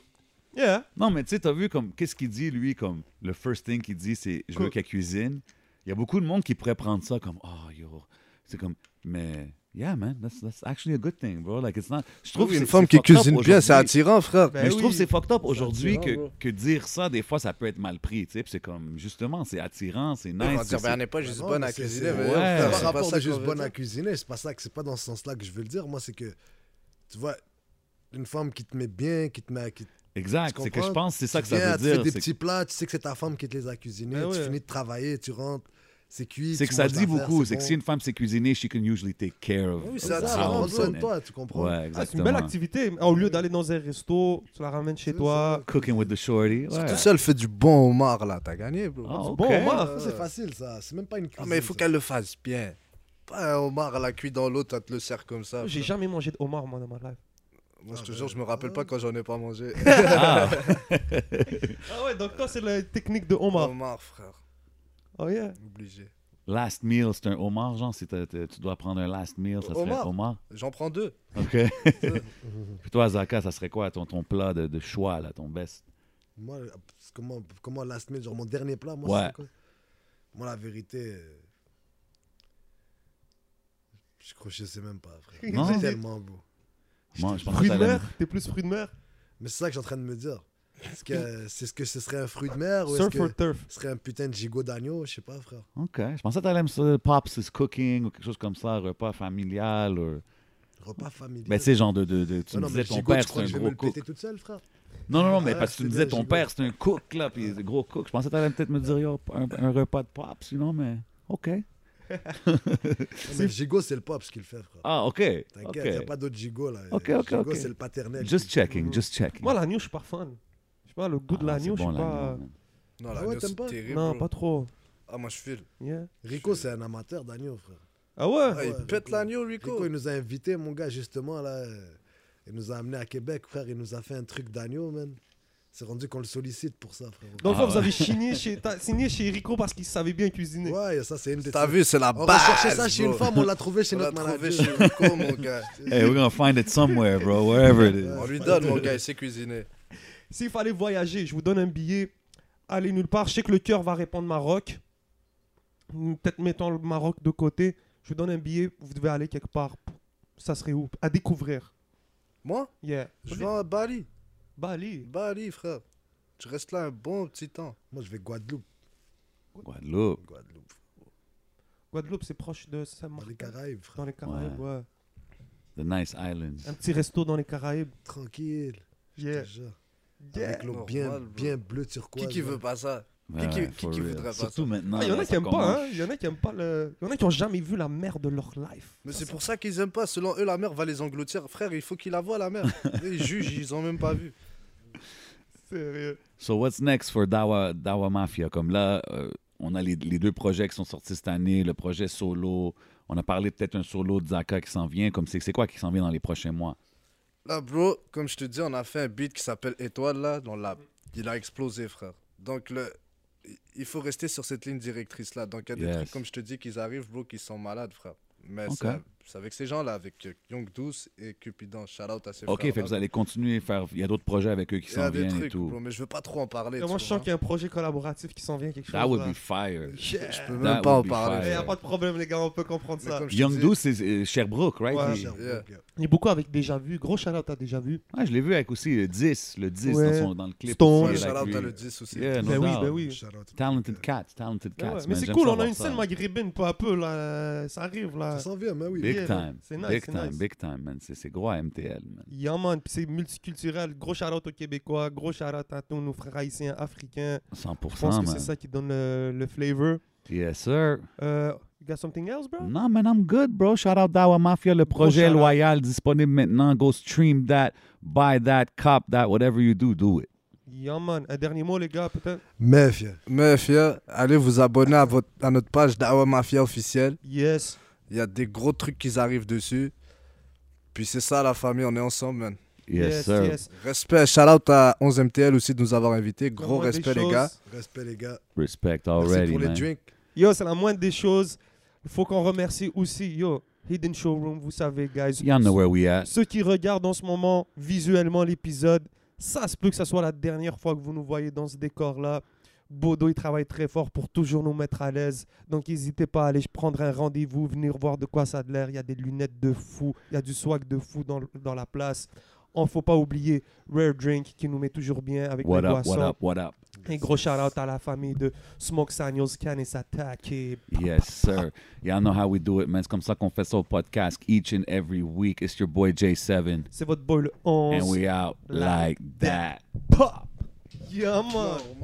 B: Yeah.
A: Non, mais tu sais, t'as vu comme qu'est-ce qu'il dit, lui, comme le first thing qu'il dit, c'est je veux
B: Cook.
A: qu'elle cuisine. Il y a beaucoup de monde qui pourrait prendre ça comme oh yo, c'est comme mais yeah man, that's, that's actually a good thing, bro. Like it's not. Je trouve que
C: une
A: c'est-
C: femme
A: c'est
C: qui
A: fucked up
C: cuisine bien, c'est
A: aujourd'hui.
C: attirant, frère.
B: Ben
A: mais je trouve
B: oui.
A: que c'est fucked up aujourd'hui
C: attirant,
A: que,
C: bro.
A: que dire ça, des fois, ça peut être mal pris. tu sais, puis C'est comme, justement, c'est attirant, c'est
C: Ils
A: nice.
C: vont
A: c'est-
C: dire, ben, on n'est pas
D: Ben
C: juste
D: non,
C: bonne
D: mais
C: à
D: c'est-
C: cuisiner.
D: c'est-
C: mais
A: Ouais.
C: frère,
A: C'est
D: Par
A: pas
C: c'est
D: rapport
C: ça
D: de
C: qu'on
D: juste
C: veut
D: bonne
C: dire.
D: à cuisiner, c'est pas ça que c'est pas dans ce sens-là que je veux le dire. Moi, c'est que tu vois une femme qui te met bien, qui te met, qui
A: c'est- exact,
D: tu
A: c'est que je
D: comprends?
A: pense que c'est ça que
D: Tu viens,
A: ça
D: tu
A: veut
D: fais
A: dire.
D: des
A: c'est-
D: petits plats, tu sais que c'est ta femme qui te les a cuisinés,
B: Ben
D: tu
B: ouais.
D: finis de travailler, tu rentres, c'est cuit.
A: C'est
D: tu
A: que ça
D: manges
A: dit
D: l'affaire,
A: beaucoup. C'est que
D: bon.
A: si une femme sait cuisiner, she can usually take care of.
C: Oui,
A: of
C: c'est
A: the
D: ça, ça
C: attirant,
D: prend
A: house
D: soin
A: and-
D: de toi, tu comprends
A: Ouais,
B: Ah, c'est une belle
A: exactement.
B: activité. Au lieu d'aller dans un resto, tu la ramènes chez
D: C'est
B: toi.
D: ça.
A: Cooking with the shorty. ouais.
C: Tout seul fait du bon homard, là. T'as gagné, bro.
A: Ah,
B: C'est
A: ok.
B: Bon,
D: Ah,
B: moi,
D: ça, c'est facile, ça. C'est même pas une cuisine.
C: Ah, mais il faut
D: ça.
C: qu'elle le fasse bien. Pas un homard à la cuit dans l'eau, t'as te le sert comme
A: Ah,
C: ça.
B: j'ai
C: frère.
B: jamais mangé de homard, moi, dans ma life.
C: Moi, je
D: Ah,
C: te
D: ben,
C: jure, je me rappelle pas
D: ah.
C: quand j'en ai pas mangé.
A: Ah.
B: Ah ouais, donc toi, c'est la technique de homard.
C: Homard, frère.
B: Oh yeah.
C: Obligé.
A: Last meal, c'est un homard, genre, si t'as- t'as- tu dois prendre un last meal, ça serait
C: Homard.
A: homard.
C: J'en prends deux.
A: OK. Puis toi, Zaka, ça serait quoi ton, ton plat de, de choix, là, ton best?
D: Moi, c'est comment, comment last minute, genre mon dernier plat, moi,
A: Ouais.
D: c'est quoi Moi, la vérité. euh, Je crois que je sais même pas, frère.
B: Non.
D: C'est tellement beau.
A: Moi, je pense que
B: Fruits de
A: t'allais-
B: mer T'es plus fruit de mer
D: Mais c'est ça que je suis en train de me dire. Est-ce que c'est ce que ce serait un fruit de
A: Ah,
D: mer ou est-ce
B: Surf
D: que
B: or turf
D: ce serait un putain de gigot d'agneau Je sais pas, frère.
A: OK. Je pensais que t'allais aimer ça, Pops is cooking ou quelque chose comme ça, repas familial. Ou...
D: Repas familial.
A: Ben, tu sais, genre de, de, de- Tu
D: Non,
A: me
D: non,
A: disais
D: mais le
A: ton
D: gigot, tu
A: père, c'est
D: crois
A: un
D: que je vais
A: gros
D: me le péter
A: cook.
D: toute seule, frère
A: Non, non, non, mais
D: Ah,
A: parce que tu
D: c'est
A: me disais
D: bien,
A: ton
D: gigot.
A: père, c'est un cook, là, puis c'est gros cook. Je pensais que t'allais peut-être me dire, yo, un, un repas de Pops, sinon, mais OK.
D: Non, mais le gigot, c'est le pop ce qu'il fait, frère.
A: Ah, OK.
D: T'inquiète, y a
A: OK.
D: pas d'autre gigot, là.
A: Ok,
D: Le
A: ok,
D: gigot,
A: ok.
D: c'est le paternel.
A: Just checking, just checking.
B: Moi, l'agneau, je suis pas fan. Je sais pas, le goût de
A: Ah,
B: l'agneau,
A: c'est
B: je
A: bon,
B: suis pas.
A: l'agneau, man.
C: Non,
D: Ah
C: la
D: ouais,
C: gueule,
D: t'aimes
C: c'est
D: pas
C: terrible.
B: Non,
C: bro.
B: pas trop.
C: Ah, moi, je file.
B: Yeah.
D: Rico, c'est un amateur d'agneau, frère.
B: Ah ouais?
C: Ah, il
D: ouais,
C: pète
D: Rico.
C: l'agneau,
D: Rico,
C: Rico.
D: il nous a invités, mon gars, justement, là. euh, Il nous a amenés à Québec, frère. Il nous a fait un truc d'agneau, man. C'est rendu qu'on le sollicite pour ça, frère.
B: Donc,
A: Ah
B: vous avez signé chez, t'as signé chez Rico parce qu'il savait bien cuisiner.
D: Ouais, ça, c'est une des
C: T'as vu, c'est la
D: On
C: base.
D: recherchait ça chez
C: bro.
D: une femme, on l'a trouvé chez
C: On l'a
D: notre
C: trouvé
D: manager.
C: chez Rico, mon gars.
A: Hey, we're gonna find it somewhere, bro, wherever it is.
C: On lui donne, mon gars, il sait cuisiner.
B: S'il fallait voyager, je vous donne un billet, allez nulle part. Je sais que le cœur va répondre Maroc. Hmm, Peut-être mettons le Maroc de côté. Je vous donne un billet, vous devez aller quelque part. Ça serait où À découvrir.
C: Moi,
B: Yeah.
C: je vais à Bali.
B: Bali.
C: Bali, frère. Tu restes là un bon petit temps.
D: Moi, je vais Guadeloupe.
A: Guadeloupe.
D: Guadeloupe.
B: Guadeloupe, c'est proche de
D: Dans les
B: Saint-Martin.
D: Caraïbes, frère.
B: Dans les Caraïbes, ouais.
A: The nice islands.
B: Un petit resto dans les Caraïbes.
D: Tranquille. je te
C: Ah
B: Yeah.
D: jure.
B: Yeah.
D: Avec l'eau
C: Normal,
D: bien,
C: bro.
D: bien bleu turquoise.
C: Qui qui
D: là.
C: veut pas ça
A: Ouais,
C: qui-
A: ouais,
C: qui-
A: for
C: qui
A: real.
C: voudrait pas
A: Surtout
C: ça Ah,
A: maintenant.
B: Il y en a
A: là,
B: qui
A: Ah ça
B: aiment
A: commence.
B: pas, hein. Il y en a qui aiment pas le. Il y en a qui ont jamais vu la mer de leur life.
C: Mais
B: Ça,
C: c'est pour ça qu'ils aiment pas. Selon eux, la mer va les engloutir. Frère, il faut qu'ils la voient, la mer. Ils jugent, ils ont même pas vu.
B: Sérieux.
A: So what's next for Dawa, Dawa Mafia? Comme là, euh, on a les, les deux projets qui sont sortis cette année, le projet solo. On a parlé peut-être un solo de Zaka qui s'en vient. Comme c'est c'est quoi qui s'en vient dans les prochains mois?
C: Là, bro, comme je te dis, on a fait un beat qui s'appelle Étoile, là, dans la... Il a explosé, frère. Donc, le... il faut rester sur cette ligne directrice-là. Donc, il y a des
A: Yes.
C: trucs, comme je te dis, qu'ils arrivent, bro, qui sont malades, frère. Mais
A: Ok.
C: c'est- c'est avec ces gens-là, avec euh, Young Douce et Cupidon. Shout out à ces
A: Ok,
C: frères.
A: fait que vous allez continuer à faire. Il y a d'autres projets avec eux qui
C: hein. Il y a
A: s'en
C: des
A: viennent et
C: trucs, bro,
A: tout.
C: mais je veux pas trop en parler.
B: Et moi,
C: tu
B: je
C: vois.
B: sens qu'il y a un projet collaboratif qui s'en vient, quelque chose.
A: That would
B: là.
A: be fire.
B: Yeah.
C: Je peux
A: That
C: même pas en
A: would be
C: parler.
A: fire.
B: Il n'y a pas de problème, les gars, on peut comprendre
C: hein. Mais
B: ça.
C: comme je te
A: Young
C: dis-
A: Douce, c'est euh, Sherbrooke, right?
B: Ouais.
A: Il-
D: Cher,
C: Yeah.
D: mon gars.
B: Il y a beaucoup avec Déjà Vu. Gros shout-out à Déjà Vu.
A: Ah, je l'ai vu avec aussi le 10, le 10
B: Ouais.
A: dans, son- dans le clip.
B: Stone.
A: aussi,
C: Ouais,
A: il est
C: shout
A: avec
C: out à
A: lui.
C: le 10 aussi.
A: Yeah, no
B: Ben oui,
A: doubt.
B: ben oui.
D: Shout out.
A: Talented Cats, Talented
B: Ah
A: Cats.
B: ouais,
A: man,
B: mais c'est
A: j'aime
B: cool,
A: ça
B: on a
A: voir
B: une
A: ça.
B: scène maghrébine peu à peu, là. Ça arrive, là.
D: Ça s'en vient, mais oui.
A: Big
B: Yeah,
A: time,
B: c'est nice,
A: big
B: c'est
A: time,
B: nice.
A: big time, man. C'est c'est gros à MTL, man.
B: Yeah, man, puis c'est multiculturel. Gros shout-out aux Québécois, gros shout-out à tous nos frères haïtiens, africains. Je
A: 100%,
B: pense que
A: man.
B: c'est ça qui donne le, le flavor.
A: Yes, sir.
B: Euh, you got something else, bro?
A: Non, man, I'm good, bro. Shout out Dawa Mafia, le projet
B: shout out.
A: loyal disponible maintenant. Go stream that, buy that, cop that, whatever you do, do it.
B: Yeah, man. Un dernier mot, les gars, peut-être?
D: Meuf, yeah.
C: Meuf, yeah, allez vous abonner à, votre, à notre page d'Awa Mafia officielle.
B: Yes.
C: Il y a des gros trucs qui arrivent dessus. Puis c'est ça, la famille, on est ensemble, man.
A: Yes, sir.
C: Respect, shout out à 11MTL aussi de nous avoir invités.
B: La
C: Gros
B: moindre des
C: respect, les
B: choses.
C: gars.
D: Respect, les gars.
A: Respect
D: Merci
A: already,
D: pour les
A: man.
D: drinks.
B: Yo, c'est la moindre des choses. Il faut qu'on remercie aussi, yo, Hidden Showroom, vous savez, guys.
A: Y'all know where we at.
B: Ceux qui regardent en ce moment visuellement l'épisode, ça se peut que ce soit la dernière fois que vous nous voyez dans ce décor-là. Bodo, il travaille très fort pour toujours nous mettre à l'aise. Donc, n'hésitez pas à aller prendre un rendez-vous, venir voir de quoi ça a de l'air. Il y a des lunettes de fou, il y a du swag de fou dans, dans la place. On faut pas oublier Rare Drink qui nous met toujours bien avec
A: What
B: les
A: up,
B: boissons.
A: what up, what up?
B: Un gros shout-out à la famille de Smoke Samuels, Can et Satak et
A: Yes, sir. Y'all know how we do it, man. C'est comme ça qu'on fait ça au podcast each and every week. It's your boy J7,
B: C'est
A: Eh
B: votre boy le
A: and
B: 11.
A: we out like
B: Like
A: that.
B: Pop! Yeah, man.